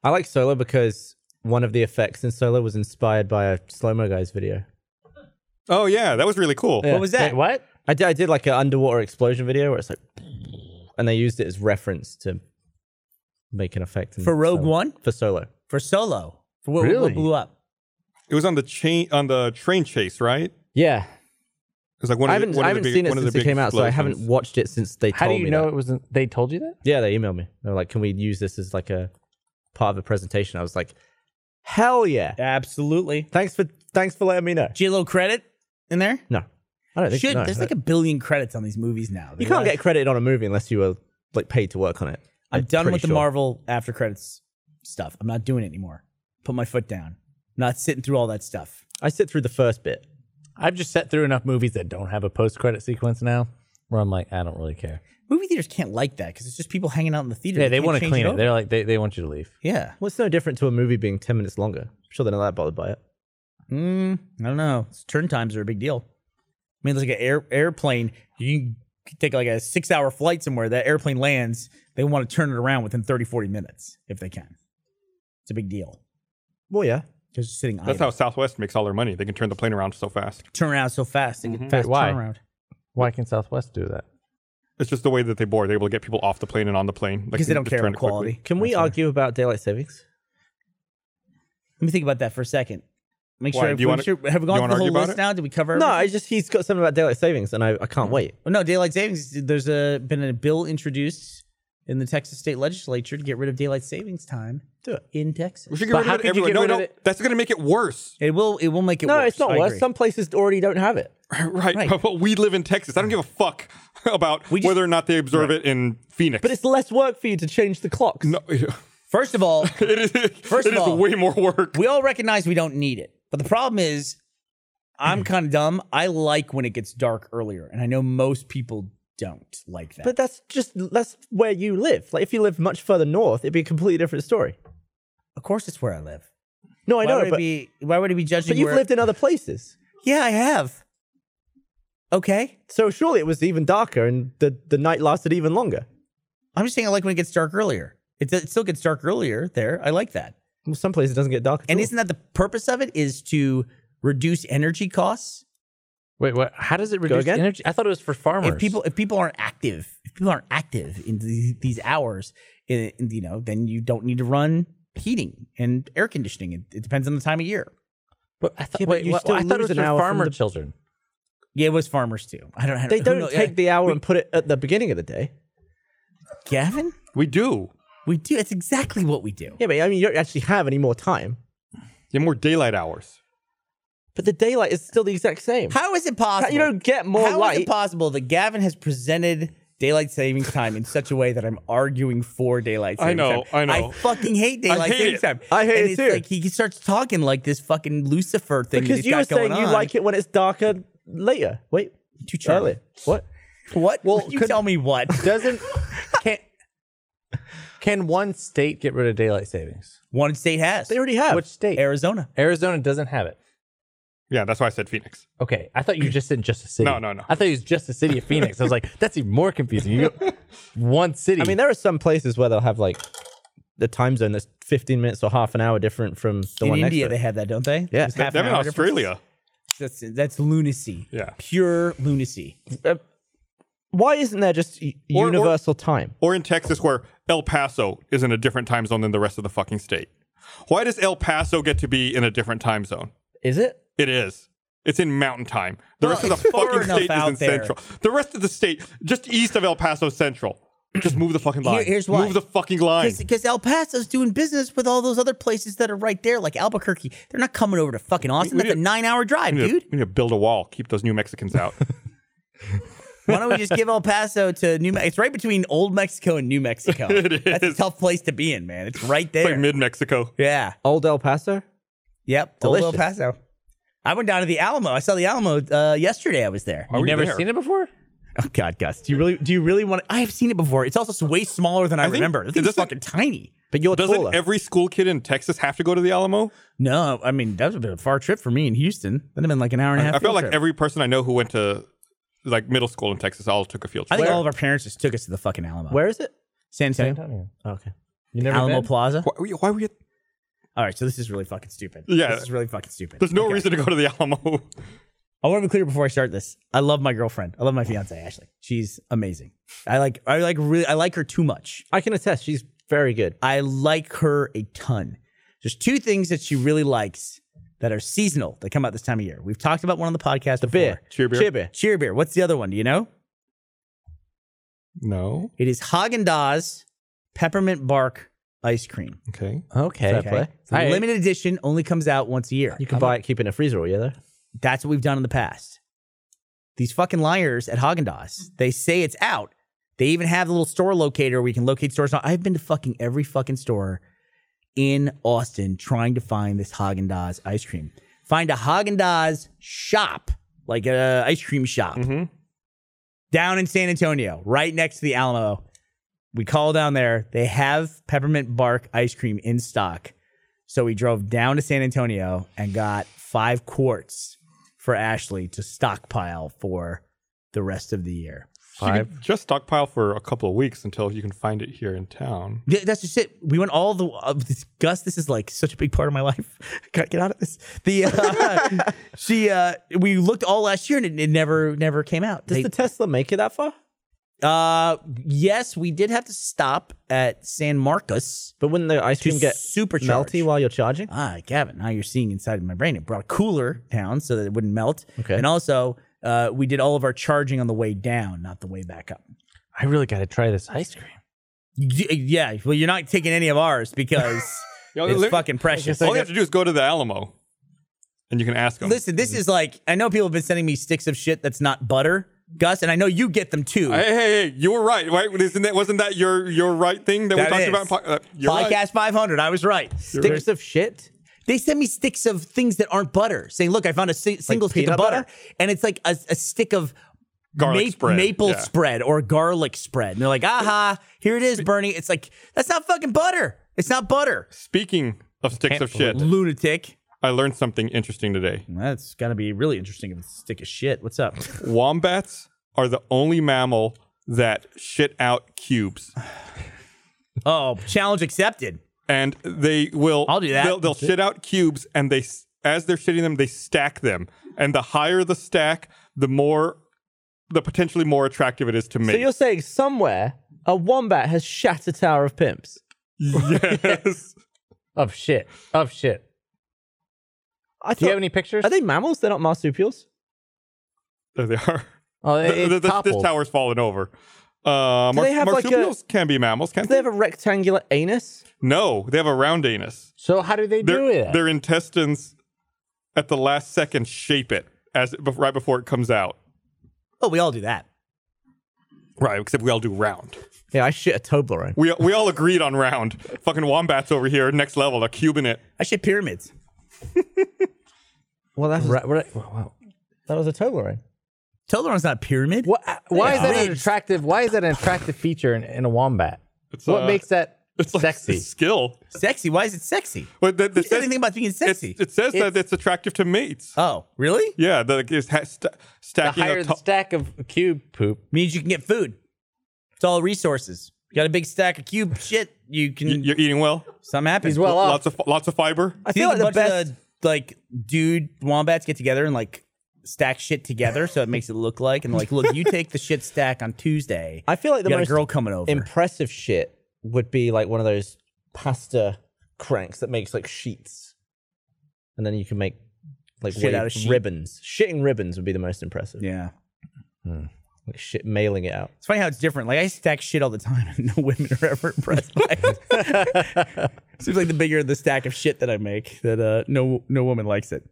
[SPEAKER 5] I like Solo because one of the effects in Solo was inspired by a slow mo guys video.
[SPEAKER 2] Oh yeah, that was really cool.
[SPEAKER 5] Yeah.
[SPEAKER 3] What was that?
[SPEAKER 4] Wait, what?
[SPEAKER 5] I did, I did like an underwater explosion video where it's like, and they used it as reference to make an effect. in
[SPEAKER 3] for Rogue
[SPEAKER 5] Solo.
[SPEAKER 3] One
[SPEAKER 5] For Solo.
[SPEAKER 3] for Solo for what,
[SPEAKER 4] Really?
[SPEAKER 3] what blew up?
[SPEAKER 2] It was on the chain on the train chase, right? It
[SPEAKER 5] Yeah.
[SPEAKER 2] was like one
[SPEAKER 5] I
[SPEAKER 2] of the,
[SPEAKER 5] haven't,
[SPEAKER 2] one
[SPEAKER 5] I
[SPEAKER 2] of the
[SPEAKER 5] haven't
[SPEAKER 2] big,
[SPEAKER 5] seen it
[SPEAKER 2] one of the
[SPEAKER 5] since
[SPEAKER 2] big
[SPEAKER 5] it came out, so I haven't
[SPEAKER 2] explosions.
[SPEAKER 5] watched it since they
[SPEAKER 4] How do
[SPEAKER 5] told
[SPEAKER 4] you
[SPEAKER 5] me
[SPEAKER 4] know
[SPEAKER 5] that.
[SPEAKER 4] it wasn't they told you that?
[SPEAKER 5] Yeah, they emailed me. They were like, can we use this as like a part of the presentation? I was like, hell yeah.
[SPEAKER 3] Absolutely.
[SPEAKER 5] Thanks for thanks for letting me know.
[SPEAKER 3] G little credit in there.
[SPEAKER 5] No. I don't think
[SPEAKER 3] Should
[SPEAKER 5] no,
[SPEAKER 3] there's
[SPEAKER 5] no.
[SPEAKER 3] like a billion credits on these movies now.
[SPEAKER 5] You can't get credit on a movie unless you were like paid to work on it.
[SPEAKER 3] I'm done
[SPEAKER 5] pretty
[SPEAKER 3] with the
[SPEAKER 5] sure.
[SPEAKER 3] Marvel after credits stuff. I'm not doing it anymore. Put my foot down. I'm not sitting through all that stuff.
[SPEAKER 5] I sit through the first bit.
[SPEAKER 4] I've just sat through enough movies that don't have a post credit sequence now where I'm like, I don't really care.
[SPEAKER 3] Movie theaters can't like that because it's just people hanging out in the theater.
[SPEAKER 4] Yeah, they
[SPEAKER 3] can't
[SPEAKER 4] want to
[SPEAKER 3] change
[SPEAKER 4] clean it.
[SPEAKER 3] over.
[SPEAKER 4] They're like they, they want you to leave.
[SPEAKER 3] yeah.
[SPEAKER 5] Well, it's no different to a movie being 10 minutes longer. I'm sure they're not that bothered by it.
[SPEAKER 3] Mm, I don't know. It's- turn times are a big deal. I mean, it's like an air, airplane. You can take like a six hour flight somewhere. That airplane lands. They want to turn it around within 30, 40 minutes if they can. It's a big deal
[SPEAKER 5] Well, yeah.
[SPEAKER 3] because you're sitting
[SPEAKER 2] That's
[SPEAKER 3] idle.
[SPEAKER 2] how Southwest makes all their money. They can turn the plane around so fast.
[SPEAKER 3] turn around so fast. They get fast
[SPEAKER 4] Mm-hmm. why?
[SPEAKER 3] turnaround.
[SPEAKER 4] Why can Southwest do that?
[SPEAKER 2] It's just the way that they board. They're able to get people off the plane and on the plane. Like
[SPEAKER 3] Because they don't
[SPEAKER 2] just
[SPEAKER 3] care
[SPEAKER 2] turn
[SPEAKER 3] about
[SPEAKER 2] it quickly.
[SPEAKER 3] quality.
[SPEAKER 5] Can we argue about daylight savings?
[SPEAKER 3] Let me think about that for a second. Make
[SPEAKER 2] Why,
[SPEAKER 3] sure,
[SPEAKER 2] do you
[SPEAKER 3] we-
[SPEAKER 2] wanna-
[SPEAKER 3] sure- have
[SPEAKER 2] you
[SPEAKER 3] we gone through
[SPEAKER 2] wanna
[SPEAKER 3] the whole
[SPEAKER 2] argue about
[SPEAKER 3] list
[SPEAKER 2] it?
[SPEAKER 3] now? Did we cover?
[SPEAKER 5] No,
[SPEAKER 3] everything?
[SPEAKER 5] I just he's Hmm. got something about daylight savings, and I, I can't wait.
[SPEAKER 3] Well, no. Daylight savings. There's a been a bill introduced in the Texas state legislature to get rid of daylight savings time in Texas.
[SPEAKER 2] We should get
[SPEAKER 5] But
[SPEAKER 2] rid
[SPEAKER 5] how
[SPEAKER 2] of it
[SPEAKER 5] could you
[SPEAKER 2] everywhere.
[SPEAKER 5] get
[SPEAKER 2] No,
[SPEAKER 5] rid of
[SPEAKER 2] no,
[SPEAKER 5] it?
[SPEAKER 2] that's going to make it worse.
[SPEAKER 3] It will. It will make it.
[SPEAKER 5] No,
[SPEAKER 3] worse.
[SPEAKER 5] it's not
[SPEAKER 3] I
[SPEAKER 5] worse.
[SPEAKER 3] agree.
[SPEAKER 5] Some places already don't have it.
[SPEAKER 2] right.
[SPEAKER 3] Right.
[SPEAKER 2] But we live in Texas. I don't give a fuck about
[SPEAKER 3] just-
[SPEAKER 2] whether or not they observe it in Phoenix.
[SPEAKER 5] But it's less work for you to change the clocks.
[SPEAKER 2] no, it
[SPEAKER 3] First of all,
[SPEAKER 2] is,
[SPEAKER 3] First
[SPEAKER 2] it
[SPEAKER 3] of
[SPEAKER 2] is
[SPEAKER 3] all,
[SPEAKER 2] way more work.
[SPEAKER 3] we all recognize we don't need it, but the problem is, I'm kind of dumb. I like when it gets dark earlier, and I know most people don't like that.
[SPEAKER 5] But that's just that's where you live. Like if you live much further north, it'd be a completely different story.
[SPEAKER 3] of course, it's where I live.
[SPEAKER 5] No, I
[SPEAKER 3] why would
[SPEAKER 5] know,
[SPEAKER 3] it
[SPEAKER 5] but,
[SPEAKER 3] be? Why would it be judging?
[SPEAKER 5] but you've
[SPEAKER 3] where-
[SPEAKER 5] lived in other places.
[SPEAKER 3] Yeah, I have. Okay,
[SPEAKER 5] So surely it was even darker and the, the night lasted even longer.
[SPEAKER 3] I'm just saying I like when it gets dark earlier. It, it still gets dark earlier there. I like that.
[SPEAKER 5] Well, some places it doesn't get dark at
[SPEAKER 3] And
[SPEAKER 5] all.
[SPEAKER 3] isn't that the purpose of it? Is to reduce energy costs.
[SPEAKER 4] Wait, what? How does it reduce
[SPEAKER 5] again?
[SPEAKER 4] energy? I thought it was for farmers.
[SPEAKER 3] If people if people aren't active, if people aren't active in the, these hours, in, in, you know, then you don't need to run heating and air conditioning. It, it depends on the time of year.
[SPEAKER 4] but I thought,
[SPEAKER 5] Yeah, but
[SPEAKER 4] wait,
[SPEAKER 5] you
[SPEAKER 4] what-
[SPEAKER 5] still
[SPEAKER 4] I thought it
[SPEAKER 5] lose
[SPEAKER 4] was
[SPEAKER 5] an
[SPEAKER 4] for
[SPEAKER 5] hour from
[SPEAKER 4] farmer
[SPEAKER 5] the-
[SPEAKER 4] children.
[SPEAKER 3] Yeah, it was farmers too. I don't. I
[SPEAKER 5] they
[SPEAKER 3] who
[SPEAKER 5] don't
[SPEAKER 3] knows?
[SPEAKER 5] take the hour and put it at the beginning of the day.
[SPEAKER 3] Gavin.
[SPEAKER 2] We do.
[SPEAKER 3] We do. That's exactly what we do.
[SPEAKER 5] Yeah, but I mean, you don't actually have any more time.
[SPEAKER 2] You have more daylight hours.
[SPEAKER 5] But the daylight is still the exact same.
[SPEAKER 3] How is it possible?
[SPEAKER 5] you don't get more
[SPEAKER 3] How is
[SPEAKER 5] light.
[SPEAKER 3] it possible that Gavin has presented daylight savings time in such a way that I'm arguing for daylight
[SPEAKER 2] I
[SPEAKER 3] savings
[SPEAKER 2] know,
[SPEAKER 3] time?
[SPEAKER 2] I know.
[SPEAKER 3] I fucking hate daylight
[SPEAKER 2] hate
[SPEAKER 3] savings
[SPEAKER 2] it.
[SPEAKER 3] time.
[SPEAKER 5] I hate
[SPEAKER 3] and
[SPEAKER 5] it
[SPEAKER 3] it's
[SPEAKER 5] too.
[SPEAKER 3] Like he starts talking like this fucking Lucifer thing. that
[SPEAKER 5] because
[SPEAKER 3] he's
[SPEAKER 5] you were
[SPEAKER 3] got going
[SPEAKER 5] saying you
[SPEAKER 3] on.
[SPEAKER 5] like it when it's darker later. Wait,
[SPEAKER 3] Too charming.
[SPEAKER 5] earlier. What?
[SPEAKER 3] What? Well,
[SPEAKER 4] Well,
[SPEAKER 3] you
[SPEAKER 4] could-
[SPEAKER 3] tell me what.
[SPEAKER 4] Doesn't can can one state get rid of daylight savings?
[SPEAKER 3] One state has
[SPEAKER 5] They already have.
[SPEAKER 4] Which state?
[SPEAKER 3] Arizona.
[SPEAKER 4] Arizona doesn't have it.
[SPEAKER 2] Yeah, that's why I said Phoenix.
[SPEAKER 4] Okay, I thought you just said just a city.
[SPEAKER 2] No, no, no.
[SPEAKER 4] I thought it was just the city of Phoenix. I was like, that's even more confusing. You go one city.
[SPEAKER 5] I mean, there are some places where they'll have like the time zone that's 15 minutes or half an hour different from the
[SPEAKER 3] In
[SPEAKER 5] one
[SPEAKER 3] India,
[SPEAKER 5] next to
[SPEAKER 3] they
[SPEAKER 5] it.
[SPEAKER 3] have that, don't they?
[SPEAKER 5] Yeah.
[SPEAKER 3] Just
[SPEAKER 5] They-
[SPEAKER 2] They're
[SPEAKER 3] half an
[SPEAKER 2] in
[SPEAKER 3] hour difference.
[SPEAKER 2] Australia.
[SPEAKER 3] That's that's lunacy.
[SPEAKER 2] Yeah.
[SPEAKER 3] Pure lunacy.
[SPEAKER 5] Uh, Why isn't there just u-
[SPEAKER 2] Or- or-
[SPEAKER 5] universal time?
[SPEAKER 2] Or in Texas, where El Paso is in a different time zone than the rest of the fucking state. Why does El Paso get to be in a different time zone?
[SPEAKER 5] Is it?
[SPEAKER 2] It is. It's in mountain time. The rest of the
[SPEAKER 3] it's far
[SPEAKER 2] fucking
[SPEAKER 3] enough
[SPEAKER 2] state is
[SPEAKER 3] out
[SPEAKER 2] in
[SPEAKER 3] there.
[SPEAKER 2] central. The rest of the state, just east of El Paso Central. Just move the fucking line.
[SPEAKER 3] here's why.
[SPEAKER 2] Move the fucking line.
[SPEAKER 3] Because El Paso's doing business with all those other places that are right there, like Albuquerque. They're not coming over to fucking Austin.
[SPEAKER 2] we
[SPEAKER 3] That's a
[SPEAKER 2] need-
[SPEAKER 3] nine-hour drive,
[SPEAKER 2] We need, to,
[SPEAKER 3] dude.
[SPEAKER 2] we need to build a wall. Keep those new Mexicans out.
[SPEAKER 3] Why don't we just give El Paso to New? Me- It's right between Old Mexico and New Mexico.
[SPEAKER 2] It
[SPEAKER 3] That's a
[SPEAKER 2] is.
[SPEAKER 3] tough place to be in, man. It's right there.
[SPEAKER 2] like mid Mexico.
[SPEAKER 3] yeah.
[SPEAKER 5] Old El Paso?
[SPEAKER 3] Yep. Old El
[SPEAKER 5] Delicious.
[SPEAKER 3] Paso. I went down to the Alamo. I saw the Alamo uh, yesterday. I was there.
[SPEAKER 4] you never seen it before.
[SPEAKER 3] Oh God, Gus, do you really do you really want? I have seen it before. It's also way smaller than I,
[SPEAKER 2] think-
[SPEAKER 3] remember. The
[SPEAKER 2] it
[SPEAKER 3] thing's
[SPEAKER 2] doesn't-
[SPEAKER 3] fucking tiny.
[SPEAKER 5] But you're
[SPEAKER 2] Doesn't
[SPEAKER 5] taller.
[SPEAKER 2] every school kid in Texas have to go to the Alamo?
[SPEAKER 3] No, I mean that was a bit of a far trip for me in Houston. That'd have been like an hour and a half.
[SPEAKER 2] I feel
[SPEAKER 3] field
[SPEAKER 2] like
[SPEAKER 3] trip.
[SPEAKER 2] every person I know who went to like middle school in Texas all took a field
[SPEAKER 3] I
[SPEAKER 2] trip.
[SPEAKER 3] think all of our parents just took us to the fucking Alamo.
[SPEAKER 5] Where is it?
[SPEAKER 3] San
[SPEAKER 4] San
[SPEAKER 3] Antonio.
[SPEAKER 4] Antonio.
[SPEAKER 5] okay.
[SPEAKER 4] You never
[SPEAKER 3] Alamo
[SPEAKER 4] been?
[SPEAKER 3] Plaza.
[SPEAKER 2] why, why were you?
[SPEAKER 3] All right, so this is really fucking stupid.
[SPEAKER 2] Yeah.
[SPEAKER 3] this is really fucking stupid.
[SPEAKER 2] There's no
[SPEAKER 3] Okay.
[SPEAKER 2] reason to go to the Alamo.
[SPEAKER 3] I want to be clear before I start this. I love my girlfriend. I love my fiance Ashley. She's amazing. I like. I like really. I like her too much.
[SPEAKER 5] I can attest. She's very good.
[SPEAKER 3] I like her a ton. There's two things that she really likes that are seasonal that come out this time of year. We've talked about one on the podcast. The
[SPEAKER 5] Beer.
[SPEAKER 2] Cheer beer?
[SPEAKER 5] Cheer beer.
[SPEAKER 3] Cheer beer. What's the other one? Do you know?
[SPEAKER 2] No.
[SPEAKER 3] It is Haagen Dazs peppermint bark ice cream.
[SPEAKER 2] Okay.
[SPEAKER 5] Okay.
[SPEAKER 3] Okay? It's a
[SPEAKER 4] All right.
[SPEAKER 3] limited edition. Only comes out once a year.
[SPEAKER 5] You can buy it, keep it in a freezer all year, though.
[SPEAKER 3] That's what we've done in the past. These fucking liars at Haagen Dazs. They say it's out. They even have a little store locator where you can locate stores. I've been to fucking every fucking store in Austin trying to find this Haagen Dazs ice cream. Find a Haagen Dazs shop, like a ice cream shop
[SPEAKER 2] Mhm.
[SPEAKER 3] down in San Antonio, right next to the Alamo. We call down there. They have peppermint bark ice cream in stock. So we drove down to San Antonio and got five quarts for Ashley to stockpile for the rest of the year.
[SPEAKER 2] You can just stockpile for a couple of weeks until you can find it here in town.
[SPEAKER 3] Th- That's just it. We went all the uh, this, Gus. This is like such a big part of my life. I gotta get out of this. The uh, she uh, we looked all last year and it, it never never came out.
[SPEAKER 5] Does
[SPEAKER 3] They-
[SPEAKER 5] the Tesla make it that far?
[SPEAKER 3] uh, yes, we did have to stop at San Marcos.
[SPEAKER 5] But wouldn't the ice
[SPEAKER 3] to
[SPEAKER 5] cream get
[SPEAKER 3] supercharged.
[SPEAKER 5] melty while you're charging?
[SPEAKER 3] Ah, Gavin, now you're seeing inside of my brain. It brought a cooler down so that it wouldn't melt.
[SPEAKER 5] Okay.
[SPEAKER 3] And also, uh, we did all of our charging on the way down, not the way back up.
[SPEAKER 4] I really got to try this ice cream.
[SPEAKER 3] Y- Yeah, well, you're not taking any of ours because
[SPEAKER 2] Yo,
[SPEAKER 3] it's
[SPEAKER 2] li-
[SPEAKER 3] fucking precious.
[SPEAKER 2] All you have to do is go to the Alamo, and you can ask them.
[SPEAKER 3] Listen, this is like I know people have been sending me sticks of shit that's not butter, Gus, and I know you get them too.
[SPEAKER 2] Hey, hey, hey! You were right, right? Isn't that wasn't that your your right thing that,
[SPEAKER 3] That
[SPEAKER 2] we talked
[SPEAKER 3] is.
[SPEAKER 2] about? in po- uh, you're
[SPEAKER 3] Podcast
[SPEAKER 2] right.
[SPEAKER 3] 500, I was right.
[SPEAKER 5] Sticks of shit.
[SPEAKER 3] They send me sticks of things that aren't butter, saying, "Look, I found a si- single stick of
[SPEAKER 5] peanut
[SPEAKER 3] butter,
[SPEAKER 5] butter?
[SPEAKER 3] and it's like a, a stick of."
[SPEAKER 2] Garlic spread,
[SPEAKER 3] Maple
[SPEAKER 2] yeah.
[SPEAKER 3] spread or garlic spread. And they're like, aha, here it is, Bernie. It's like, that's not fucking butter. It's not butter.
[SPEAKER 2] Speaking of sticks of shit,
[SPEAKER 3] Lunatic.
[SPEAKER 2] I learned something interesting today.
[SPEAKER 3] That's gonna be really interesting if it's a stick of shit. What's up?
[SPEAKER 2] Wombats are the only mammal that shit out cubes,
[SPEAKER 3] oh, challenge accepted.
[SPEAKER 2] and they will.
[SPEAKER 3] I'll do that.
[SPEAKER 2] They'll, they'll shit out cubes, and they s- as they're shitting them, they stack them, and the higher the stack, the more, the potentially more attractive it is to
[SPEAKER 5] So
[SPEAKER 2] mate.
[SPEAKER 5] you're saying somewhere a wombat has shat a tower of pimps?
[SPEAKER 2] yes.
[SPEAKER 4] Of shit. Of shit.
[SPEAKER 5] I
[SPEAKER 4] Do you
[SPEAKER 5] thought-
[SPEAKER 4] have any pictures?
[SPEAKER 5] Are they mammals? They're not marsupials.
[SPEAKER 2] there they are.
[SPEAKER 4] oh, it,
[SPEAKER 2] Th-
[SPEAKER 4] it
[SPEAKER 2] th- this, this
[SPEAKER 4] toppled.
[SPEAKER 2] tower's fallen over. Uh, mars-
[SPEAKER 5] Do they have, like, a-
[SPEAKER 2] marsupials can be mammals, can't
[SPEAKER 5] Do they
[SPEAKER 2] they?
[SPEAKER 5] have a rectangular anus?
[SPEAKER 2] No, they have a round anus.
[SPEAKER 4] So how do they
[SPEAKER 5] Oh,
[SPEAKER 4] do
[SPEAKER 2] Their,
[SPEAKER 4] it?
[SPEAKER 2] their intestines, at the last second, shape it as it, bef- right before it comes out.
[SPEAKER 3] Oh, we all do that.
[SPEAKER 2] Right, except we all do round.
[SPEAKER 5] Yeah, I shit a Toblerone.
[SPEAKER 2] We we all agreed on round. Fucking wombats over here, next level, they're cubing it.
[SPEAKER 3] I shit pyramids.
[SPEAKER 5] Well, that was,
[SPEAKER 4] Right, right, wow, wow.
[SPEAKER 5] that was a Toblerone.
[SPEAKER 3] Toblerone's not a pyramid.
[SPEAKER 4] Why, why is that an
[SPEAKER 3] Ridge.
[SPEAKER 4] attractive? Why is that an attractive feature in, in a wombat?
[SPEAKER 2] It's,
[SPEAKER 4] what
[SPEAKER 2] uh,
[SPEAKER 4] makes that
[SPEAKER 2] It's like
[SPEAKER 4] sexy?
[SPEAKER 2] it's skill.
[SPEAKER 3] Sexy? Why is it sexy?
[SPEAKER 2] But th-
[SPEAKER 3] Who
[SPEAKER 2] th-
[SPEAKER 3] said anything about being
[SPEAKER 2] it's-
[SPEAKER 3] sexy?
[SPEAKER 2] It says that it's attractive to mates.
[SPEAKER 3] oh, really?
[SPEAKER 2] yeah, that it's ha- st-
[SPEAKER 4] the
[SPEAKER 2] stacking.
[SPEAKER 4] higher
[SPEAKER 2] a
[SPEAKER 4] the
[SPEAKER 2] to-
[SPEAKER 4] stack of cube poop,
[SPEAKER 3] Means you can get food. It's all resources. You got a big stack of cube shit. You can.
[SPEAKER 2] y- you're eating well.
[SPEAKER 3] something happens.
[SPEAKER 4] he's well off.
[SPEAKER 2] Lots of fi- lots of fiber.
[SPEAKER 5] I
[SPEAKER 3] Do you
[SPEAKER 5] feel like
[SPEAKER 3] think
[SPEAKER 5] the
[SPEAKER 3] a bunch
[SPEAKER 5] best.
[SPEAKER 3] of the, like dude wombats get together and like stack shit together so it makes it look like and like look you take the shit stack on Tuesday.
[SPEAKER 5] I feel like the
[SPEAKER 3] you got
[SPEAKER 5] most
[SPEAKER 3] a girl coming over.
[SPEAKER 5] impressive shit would be like one of those pasta cranks that makes like sheets, and then you can make like
[SPEAKER 3] Shit
[SPEAKER 5] wave-
[SPEAKER 3] out of sheet.
[SPEAKER 5] ribbons. Shitting ribbons would be the most impressive.
[SPEAKER 3] yeah.
[SPEAKER 5] Like shit, mailing it out.
[SPEAKER 3] It's funny how it's different. Like I stack shit all the time, and no women are ever impressed. By it. Seems like the bigger the stack of shit that I make, that uh, no no woman likes it.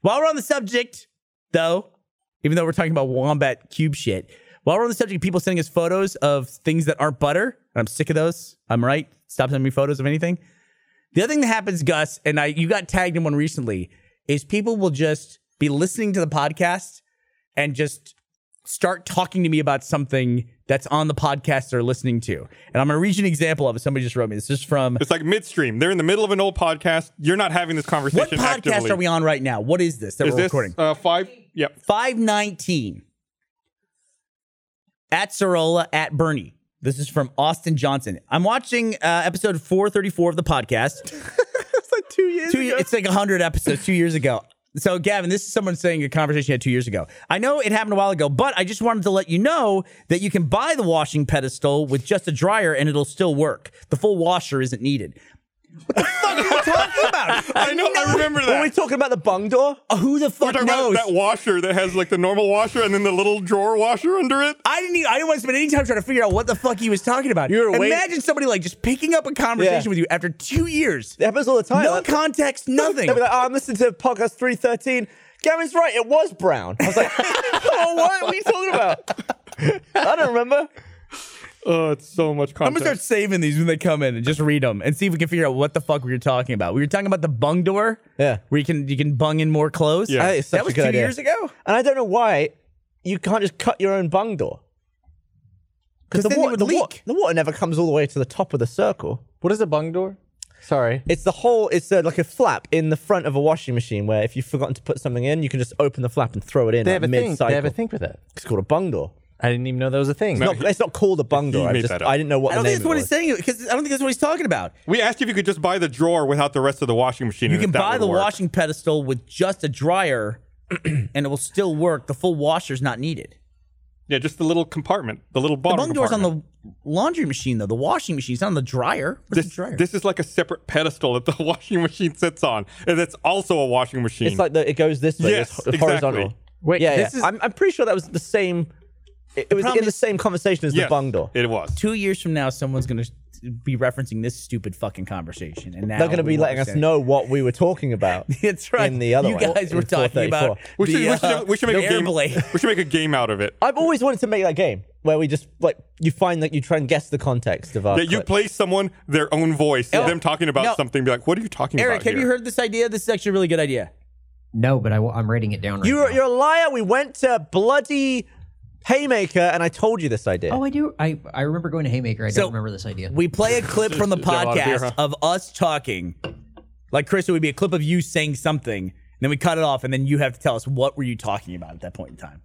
[SPEAKER 3] While we're on the subject, though, even though we're talking about wombat cube shit, while we're on the subject, of people sending us photos of things that aren't butter, and I'm sick of those. I'm right. Stop sending me photos of anything. The other thing that happens, Gus, and I, you got tagged in one recently, is people will just be listening to the podcast and just start talking to me about something that's on the podcast they're listening to. And I'm going to read you an example of it. Somebody just wrote me. This is from
[SPEAKER 2] It's like midstream. They're in the middle of an old podcast. You're not having this conversation.
[SPEAKER 3] what podcast
[SPEAKER 2] actively.
[SPEAKER 3] are we on right now? What is this that
[SPEAKER 2] Is
[SPEAKER 3] we're
[SPEAKER 2] this
[SPEAKER 3] recording?
[SPEAKER 2] uh, five? Yep.
[SPEAKER 3] 519 at Sorola at Bernie. This is from Austin Johnson. I'm watching uh, episode 434 of the podcast.
[SPEAKER 5] It's like two years.
[SPEAKER 3] two, it's like 100 episodes two years ago so gavin this is someone saying a conversation you had two years ago i know it happened a while ago but i just wanted to let you know that you can buy the washing pedestal with just a dryer and it'll still work the full washer isn't needed what the fuck are you talking about
[SPEAKER 2] I know. I remember
[SPEAKER 5] Were
[SPEAKER 2] that.
[SPEAKER 5] we talking about the bung door?
[SPEAKER 3] who the
[SPEAKER 2] We're
[SPEAKER 3] fuck
[SPEAKER 2] talking
[SPEAKER 3] knows
[SPEAKER 2] about that washer that has like the normal washer and then the little drawer washer under it.
[SPEAKER 3] I didn't. Even, I didn't want to spend any time trying to figure out what the fuck he was talking about.
[SPEAKER 4] You were waiting-
[SPEAKER 3] Imagine somebody like just picking up a conversation
[SPEAKER 5] Yeah.
[SPEAKER 3] with you after two years,
[SPEAKER 5] It happens all the time.
[SPEAKER 3] no
[SPEAKER 5] Like-
[SPEAKER 3] context, nothing.
[SPEAKER 5] They'll be like, oh, I'm listening to podcast 313. Gavin's right, it was brown. I was like, oh, what? What are you talking about? I don't remember.
[SPEAKER 2] Oh, it's so much
[SPEAKER 3] I'm gonna start
[SPEAKER 2] content.
[SPEAKER 3] saving these when they come in and just read them and see if we can figure out what the fuck we were talking about. We were talking about the bung door.
[SPEAKER 5] Yeah.
[SPEAKER 3] Where you can you can bung in more clothes.
[SPEAKER 2] Yeah. I think
[SPEAKER 5] it's such
[SPEAKER 3] that
[SPEAKER 5] a
[SPEAKER 3] was
[SPEAKER 5] good
[SPEAKER 3] two
[SPEAKER 5] idea.
[SPEAKER 3] years ago.
[SPEAKER 5] And I don't know why you can't just cut your own bung door.
[SPEAKER 3] 'Cause then it would
[SPEAKER 5] the,
[SPEAKER 3] leak.
[SPEAKER 5] water, the water never comes all the way to the top of the circle.
[SPEAKER 4] what is a bung door? Sorry,
[SPEAKER 5] It's the whole, it's uh, like a flap in the front of a washing machine where if you've forgotten to put something in, you can just open the flap and throw it in
[SPEAKER 4] they
[SPEAKER 5] like,
[SPEAKER 4] have a thing.
[SPEAKER 5] mid-cycle.
[SPEAKER 4] They have a thing for that.
[SPEAKER 5] It's called a bung door.
[SPEAKER 4] I didn't even know that was a thing.
[SPEAKER 5] It's not, it's not called a bung door. I,
[SPEAKER 2] made
[SPEAKER 5] just,
[SPEAKER 2] that up.
[SPEAKER 5] I didn't know
[SPEAKER 3] I
[SPEAKER 5] what the
[SPEAKER 3] don't
[SPEAKER 5] name
[SPEAKER 3] think that's
[SPEAKER 5] it
[SPEAKER 3] what
[SPEAKER 5] was.
[SPEAKER 3] he's saying because I don't think that's what he's talking about.
[SPEAKER 2] We asked if you could just buy the drawer without the rest of the washing machine.
[SPEAKER 3] You can buy the washing pedestal with just a dryer, and it will still work. The full washer's not needed.
[SPEAKER 2] Yeah, just the little compartment, the little bottom.
[SPEAKER 3] The bung door's on
[SPEAKER 2] compartment.
[SPEAKER 3] the laundry machine though. The washing machine. It's not on the dryer. Where's the
[SPEAKER 2] This,
[SPEAKER 3] dryer?
[SPEAKER 2] this is like a separate pedestal that the washing machine sits on, and that's also a washing machine.
[SPEAKER 5] It's like the, it goes this way.
[SPEAKER 2] Yes,
[SPEAKER 5] it's ho- horizontal.
[SPEAKER 2] exactly.
[SPEAKER 4] Wait,
[SPEAKER 5] yeah,
[SPEAKER 4] this
[SPEAKER 5] yeah.
[SPEAKER 4] is-
[SPEAKER 5] I'm, I'm pretty sure that was the same It, it was
[SPEAKER 3] problem
[SPEAKER 5] in the same conversation as
[SPEAKER 2] Yes,
[SPEAKER 5] the bungdor.
[SPEAKER 2] It was.
[SPEAKER 3] Two years from now, someone's going to be referencing this stupid fucking conversation, and now
[SPEAKER 5] They're going to
[SPEAKER 3] we
[SPEAKER 5] be
[SPEAKER 3] won't
[SPEAKER 5] letting us
[SPEAKER 3] understand.
[SPEAKER 5] know what we were talking about.
[SPEAKER 3] That's right.
[SPEAKER 5] In the other
[SPEAKER 3] you
[SPEAKER 5] one,
[SPEAKER 3] guys
[SPEAKER 5] in
[SPEAKER 3] were talking about
[SPEAKER 5] 434.
[SPEAKER 2] We should,
[SPEAKER 3] the,
[SPEAKER 2] we, should,
[SPEAKER 3] uh,
[SPEAKER 2] we should make
[SPEAKER 3] the
[SPEAKER 2] a
[SPEAKER 3] air
[SPEAKER 2] game.
[SPEAKER 3] blade.
[SPEAKER 2] we should make a game out of it.
[SPEAKER 5] I've always wanted to make that game where we just like you find that you try and guess the context of our.
[SPEAKER 2] That you
[SPEAKER 5] clip.
[SPEAKER 2] play someone their own voice,
[SPEAKER 3] Oh.
[SPEAKER 2] them talking about
[SPEAKER 3] No.
[SPEAKER 2] something, be like, "What are you talking
[SPEAKER 3] Eric,
[SPEAKER 2] about?"
[SPEAKER 3] have you
[SPEAKER 2] here?"
[SPEAKER 3] heard this idea? This is actually a really good idea.
[SPEAKER 6] No, but I, am writing it down right
[SPEAKER 5] You're
[SPEAKER 6] now.
[SPEAKER 5] you're a liar. We went to bloody Haymaker, and I told you this idea.
[SPEAKER 6] oh, I do. I, I remember going to Haymaker. I
[SPEAKER 3] So,
[SPEAKER 6] don't remember this idea.
[SPEAKER 3] We play a clip from the
[SPEAKER 2] Just have a lot of
[SPEAKER 3] podcast
[SPEAKER 2] beer,
[SPEAKER 3] of,
[SPEAKER 2] huh?
[SPEAKER 3] us talking. Like Chris, it would be a clip of you saying something, and then we cut it off, and then you have to tell us what were you talking about at that point in time,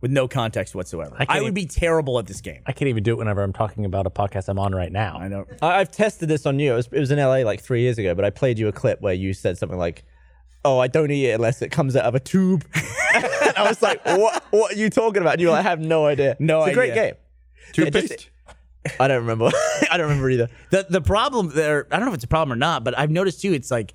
[SPEAKER 3] with no context whatsoever. I,
[SPEAKER 4] can't
[SPEAKER 3] would
[SPEAKER 4] even-
[SPEAKER 3] be terrible at this game.
[SPEAKER 4] I can't even do it whenever I'm talking about a podcast I'm on right now.
[SPEAKER 3] I know.
[SPEAKER 5] I, I've tested this on you. It was, it was in LA like three years ago, but I played you a clip where you said something like, "Oh, I don't eat it unless it comes out of a tube." and I was like, "What? What are you talking about?" And you were like, "I have no idea."
[SPEAKER 3] No
[SPEAKER 5] it's a great
[SPEAKER 3] idea.
[SPEAKER 5] game.
[SPEAKER 2] Toothpaste.
[SPEAKER 5] I don't remember. I don't remember either.
[SPEAKER 3] The the problem there, I don't know if it's a problem or not, but I've noticed too. It's like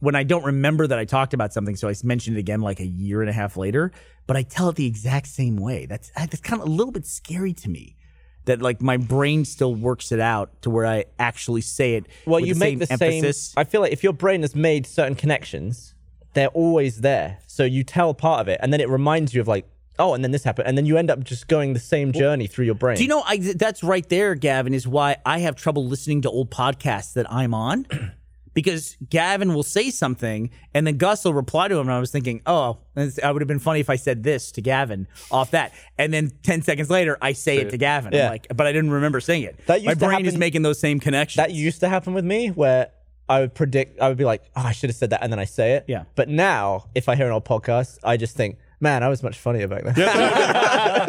[SPEAKER 3] when I don't remember that I talked about something, so I mentioned it again like a year and a half later, but I tell it the exact same way. That's that's kind of a little bit scary to me. That like my brain still works it out to where I actually say it.
[SPEAKER 5] Well,
[SPEAKER 3] with
[SPEAKER 5] you
[SPEAKER 3] the
[SPEAKER 5] make
[SPEAKER 3] same
[SPEAKER 5] the
[SPEAKER 3] emphasis.
[SPEAKER 5] same. I feel like if your brain has made certain connections, they're always there. So you tell part of it, and then it reminds you of like, oh, and then this happened, and then you end up just going the same journey through your brain.
[SPEAKER 3] Do you know I, that's right there, Gavin, is why I have trouble listening to old podcasts that I'm on because Gavin will say something and then Gus will reply to him. And I was thinking, oh, that's- I would have been funny if I said this to Gavin off that. And then 10 seconds later, I say it to Gavin. I'm
[SPEAKER 5] Yeah.
[SPEAKER 3] like, but I didn't remember saying it.
[SPEAKER 5] That used
[SPEAKER 3] My
[SPEAKER 5] to
[SPEAKER 3] brain is
[SPEAKER 5] happen-
[SPEAKER 3] making those same connections.
[SPEAKER 5] that used to happen with me where I would predict, I would be like, oh, I should have said that, and then I say it.
[SPEAKER 3] Yeah.
[SPEAKER 5] But now, if I hear an old podcast, I just think, man, I was much funnier back then.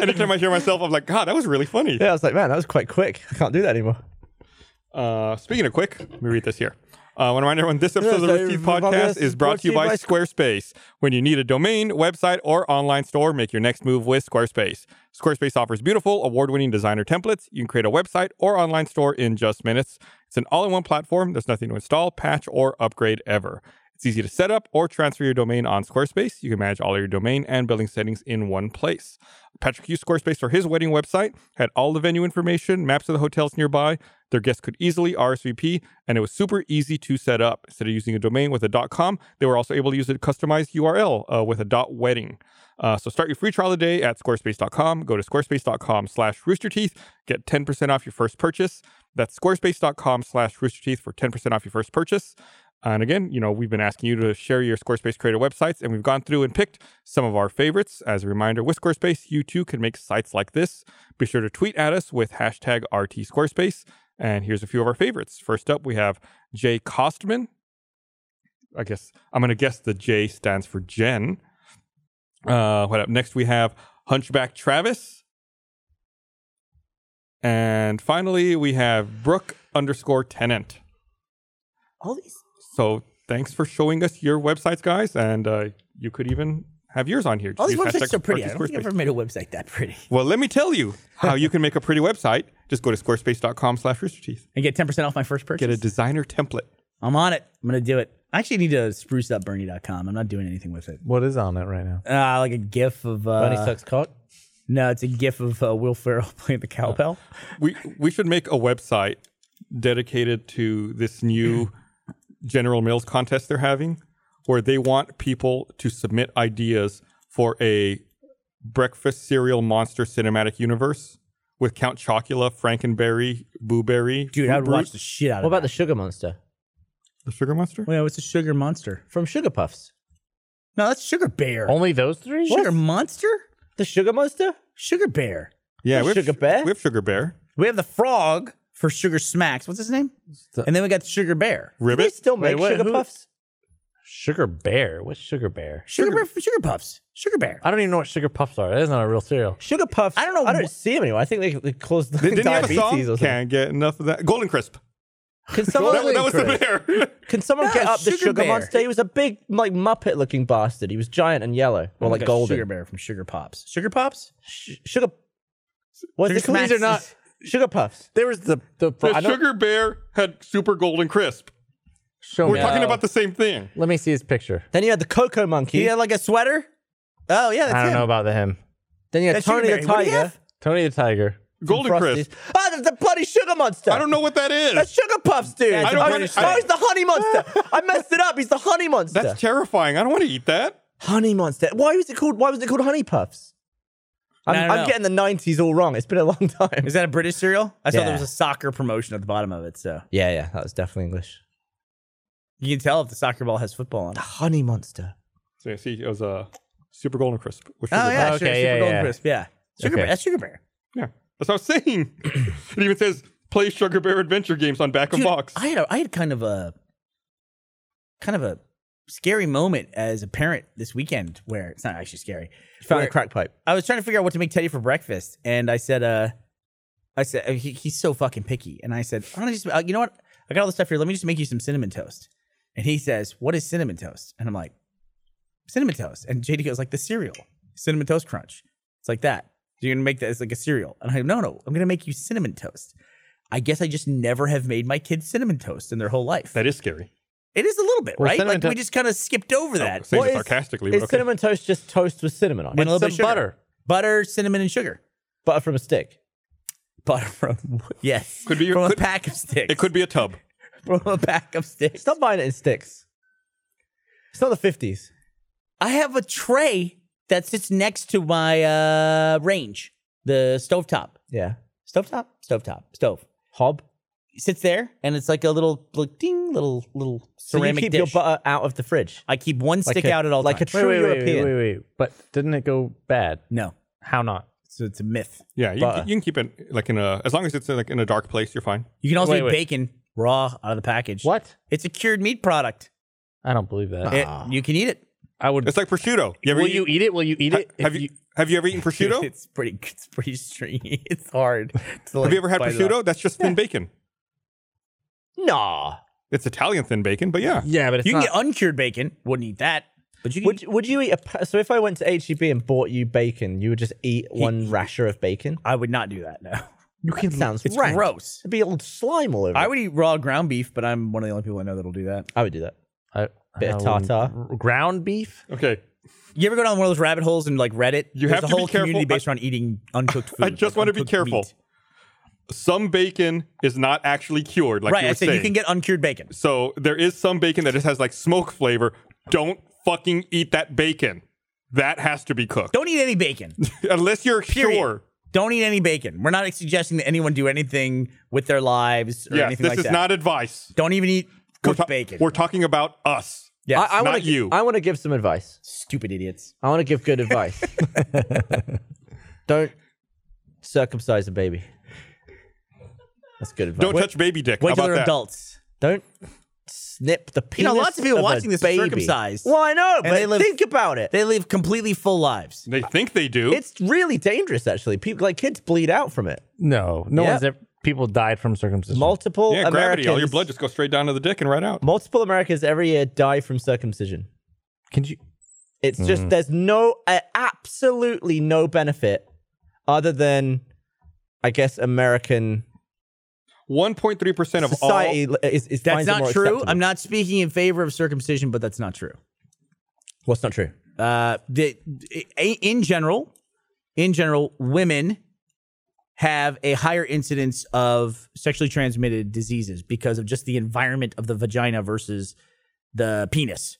[SPEAKER 2] Anytime I hear myself, I'm like, "God, that was really funny."
[SPEAKER 5] yeah, I was like, man, that was quite quick. I can't do that anymore.
[SPEAKER 2] Uh, speaking of quick, let me read this here. Uh, I want to remind everyone this episode of the
[SPEAKER 5] Yes,
[SPEAKER 2] Receive
[SPEAKER 5] I-
[SPEAKER 2] Podcast is brought to you by
[SPEAKER 5] Receive by-
[SPEAKER 2] Squarespace. When you need a domain, website, or online store, make your next move with Squarespace. Squarespace offers beautiful, award winning designer templates. You can create a website or online store in just minutes. It's an all in one platform. There's nothing to install, patch, or upgrade ever. It's easy to set up or transfer your domain on Squarespace. You can manage all your domain and billing settings in one place. Patrick used Squarespace for his wedding website, had all the venue information, maps of the hotels nearby. Their guests could easily RSVP, and it was super easy to set up. Instead of using a domain with a .com, they were also able to use a customized URL uh, with a .wedding. Uh, so start your free trial today at squarespace.com. Go to squarespace.com slash roosterteeth. Get 10% off your first purchase. That's squarespace.com slash roosterteeth for 10% off your first purchase. And again, you know, we've been asking you to share your Squarespace creator websites, and we've gone through and picked some of our favorites. As a reminder, with Squarespace, you too can make sites like this. Be sure to tweet at us with hashtag RTSquarespace. And here's a few of our favorites. First up, we have Jay Kostman. I guess I'm going to guess the J stands for Jen. Uh, what up? Next, we have Hunchback Travis. And finally, we have Brooke underscore Tenant.
[SPEAKER 5] All these.
[SPEAKER 2] So thanks for showing us your websites, guys. And uh, you could even have yours on here.
[SPEAKER 3] All
[SPEAKER 2] Just
[SPEAKER 3] these
[SPEAKER 2] use
[SPEAKER 3] websites are
[SPEAKER 2] hashtag
[SPEAKER 3] so pretty. I don't
[SPEAKER 2] RT
[SPEAKER 3] think I've
[SPEAKER 2] Squarespace.
[SPEAKER 3] ever made a website that pretty.
[SPEAKER 2] Well, let me tell you how you can make a pretty website. Just go to squarespace.com slash roosterteeth.
[SPEAKER 3] And get 10% off my first purchase.
[SPEAKER 2] Get a designer template.
[SPEAKER 3] I'm on it. I'm going to do it. I actually need to spruce up Bernie.com. I'm not doing anything with it.
[SPEAKER 4] What is on it right now?
[SPEAKER 3] Uh, like a gif of. Uh,
[SPEAKER 5] Bernie sucks cock.
[SPEAKER 3] No, it's a gif of uh, Will Ferrell playing the cowbell.
[SPEAKER 2] We we should make a website dedicated to this new General Mills contest they're having, where they want people to submit ideas for a breakfast cereal monster cinematic universe with Count Chocula, Frankenberry, Boo Berry,
[SPEAKER 3] Dude, I
[SPEAKER 2] Fruit
[SPEAKER 3] would watch the shit out
[SPEAKER 5] What
[SPEAKER 3] of
[SPEAKER 5] about the Sugar Monster
[SPEAKER 2] Brute, the Sugar Monster.
[SPEAKER 3] Well, it's a sugar monster.
[SPEAKER 5] from Sugar Puffs?
[SPEAKER 3] No, that's sugar bear.
[SPEAKER 4] Only those three?
[SPEAKER 3] sugar monster?
[SPEAKER 5] The Sugar Monster?
[SPEAKER 3] Sugar bear.
[SPEAKER 2] Yeah,
[SPEAKER 5] Oh,
[SPEAKER 2] we have
[SPEAKER 5] Sugar Bear?
[SPEAKER 2] We have Sugar Bear.
[SPEAKER 3] We have the frog for sugar smacks. What's his name? and then we got the sugar bear.
[SPEAKER 5] Do They
[SPEAKER 2] Ribbit.
[SPEAKER 5] still
[SPEAKER 4] Wait,
[SPEAKER 5] make
[SPEAKER 4] what-
[SPEAKER 5] Sugar
[SPEAKER 4] who-
[SPEAKER 5] Puffs.
[SPEAKER 4] Sugar Bear. What's Sugar Bear?
[SPEAKER 3] Sugar, bear for sugar puffs. Sugar bear.
[SPEAKER 4] I don't even know what Sugar Puffs are. That is not a real cereal.
[SPEAKER 5] Sugar Puffs.
[SPEAKER 3] I don't know
[SPEAKER 5] I don't
[SPEAKER 3] wh-
[SPEAKER 5] see them anymore. I think they, they caused
[SPEAKER 2] Did- Didn't he have a
[SPEAKER 5] diabetes
[SPEAKER 2] song?
[SPEAKER 5] or something.
[SPEAKER 2] Can't get enough of that. Golden Crisp.
[SPEAKER 5] Can someone,
[SPEAKER 2] Oh, That, that was the
[SPEAKER 5] Chris,
[SPEAKER 2] bear.
[SPEAKER 5] can someone
[SPEAKER 3] No,
[SPEAKER 5] get up the
[SPEAKER 3] Sugar
[SPEAKER 5] Sugar
[SPEAKER 3] Bear.
[SPEAKER 5] Monster? He was a big, like Muppet-looking bastard. He was giant and yellow, or like
[SPEAKER 3] Like a
[SPEAKER 5] golden.
[SPEAKER 3] Oh Sugar bear from sugar pops. Sugar pops?
[SPEAKER 5] Sh- sugar. What's
[SPEAKER 3] Sugar
[SPEAKER 5] it called?
[SPEAKER 3] Smacks
[SPEAKER 5] These are not
[SPEAKER 3] is-
[SPEAKER 5] Sugar Puffs.
[SPEAKER 4] There was the the.
[SPEAKER 2] The Sugar Bear had Super Golden Crisp.
[SPEAKER 4] Show
[SPEAKER 2] We're
[SPEAKER 4] me.
[SPEAKER 2] talking about the same thing.
[SPEAKER 4] Let me see his picture.
[SPEAKER 5] Then you had the Cocoa Monkey.
[SPEAKER 3] He had like a sweater? Oh, yeah, that's
[SPEAKER 4] I don't
[SPEAKER 3] him.
[SPEAKER 4] know about the him.
[SPEAKER 5] Then you had
[SPEAKER 3] That's Sugar
[SPEAKER 5] Tony the
[SPEAKER 3] Bear. What do you
[SPEAKER 5] Tiger.
[SPEAKER 3] have?
[SPEAKER 4] Tony the Tiger.
[SPEAKER 2] Golden Crisp.
[SPEAKER 5] Oh, that's the bloody sugar monster.
[SPEAKER 2] I don't know what that is.
[SPEAKER 5] That's Sugar Puffs, dude.
[SPEAKER 2] I don't
[SPEAKER 5] oh,
[SPEAKER 2] wanna-
[SPEAKER 5] he's
[SPEAKER 2] I-
[SPEAKER 5] the honey monster. I messed it up. He's the honey monster.
[SPEAKER 2] That's terrifying. I don't want to eat that.
[SPEAKER 5] honey monster. Why was it called? Why was it called Honey Puffs? I'm,
[SPEAKER 3] I don't
[SPEAKER 5] I'm
[SPEAKER 3] know.
[SPEAKER 5] getting the '90s all wrong. It's been a long time.
[SPEAKER 3] Is that a British cereal? I saw
[SPEAKER 5] Yeah.
[SPEAKER 3] there was a soccer promotion at the bottom of it, so
[SPEAKER 5] yeah, yeah, that was definitely English.
[SPEAKER 3] you can tell if the soccer ball has football on. it.
[SPEAKER 5] The honey monster.
[SPEAKER 2] So you see, it was a super golden crisp. with
[SPEAKER 3] Oh
[SPEAKER 2] sugar
[SPEAKER 3] yeah,
[SPEAKER 2] butter.
[SPEAKER 3] sure,
[SPEAKER 4] Okay,
[SPEAKER 3] super
[SPEAKER 4] yeah,
[SPEAKER 3] golden
[SPEAKER 4] yeah.
[SPEAKER 3] crisp. Yeah, sugar
[SPEAKER 4] Okay.
[SPEAKER 3] bear. That's sugar bear.
[SPEAKER 2] yeah, that's what I was saying. it even says play Sugar Bear adventure games on back of
[SPEAKER 3] Dude,
[SPEAKER 2] box.
[SPEAKER 3] I had a, I had kind of a kind of a scary moment as a parent this weekend where it's not actually scary.
[SPEAKER 5] Found
[SPEAKER 3] Where-
[SPEAKER 5] a crack pipe.
[SPEAKER 3] I was trying to figure out what to make Teddy for breakfast, and I said, uh, I said uh, he, he's so fucking picky, and I said, I'm gonna just, uh, you know what? I got all this stuff here. Let me just make you some cinnamon toast. And he says, "What is cinnamon toast?" And I'm like, "Cinnamon toast." And JD goes, "Like the cereal, cinnamon toast crunch. It's like that. You're gonna make that as like a cereal." And I'm, "No, no, I'm gonna make you cinnamon toast." I guess I just never have made my kids cinnamon toast in their whole life.
[SPEAKER 2] that is scary.
[SPEAKER 3] It is a little bit,
[SPEAKER 4] Well,
[SPEAKER 3] right?
[SPEAKER 4] cinnamon Oh,
[SPEAKER 3] Like we
[SPEAKER 4] toast-
[SPEAKER 3] just kind of skipped over
[SPEAKER 2] Saying
[SPEAKER 3] that.
[SPEAKER 2] it
[SPEAKER 5] What is-
[SPEAKER 2] sarcastically,
[SPEAKER 5] Is
[SPEAKER 2] but okay.
[SPEAKER 5] cinnamon toast just toast with cinnamon on
[SPEAKER 3] With
[SPEAKER 5] it?
[SPEAKER 3] a little bit
[SPEAKER 4] Some
[SPEAKER 3] of sugar.
[SPEAKER 4] butter.
[SPEAKER 3] butter, cinnamon, and sugar.
[SPEAKER 5] Butter from a stick.
[SPEAKER 3] butter from yes
[SPEAKER 2] Could be your-
[SPEAKER 3] from
[SPEAKER 2] could-
[SPEAKER 3] a pack of sticks.
[SPEAKER 2] It could be a tub.
[SPEAKER 3] from a pack of sticks.
[SPEAKER 5] Stop buying it in sticks. It's not the '50s.
[SPEAKER 3] I have a tray that sits next to my uh, range, the stovetop,
[SPEAKER 5] Yeah.
[SPEAKER 3] stovetop, stovetop, stove.
[SPEAKER 5] Hob.
[SPEAKER 3] It sits there, and it's like a little, like, ding, little, little
[SPEAKER 5] So you
[SPEAKER 3] ceramic
[SPEAKER 5] keep
[SPEAKER 3] dish.
[SPEAKER 5] your butter out of the fridge.
[SPEAKER 3] I keep one stick
[SPEAKER 5] a-
[SPEAKER 3] out at all
[SPEAKER 5] like a
[SPEAKER 3] times.
[SPEAKER 5] True
[SPEAKER 4] wait, wait,
[SPEAKER 5] European.
[SPEAKER 4] wait, wait, wait. But didn't it go bad?
[SPEAKER 3] no,
[SPEAKER 4] How not?
[SPEAKER 3] so it's a myth.
[SPEAKER 2] Yeah, you,
[SPEAKER 5] Butter.
[SPEAKER 2] you can keep it like in a as long as it's like in a dark place, you're fine.
[SPEAKER 3] You can also
[SPEAKER 4] Wait,
[SPEAKER 3] eat
[SPEAKER 4] wait.
[SPEAKER 3] bacon raw out of the package.
[SPEAKER 4] What?
[SPEAKER 3] It's a cured meat product.
[SPEAKER 4] I don't believe that.
[SPEAKER 3] It-
[SPEAKER 5] Ah.
[SPEAKER 3] you can eat it.
[SPEAKER 4] I would.
[SPEAKER 2] It's like prosciutto. You ever
[SPEAKER 4] Will
[SPEAKER 2] eat-
[SPEAKER 4] you eat it? Will you eat
[SPEAKER 2] ha-
[SPEAKER 4] it? If
[SPEAKER 2] have you, have you ever eaten prosciutto?
[SPEAKER 3] It's pretty. It's pretty stringy. It's hard. to,
[SPEAKER 2] have
[SPEAKER 3] like,
[SPEAKER 2] you ever had
[SPEAKER 3] bite it off.
[SPEAKER 2] prosciutto? That's just thin bacon.
[SPEAKER 5] Nah.
[SPEAKER 2] It's Italian thin bacon, but yeah.
[SPEAKER 4] Yeah, but it's
[SPEAKER 3] You can
[SPEAKER 4] not.
[SPEAKER 3] get uncured bacon. Wouldn't eat that. But you can
[SPEAKER 5] Would would you eat a? pa- So if I went to HEB and bought you bacon, you would just eat one rasher of bacon.
[SPEAKER 3] I would not do that. No,
[SPEAKER 5] You can. Sounds
[SPEAKER 3] it's
[SPEAKER 5] rank.
[SPEAKER 3] gross.
[SPEAKER 5] It'd be old slime all over.
[SPEAKER 3] I
[SPEAKER 5] it.
[SPEAKER 3] would eat raw ground beef, but I'm one of the only people I know that'll do that.
[SPEAKER 5] I would do that.
[SPEAKER 4] I-
[SPEAKER 5] Bit of
[SPEAKER 4] I wouldn't-
[SPEAKER 5] tartar.
[SPEAKER 4] Ground beef?
[SPEAKER 2] Okay.
[SPEAKER 3] You ever go down one of those rabbit holes and like Reddit?
[SPEAKER 2] You
[SPEAKER 3] There's
[SPEAKER 2] have to
[SPEAKER 3] a
[SPEAKER 2] be
[SPEAKER 3] whole
[SPEAKER 2] careful.
[SPEAKER 3] community based around eating uncooked food.
[SPEAKER 2] I just
[SPEAKER 3] like
[SPEAKER 2] want to be
[SPEAKER 3] uncooked
[SPEAKER 2] careful.
[SPEAKER 3] meat.
[SPEAKER 2] Some bacon is not actually cured, like
[SPEAKER 3] Right,
[SPEAKER 2] you were
[SPEAKER 3] I said
[SPEAKER 2] saying.
[SPEAKER 3] you can get uncured bacon.
[SPEAKER 2] so there is some bacon that just has like smoke flavor. Don't fucking eat that bacon. That has to be cooked.
[SPEAKER 3] Don't eat any bacon.
[SPEAKER 2] Unless you're
[SPEAKER 3] Period.
[SPEAKER 2] sure.
[SPEAKER 3] Don't eat any bacon. We're not suggesting that anyone do anything with their lives or
[SPEAKER 2] Yeah,
[SPEAKER 3] anything
[SPEAKER 2] this
[SPEAKER 3] like
[SPEAKER 2] is
[SPEAKER 3] that.
[SPEAKER 2] not advice.
[SPEAKER 3] Don't even eat
[SPEAKER 2] We're,
[SPEAKER 3] cooked
[SPEAKER 2] ta-
[SPEAKER 3] bacon.
[SPEAKER 2] we're talking about us.
[SPEAKER 3] Yes.
[SPEAKER 5] I, I
[SPEAKER 2] not
[SPEAKER 5] want to.
[SPEAKER 2] you.
[SPEAKER 5] I want to give some advice.
[SPEAKER 3] stupid idiots.
[SPEAKER 5] I want to give good advice. Don't circumcise a baby. That's good advice.
[SPEAKER 2] Don't touch baby dick.
[SPEAKER 3] Wait
[SPEAKER 2] How
[SPEAKER 3] till
[SPEAKER 2] about
[SPEAKER 3] they're
[SPEAKER 2] that?
[SPEAKER 3] adults.
[SPEAKER 5] Don't snip the penis.
[SPEAKER 3] You know, lots of people
[SPEAKER 5] a
[SPEAKER 3] watching this are
[SPEAKER 5] baby.
[SPEAKER 3] circumcised.
[SPEAKER 5] Well, I know, but
[SPEAKER 3] they live-
[SPEAKER 5] think about it.
[SPEAKER 3] They live completely full lives.
[SPEAKER 2] They think they do.
[SPEAKER 5] It's really dangerous, actually. People like kids bleed out from it.
[SPEAKER 4] No. No
[SPEAKER 5] Yep.
[SPEAKER 4] one's ever. People died from circumcision.
[SPEAKER 5] Multiple
[SPEAKER 2] yeah, gravity. All your
[SPEAKER 5] Americans-
[SPEAKER 2] blood just goes straight down to the dick and right out.
[SPEAKER 5] Multiple Americans every year die from circumcision.
[SPEAKER 4] Can you?
[SPEAKER 5] It's
[SPEAKER 2] Mm.
[SPEAKER 5] just there's no uh, absolutely no benefit other than I guess American
[SPEAKER 2] 1.3% of
[SPEAKER 5] society li- is, is
[SPEAKER 3] That's
[SPEAKER 5] finds it
[SPEAKER 3] not
[SPEAKER 5] more
[SPEAKER 3] true.
[SPEAKER 5] acceptable.
[SPEAKER 3] I'm not speaking in favor of circumcision, but that's not true.
[SPEAKER 5] What's not true?
[SPEAKER 3] Uh, the, i- in general, in general, women have a higher incidence of sexually transmitted diseases because of just the environment of the vagina versus the penis.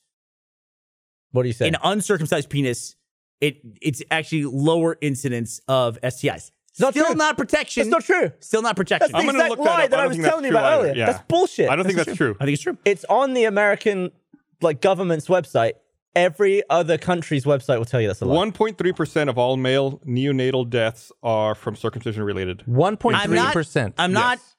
[SPEAKER 5] What do you say?
[SPEAKER 3] An uncircumcised penis, it it's actually lower incidence of STIs.
[SPEAKER 5] not
[SPEAKER 3] still
[SPEAKER 5] true.
[SPEAKER 3] not protection.
[SPEAKER 5] That's not true.
[SPEAKER 3] Still not protection.
[SPEAKER 5] That's
[SPEAKER 2] I'm
[SPEAKER 5] the
[SPEAKER 2] gonna
[SPEAKER 5] exact
[SPEAKER 2] look that
[SPEAKER 5] lie
[SPEAKER 2] up. I
[SPEAKER 5] that I
[SPEAKER 2] don't
[SPEAKER 5] was
[SPEAKER 2] think that's
[SPEAKER 5] telling you
[SPEAKER 2] true
[SPEAKER 5] about
[SPEAKER 2] either.
[SPEAKER 5] earlier.
[SPEAKER 2] Yeah.
[SPEAKER 5] That's bullshit.
[SPEAKER 2] all. I don't think that's true.
[SPEAKER 3] I think it's true.
[SPEAKER 5] it's on the American like government's website. Every other country's website will tell you that's a lie.
[SPEAKER 2] 1.3% of all male neonatal deaths are from circumcision related.
[SPEAKER 4] 1.3%.
[SPEAKER 3] I'm not
[SPEAKER 4] That's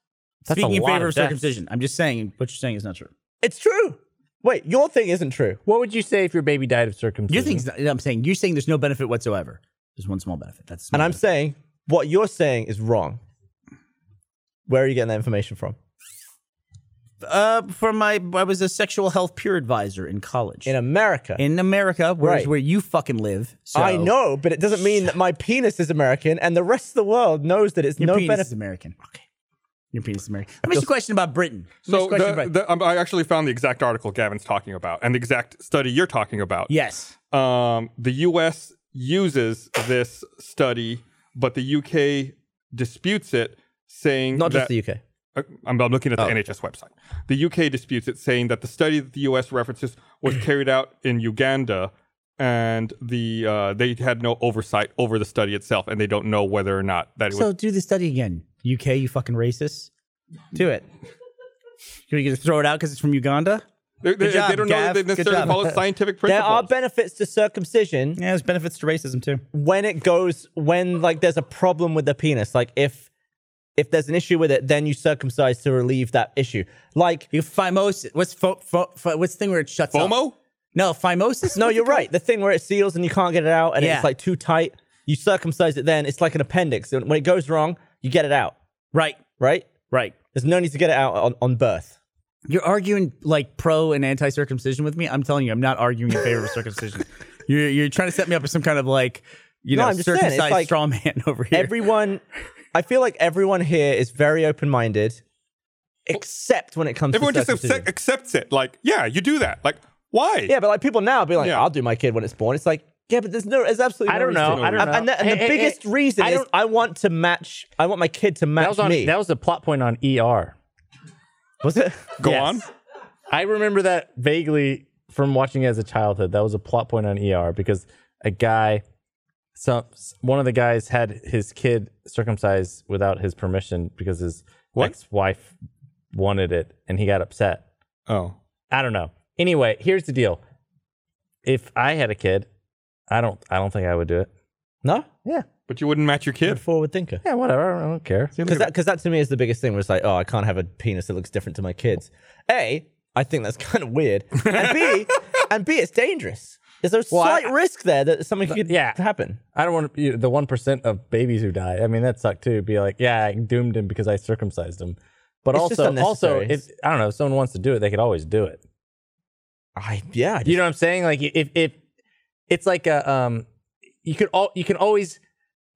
[SPEAKER 4] a
[SPEAKER 3] speaking in
[SPEAKER 4] lot
[SPEAKER 3] favor
[SPEAKER 4] of
[SPEAKER 3] of
[SPEAKER 4] deaths.
[SPEAKER 3] circumcision. I'm just saying what you're saying is not true.
[SPEAKER 5] It's true. Wait, your thing isn't true.
[SPEAKER 4] What would you say if your baby died of circumcision?
[SPEAKER 3] Your thing's not, I'm saying you're saying there's no benefit whatsoever. There's one small benefit. That's small
[SPEAKER 5] And I'm
[SPEAKER 3] benefit.
[SPEAKER 5] saying what you're saying is wrong. Where are you getting that information from?
[SPEAKER 3] uh from my I was a sexual health peer advisor in college
[SPEAKER 5] In America.
[SPEAKER 3] in America, whereas
[SPEAKER 5] Right.
[SPEAKER 3] where you fucking live. So
[SPEAKER 5] I know, but it doesn't mean that my penis is American and the rest of the world knows that it's
[SPEAKER 3] your
[SPEAKER 5] no
[SPEAKER 3] penis is
[SPEAKER 5] benefit.
[SPEAKER 3] American. Okay, your penis is American. Let me ask you a question about Britain. Let me ask
[SPEAKER 2] So
[SPEAKER 3] you a question
[SPEAKER 2] the,
[SPEAKER 3] about-
[SPEAKER 2] the, um, I actually found the exact article Gavin's talking about and the exact study you're talking about.
[SPEAKER 3] yes,
[SPEAKER 2] Um, the U.S. uses this study but the UK disputes it, saying
[SPEAKER 5] Not just
[SPEAKER 2] that-
[SPEAKER 5] the Oh. UK.
[SPEAKER 2] uh, I'm, I'm looking at the NHS website. The UK disputes it, saying that the study that the US references was carried out in Uganda, and the uh, they had no oversight over the study itself, and they don't know whether or not that it
[SPEAKER 3] So
[SPEAKER 2] was.
[SPEAKER 3] do the study again. UK, you fucking racist. Do it. Are you gonna throw it out because it's from Uganda?
[SPEAKER 2] They, they,
[SPEAKER 3] Good job,
[SPEAKER 2] they don't
[SPEAKER 3] Gav.
[SPEAKER 2] know. They
[SPEAKER 3] Good
[SPEAKER 2] necessarily
[SPEAKER 3] job.
[SPEAKER 2] follow scientific
[SPEAKER 5] There
[SPEAKER 2] principles.
[SPEAKER 5] are benefits to circumcision
[SPEAKER 3] Yeah, there's benefits to racism too.
[SPEAKER 5] when it goes when like there's a problem with the penis. Like if if there's an issue with it, then you circumcise to relieve that issue. Like
[SPEAKER 3] You phimosis. What's fo- fo- fo- what's the thing where it shuts up?
[SPEAKER 2] FOMO.
[SPEAKER 3] No, phimosis.
[SPEAKER 5] no,
[SPEAKER 3] What's it
[SPEAKER 5] you're
[SPEAKER 3] called?
[SPEAKER 5] right. The thing where it seals and you can't get it out, and
[SPEAKER 3] Yeah.
[SPEAKER 5] it's like too tight. You circumcise it, then it's like an appendix. And When it goes wrong, you get it out.
[SPEAKER 3] Right,
[SPEAKER 5] Right?
[SPEAKER 3] right.
[SPEAKER 5] There's no need to get it out on, on birth.
[SPEAKER 3] You're arguing like pro and anti circumcision with me. I'm telling you, I'm not arguing in favor of circumcision. You're you're trying to set me up as some kind of like you
[SPEAKER 5] No,
[SPEAKER 3] know
[SPEAKER 5] I'm just saying, it's
[SPEAKER 3] circumcised
[SPEAKER 5] like
[SPEAKER 3] straw man over here.
[SPEAKER 5] Everyone, I feel like everyone here is very open minded, except when it comes
[SPEAKER 2] Everyone
[SPEAKER 5] to
[SPEAKER 2] just
[SPEAKER 5] circumcision.
[SPEAKER 2] accept, accepts it. Like, yeah, you do that. Like, why?
[SPEAKER 5] Yeah, but like people now be like,
[SPEAKER 2] Yeah.
[SPEAKER 5] I'll do my kid when it's born. It's like, yeah, but there's no, there's absolutely.
[SPEAKER 4] I
[SPEAKER 5] no
[SPEAKER 4] don't know.
[SPEAKER 5] reason.
[SPEAKER 4] I don't
[SPEAKER 5] And-
[SPEAKER 4] know.
[SPEAKER 5] And the, and
[SPEAKER 4] Hey,
[SPEAKER 5] the
[SPEAKER 4] hey,
[SPEAKER 5] biggest
[SPEAKER 4] hey,
[SPEAKER 5] reason
[SPEAKER 4] I
[SPEAKER 5] is
[SPEAKER 4] don't-
[SPEAKER 5] I want to match. I want my kid to match
[SPEAKER 4] That was on.
[SPEAKER 5] me.
[SPEAKER 4] That was a plot point on ER.
[SPEAKER 5] was it?
[SPEAKER 2] Go
[SPEAKER 4] Yes.
[SPEAKER 2] on.
[SPEAKER 4] I remember that vaguely from watching it as a childhood. That was a plot point on ER because a guy, some one of the guys had his kid circumcised without his permission because his
[SPEAKER 2] What?
[SPEAKER 4] ex-wife wanted it, and he got upset.
[SPEAKER 2] Oh,
[SPEAKER 4] I don't know. Anyway, here's the deal. If I had a kid, I don't. I don't think I would do it.
[SPEAKER 5] No,
[SPEAKER 4] Yeah.
[SPEAKER 2] but you wouldn't match your kid.
[SPEAKER 5] forward thinker.
[SPEAKER 4] Yeah. Whatever. I don't care.
[SPEAKER 5] Because that, because that to me is the biggest thing. Was like, oh, I can't have a penis that looks different to my kids. A, I think that's kind of weird. And B, and B, it's dangerous. Is there a slight risk there that something could
[SPEAKER 4] yeah.
[SPEAKER 5] happen?
[SPEAKER 4] I don't want to be the one percent of babies who die. I mean, that sucked too. Be like, yeah, I doomed him because I circumcised him. But
[SPEAKER 5] It's just
[SPEAKER 4] also, also,
[SPEAKER 5] unnecessary.
[SPEAKER 4] if I don't know, if someone wants to do it, they could always do it.
[SPEAKER 5] I yeah. I
[SPEAKER 4] You know what I'm saying? Like, if if it's like a um, you could all you can always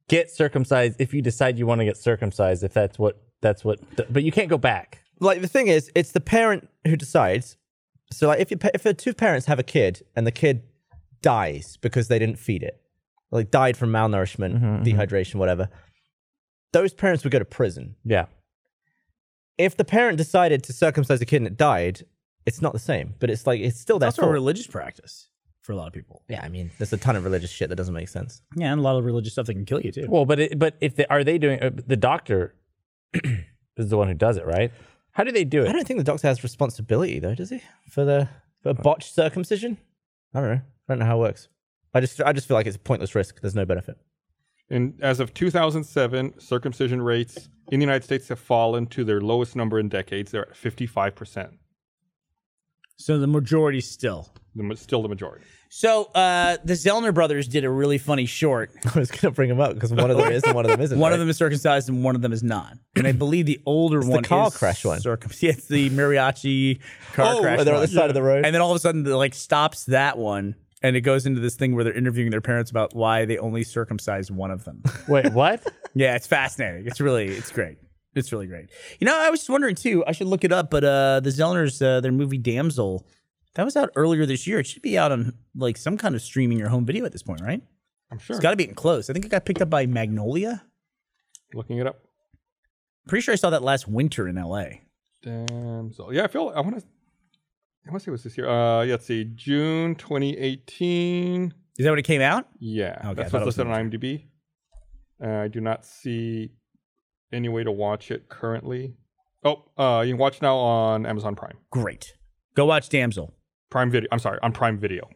[SPEAKER 4] get circumcised if you decide you want to get circumcised. If that's what that's what, but you can't go back.
[SPEAKER 5] like the thing is, it's the parent who decides. So like if you if the two parents have a kid and the kid dies because they didn't feed it, like died from malnourishment,
[SPEAKER 4] Mm-hmm,
[SPEAKER 5] dehydration, whatever, those parents would go to prison.
[SPEAKER 4] Yeah.
[SPEAKER 5] If the parent decided to circumcise a kid and it died, it's not the same. But it's like it's still their
[SPEAKER 3] That's also a
[SPEAKER 5] fault.
[SPEAKER 3] religious practice for a lot of people.
[SPEAKER 5] yeah, I mean, there's a ton of religious shit that doesn't make sense.
[SPEAKER 3] Yeah, and a lot of religious stuff that can kill you too.
[SPEAKER 4] Well, but it, but if they are they doing uh, the doctor is the one who does it, right? How do they do
[SPEAKER 5] I
[SPEAKER 4] it?
[SPEAKER 5] don't think the doctor has responsibility though, does he? For the for
[SPEAKER 3] Uh,
[SPEAKER 5] a botched circumcision? I don't know. I don't know how it works. I just I just feel like it's a pointless risk. There's no benefit.
[SPEAKER 2] And as of 2007, circumcision rates in the United States have fallen to their lowest number in decades. They're at 55%.
[SPEAKER 3] so the majority still.
[SPEAKER 2] The ma- Still the majority.
[SPEAKER 3] So uh, the Zellner brothers did a really funny short.
[SPEAKER 5] I was gonna bring them up because one of them is and one of them isn't.
[SPEAKER 3] One
[SPEAKER 5] right?
[SPEAKER 3] of them is circumcised and one of them is not. And I believe the older one
[SPEAKER 5] car
[SPEAKER 3] is
[SPEAKER 5] crash one.
[SPEAKER 3] circum- yeah, it's the mariachi car
[SPEAKER 2] Oh,
[SPEAKER 3] crash.
[SPEAKER 5] Oh, they're on
[SPEAKER 3] one.
[SPEAKER 5] the side of the road.
[SPEAKER 3] And then all of a sudden, it like stops that one, and it goes into this thing where they're interviewing their parents about why they only circumcised one of them.
[SPEAKER 4] Wait, what?
[SPEAKER 3] yeah, it's fascinating. It's really, it's great. It's really great. You know, I was just wondering too. I should look it up, but uh, the Zellners, uh, their movie Damsel, that was out earlier this year. It should be out on like some kind of streaming or home video at this point, right?
[SPEAKER 2] I'm sure.
[SPEAKER 3] It's got to be getting close. I think it got picked up by Magnolia.
[SPEAKER 2] Looking it up.
[SPEAKER 3] Pretty sure I saw that last winter in L.A.
[SPEAKER 2] Damsel. Yeah, I feel. I want to. I want to say it was this year. Uh, yeah, let's see, June 2018.
[SPEAKER 3] Is that when it came out?
[SPEAKER 2] Yeah,
[SPEAKER 3] Okay, I
[SPEAKER 2] that's
[SPEAKER 3] thought
[SPEAKER 2] what's listed
[SPEAKER 3] it was
[SPEAKER 2] on IMDb. Uh, I do not see any way to watch it currently. Oh, uh, you can watch now on Amazon Prime,
[SPEAKER 3] Great. Go watch Damsel.
[SPEAKER 2] Prime Video. I'm sorry, on Prime Video.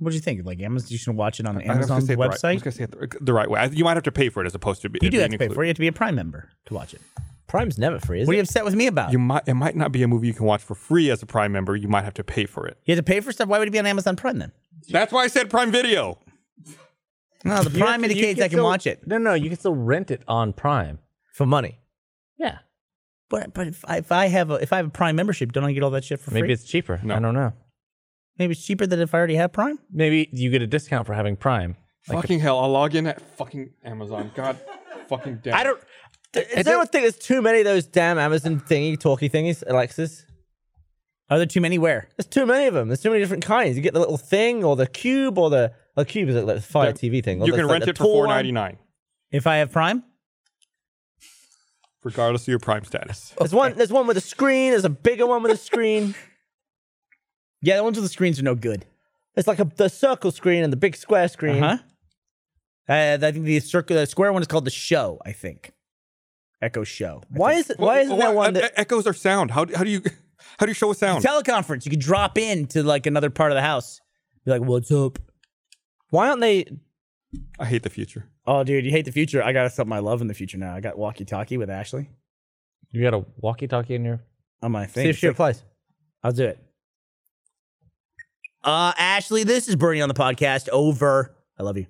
[SPEAKER 3] What do you think? Like Amazon, you should watch it on
[SPEAKER 2] I was gonna
[SPEAKER 3] Amazon's
[SPEAKER 2] say it the right- I
[SPEAKER 3] website.
[SPEAKER 2] was gonna say it the, the right way. I- You might have to pay for it as opposed to be.
[SPEAKER 3] you
[SPEAKER 2] it
[SPEAKER 3] do have
[SPEAKER 2] being
[SPEAKER 3] to pay for it.
[SPEAKER 2] included.
[SPEAKER 3] You have to be a Prime member to watch it.
[SPEAKER 5] Prime's never free, is
[SPEAKER 3] What are
[SPEAKER 5] it?
[SPEAKER 3] you upset with me about?
[SPEAKER 2] You
[SPEAKER 3] You,
[SPEAKER 2] might. It might not be a movie you can watch for free as a Prime member. You might have to pay for it.
[SPEAKER 3] have to pay for stuff. Why would it be on Amazon Prime then?
[SPEAKER 2] That's why I said Prime Video.
[SPEAKER 3] No, the Prime
[SPEAKER 4] You can- you
[SPEAKER 3] indicates I can
[SPEAKER 4] still-
[SPEAKER 3] watch it.
[SPEAKER 4] No, no, you can still rent it on Prime.
[SPEAKER 5] For money.
[SPEAKER 4] Yeah,
[SPEAKER 3] But but if I, if I have a if I have a Prime membership, don't I get all that shit for
[SPEAKER 4] maybe
[SPEAKER 3] free?
[SPEAKER 4] it's cheaper. I don't know.
[SPEAKER 3] maybe it's cheaper than if I already have Prime.
[SPEAKER 4] Maybe you get a discount for having Prime.
[SPEAKER 2] fucking hell! I'll log in at fucking Amazon. God, fucking damn.
[SPEAKER 4] I don't.
[SPEAKER 5] Does anyone think there's too many of those damn Amazon thingy talky thingies, Alexis?
[SPEAKER 3] Are there too many? Where?
[SPEAKER 5] There's too many of them. There's too many different kinds. You get the little thing or the cube or the a cube is like the Fire TV thing. or
[SPEAKER 2] You
[SPEAKER 5] the-
[SPEAKER 2] can
[SPEAKER 5] like
[SPEAKER 2] rent
[SPEAKER 5] the
[SPEAKER 2] it for
[SPEAKER 5] tall
[SPEAKER 2] four
[SPEAKER 5] one.
[SPEAKER 2] ninety nine.
[SPEAKER 3] if I have Prime.
[SPEAKER 2] regardless of your prime status.
[SPEAKER 5] There's one. There's one with a screen. There's a bigger one with a screen.
[SPEAKER 3] Yeah, the ones with the screens are no good.
[SPEAKER 5] It's like a the circle screen and the big square screen.
[SPEAKER 3] Uh-huh. Uh, I think the circular square one is called the show. I think Echo Show. I
[SPEAKER 5] Why
[SPEAKER 3] think.
[SPEAKER 5] is it? Why isn't there one
[SPEAKER 2] uh,
[SPEAKER 5] that?
[SPEAKER 2] echoes are sound? How, do- how do you how do you show a sound?
[SPEAKER 3] teleconference? You could drop in to like another part of the house. Be like, "What's up?"
[SPEAKER 5] Why aren't they?
[SPEAKER 2] I hate the future.
[SPEAKER 3] Oh, dude, you hate the future. I got something I love in the future now. I got walkie talkie with Ashley
[SPEAKER 4] You got a walkie-talkie in your
[SPEAKER 3] on my thing.
[SPEAKER 5] See if she replies.
[SPEAKER 3] I'll do it. Uh, Ashley, this is Bernie on the podcast. Over. I love you.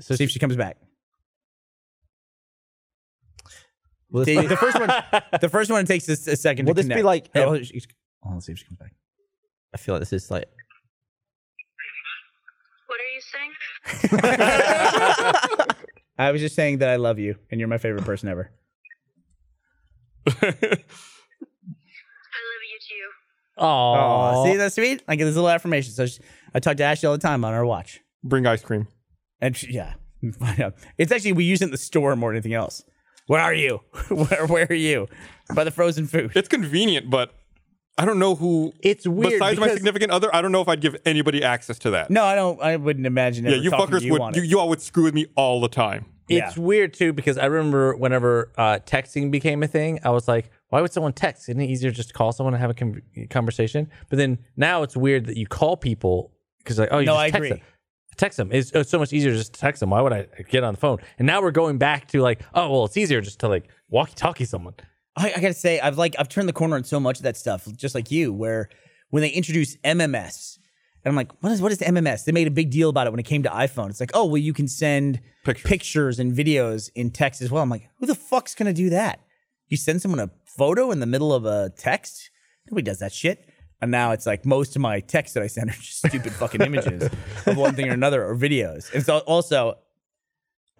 [SPEAKER 4] So
[SPEAKER 3] See if she comes back.
[SPEAKER 5] Will this,
[SPEAKER 3] The, the first one, the first one takes a, a second.
[SPEAKER 5] Will
[SPEAKER 3] to
[SPEAKER 5] this be
[SPEAKER 3] connect.
[SPEAKER 5] like- oh,
[SPEAKER 3] Hey, hold- Oh, she's- hold on, let's see if she comes back.
[SPEAKER 5] I feel like this is like.
[SPEAKER 7] What are you saying?
[SPEAKER 3] I was just saying that I love you and you're my favorite person ever.
[SPEAKER 7] I love you too.
[SPEAKER 4] Oh,
[SPEAKER 3] See, that's sweet. I get this little affirmation. So she, I talk to Ashley all the time on our watch,
[SPEAKER 2] Bring ice cream.
[SPEAKER 3] and she, yeah, find out. It's actually we use it in the store more than anything else. Where are you? where where are you? By the frozen food.
[SPEAKER 2] It's convenient, but I don't know who.
[SPEAKER 4] It's weird
[SPEAKER 2] Besides my
[SPEAKER 4] because-
[SPEAKER 2] significant other, I don't know if I'd give anybody access to that.
[SPEAKER 3] No, I don't. I wouldn't imagine.
[SPEAKER 2] yeah,
[SPEAKER 3] ever
[SPEAKER 2] you
[SPEAKER 3] talking to
[SPEAKER 2] fuckers
[SPEAKER 3] you on
[SPEAKER 2] would.
[SPEAKER 3] it.
[SPEAKER 2] You, you all would screw with me all the time.
[SPEAKER 4] It's weird too because I remember whenever uh, texting became a thing, I was like, why would someone text? Isn't it easier just to call someone and have a con- conversation? But then now it's weird that you call people because like, oh, you
[SPEAKER 3] No,
[SPEAKER 4] just
[SPEAKER 3] I
[SPEAKER 4] text
[SPEAKER 3] agree.
[SPEAKER 4] them. Text them. It's, it's so much easier just to text them. Why would I get on the phone? And now we're going back to like, oh, well, it's easier just to like walkie-talkie someone.
[SPEAKER 3] I, I gotta say, I've like I've turned the corner on so much of that stuff, just like you, where when they introduce MMS, and I'm like, what is what is MMS? They made a big deal about it when it came to iPhone. It's like, oh well, you can send
[SPEAKER 2] Pictures.
[SPEAKER 3] and videos in text as well. I'm like, who the fuck's gonna do that? You send someone a photo in the middle of a text? Nobody does that shit. And now it's like most of my texts that I send are just stupid fucking images of one thing or another or videos. And so also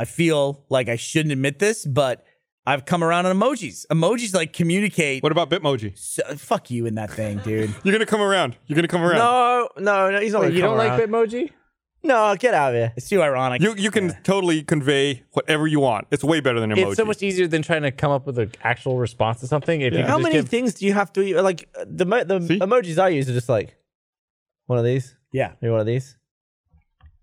[SPEAKER 3] I feel like I shouldn't admit this, but I've come around on emojis. Emojis like communicate.
[SPEAKER 2] What about Bitmoji?
[SPEAKER 3] So, fuck you in that thing, dude.
[SPEAKER 2] You're gonna come around. You're gonna come around.
[SPEAKER 5] No, no, no. He's not. gonna
[SPEAKER 4] you
[SPEAKER 5] come
[SPEAKER 4] don't
[SPEAKER 5] around.
[SPEAKER 4] like Bitmoji?
[SPEAKER 5] No, get out of here.
[SPEAKER 3] It's too ironic.
[SPEAKER 2] You you can totally convey whatever you want. It's way better than emoji.
[SPEAKER 4] It's so much easier than trying to come up with an actual response to something. If you
[SPEAKER 5] How
[SPEAKER 4] can just
[SPEAKER 5] many
[SPEAKER 4] give-
[SPEAKER 5] things do you have to like? uh, The mo- the
[SPEAKER 2] See?
[SPEAKER 5] emojis I use are just like one of these,
[SPEAKER 3] yeah.
[SPEAKER 5] maybe one of these.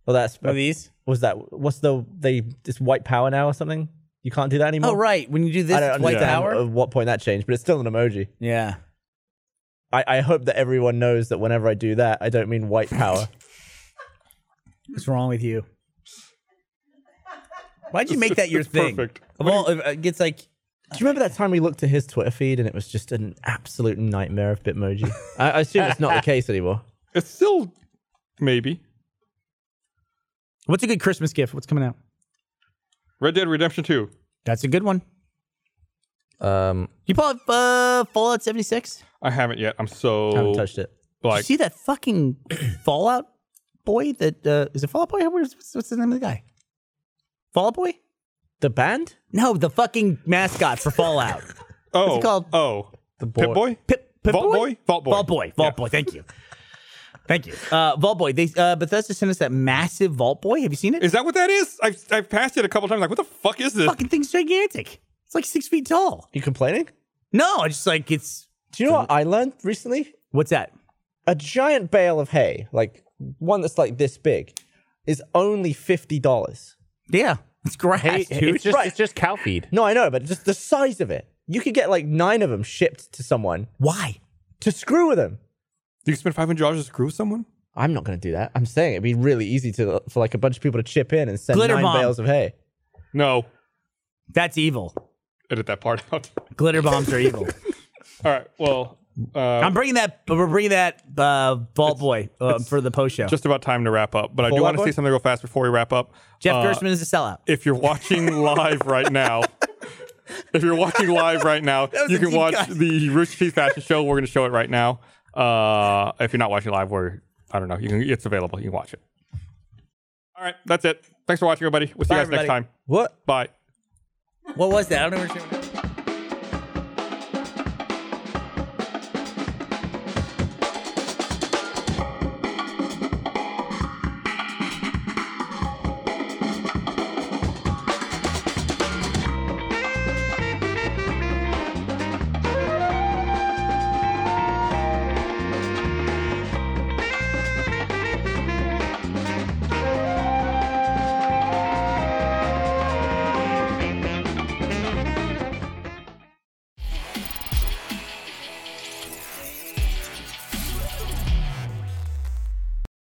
[SPEAKER 5] Well, that's
[SPEAKER 3] One of these?
[SPEAKER 5] was that what's the they it's white power now or something? You can't do that anymore.
[SPEAKER 3] Oh, right. When you do this,
[SPEAKER 5] I don't
[SPEAKER 3] it's white
[SPEAKER 5] understand
[SPEAKER 3] power.
[SPEAKER 5] at what point that changed, but it's still an emoji.
[SPEAKER 3] Yeah.
[SPEAKER 5] I, I hope that everyone knows that whenever I do that, I don't mean white power.
[SPEAKER 3] What's wrong with you? Why'd you make that your
[SPEAKER 2] It's
[SPEAKER 3] thing?
[SPEAKER 2] perfect.
[SPEAKER 3] Of all, it gets like
[SPEAKER 5] do you remember that time we looked at his Twitter feed and it was just an absolute nightmare of Bitmoji? I, I assume it's not the case anymore.
[SPEAKER 2] It's still maybe
[SPEAKER 3] What's a good Christmas gift? What's coming out?
[SPEAKER 2] Red Dead Redemption Two.
[SPEAKER 3] That's a good one.
[SPEAKER 4] um,
[SPEAKER 3] You bought uh, Fallout 76?
[SPEAKER 2] I haven't yet. I'm so
[SPEAKER 5] I haven't touched it.
[SPEAKER 2] like
[SPEAKER 3] you see that fucking Fallout boy that uh, is it Fallout Boy? Where's- What's, what's the name of the guy? Fallout Boy?
[SPEAKER 5] The band?
[SPEAKER 3] No, the fucking mascot for Fallout.
[SPEAKER 2] oh
[SPEAKER 3] it called?
[SPEAKER 2] oh the Pip Boy
[SPEAKER 3] Pip, Pip
[SPEAKER 2] Vault Boy? Vault Boy.
[SPEAKER 3] Vault Boy. Vault
[SPEAKER 2] Yeah.
[SPEAKER 3] Boy. Thank you. Thank you. Uh, Vault Boy. They uh, Bethesda sent us that massive Vault Boy. Have you seen it?
[SPEAKER 2] Is that what that is? I've I've passed it a couple times. Like what the fuck is this?
[SPEAKER 3] fucking thing's gigantic. It's like six feet tall.
[SPEAKER 5] You complaining?
[SPEAKER 3] No, it's just like it's
[SPEAKER 5] Do you know what I learned recently?
[SPEAKER 3] what's that?
[SPEAKER 5] A giant bale of hay, like one that's like this big, is only fifty dollars.
[SPEAKER 3] Yeah, it's grass,
[SPEAKER 4] hey,
[SPEAKER 3] dude.
[SPEAKER 4] it's just
[SPEAKER 5] Right.
[SPEAKER 4] it's just cow feed.
[SPEAKER 5] No, I know, but just the size of it. You could get like nine of them shipped to someone
[SPEAKER 3] Why?
[SPEAKER 5] to screw with them.
[SPEAKER 2] Do you spend five hundred dollars to screw with someone?
[SPEAKER 5] I'm not going to do that. I'm saying it'd be really easy to for like a bunch of people to chip in and send
[SPEAKER 3] Glitter
[SPEAKER 5] nine
[SPEAKER 3] bomb.
[SPEAKER 5] bales of hay.
[SPEAKER 2] No.
[SPEAKER 3] That's evil.
[SPEAKER 2] Edit that part out.
[SPEAKER 3] Glitter bombs are evil.
[SPEAKER 2] All right. Well, uh,
[SPEAKER 3] I'm bringing that. We're bringing that uh, Vault Boy uh, for the post show.
[SPEAKER 2] just about time to wrap up, but I do
[SPEAKER 5] Fallout
[SPEAKER 2] want to
[SPEAKER 5] Boy?
[SPEAKER 2] say something real fast before we wrap up.
[SPEAKER 3] Jeff
[SPEAKER 2] Uh,
[SPEAKER 3] Gershman is a sellout.
[SPEAKER 2] if you're watching live right now, if you're watching live right now,
[SPEAKER 3] was
[SPEAKER 2] you
[SPEAKER 3] a
[SPEAKER 2] can
[SPEAKER 3] deep
[SPEAKER 2] watch
[SPEAKER 3] cut.
[SPEAKER 2] the Rooster Teeth Fashion Show. We're going to show it right now. Uh, if you're not watching live, we're I don't know. You can, it's available. You can watch it. All right, that's it. Thanks for watching, everybody. We'll see you guys next
[SPEAKER 5] everybody.
[SPEAKER 2] time.
[SPEAKER 5] What?
[SPEAKER 2] Bye.
[SPEAKER 3] What was that? I don't understand.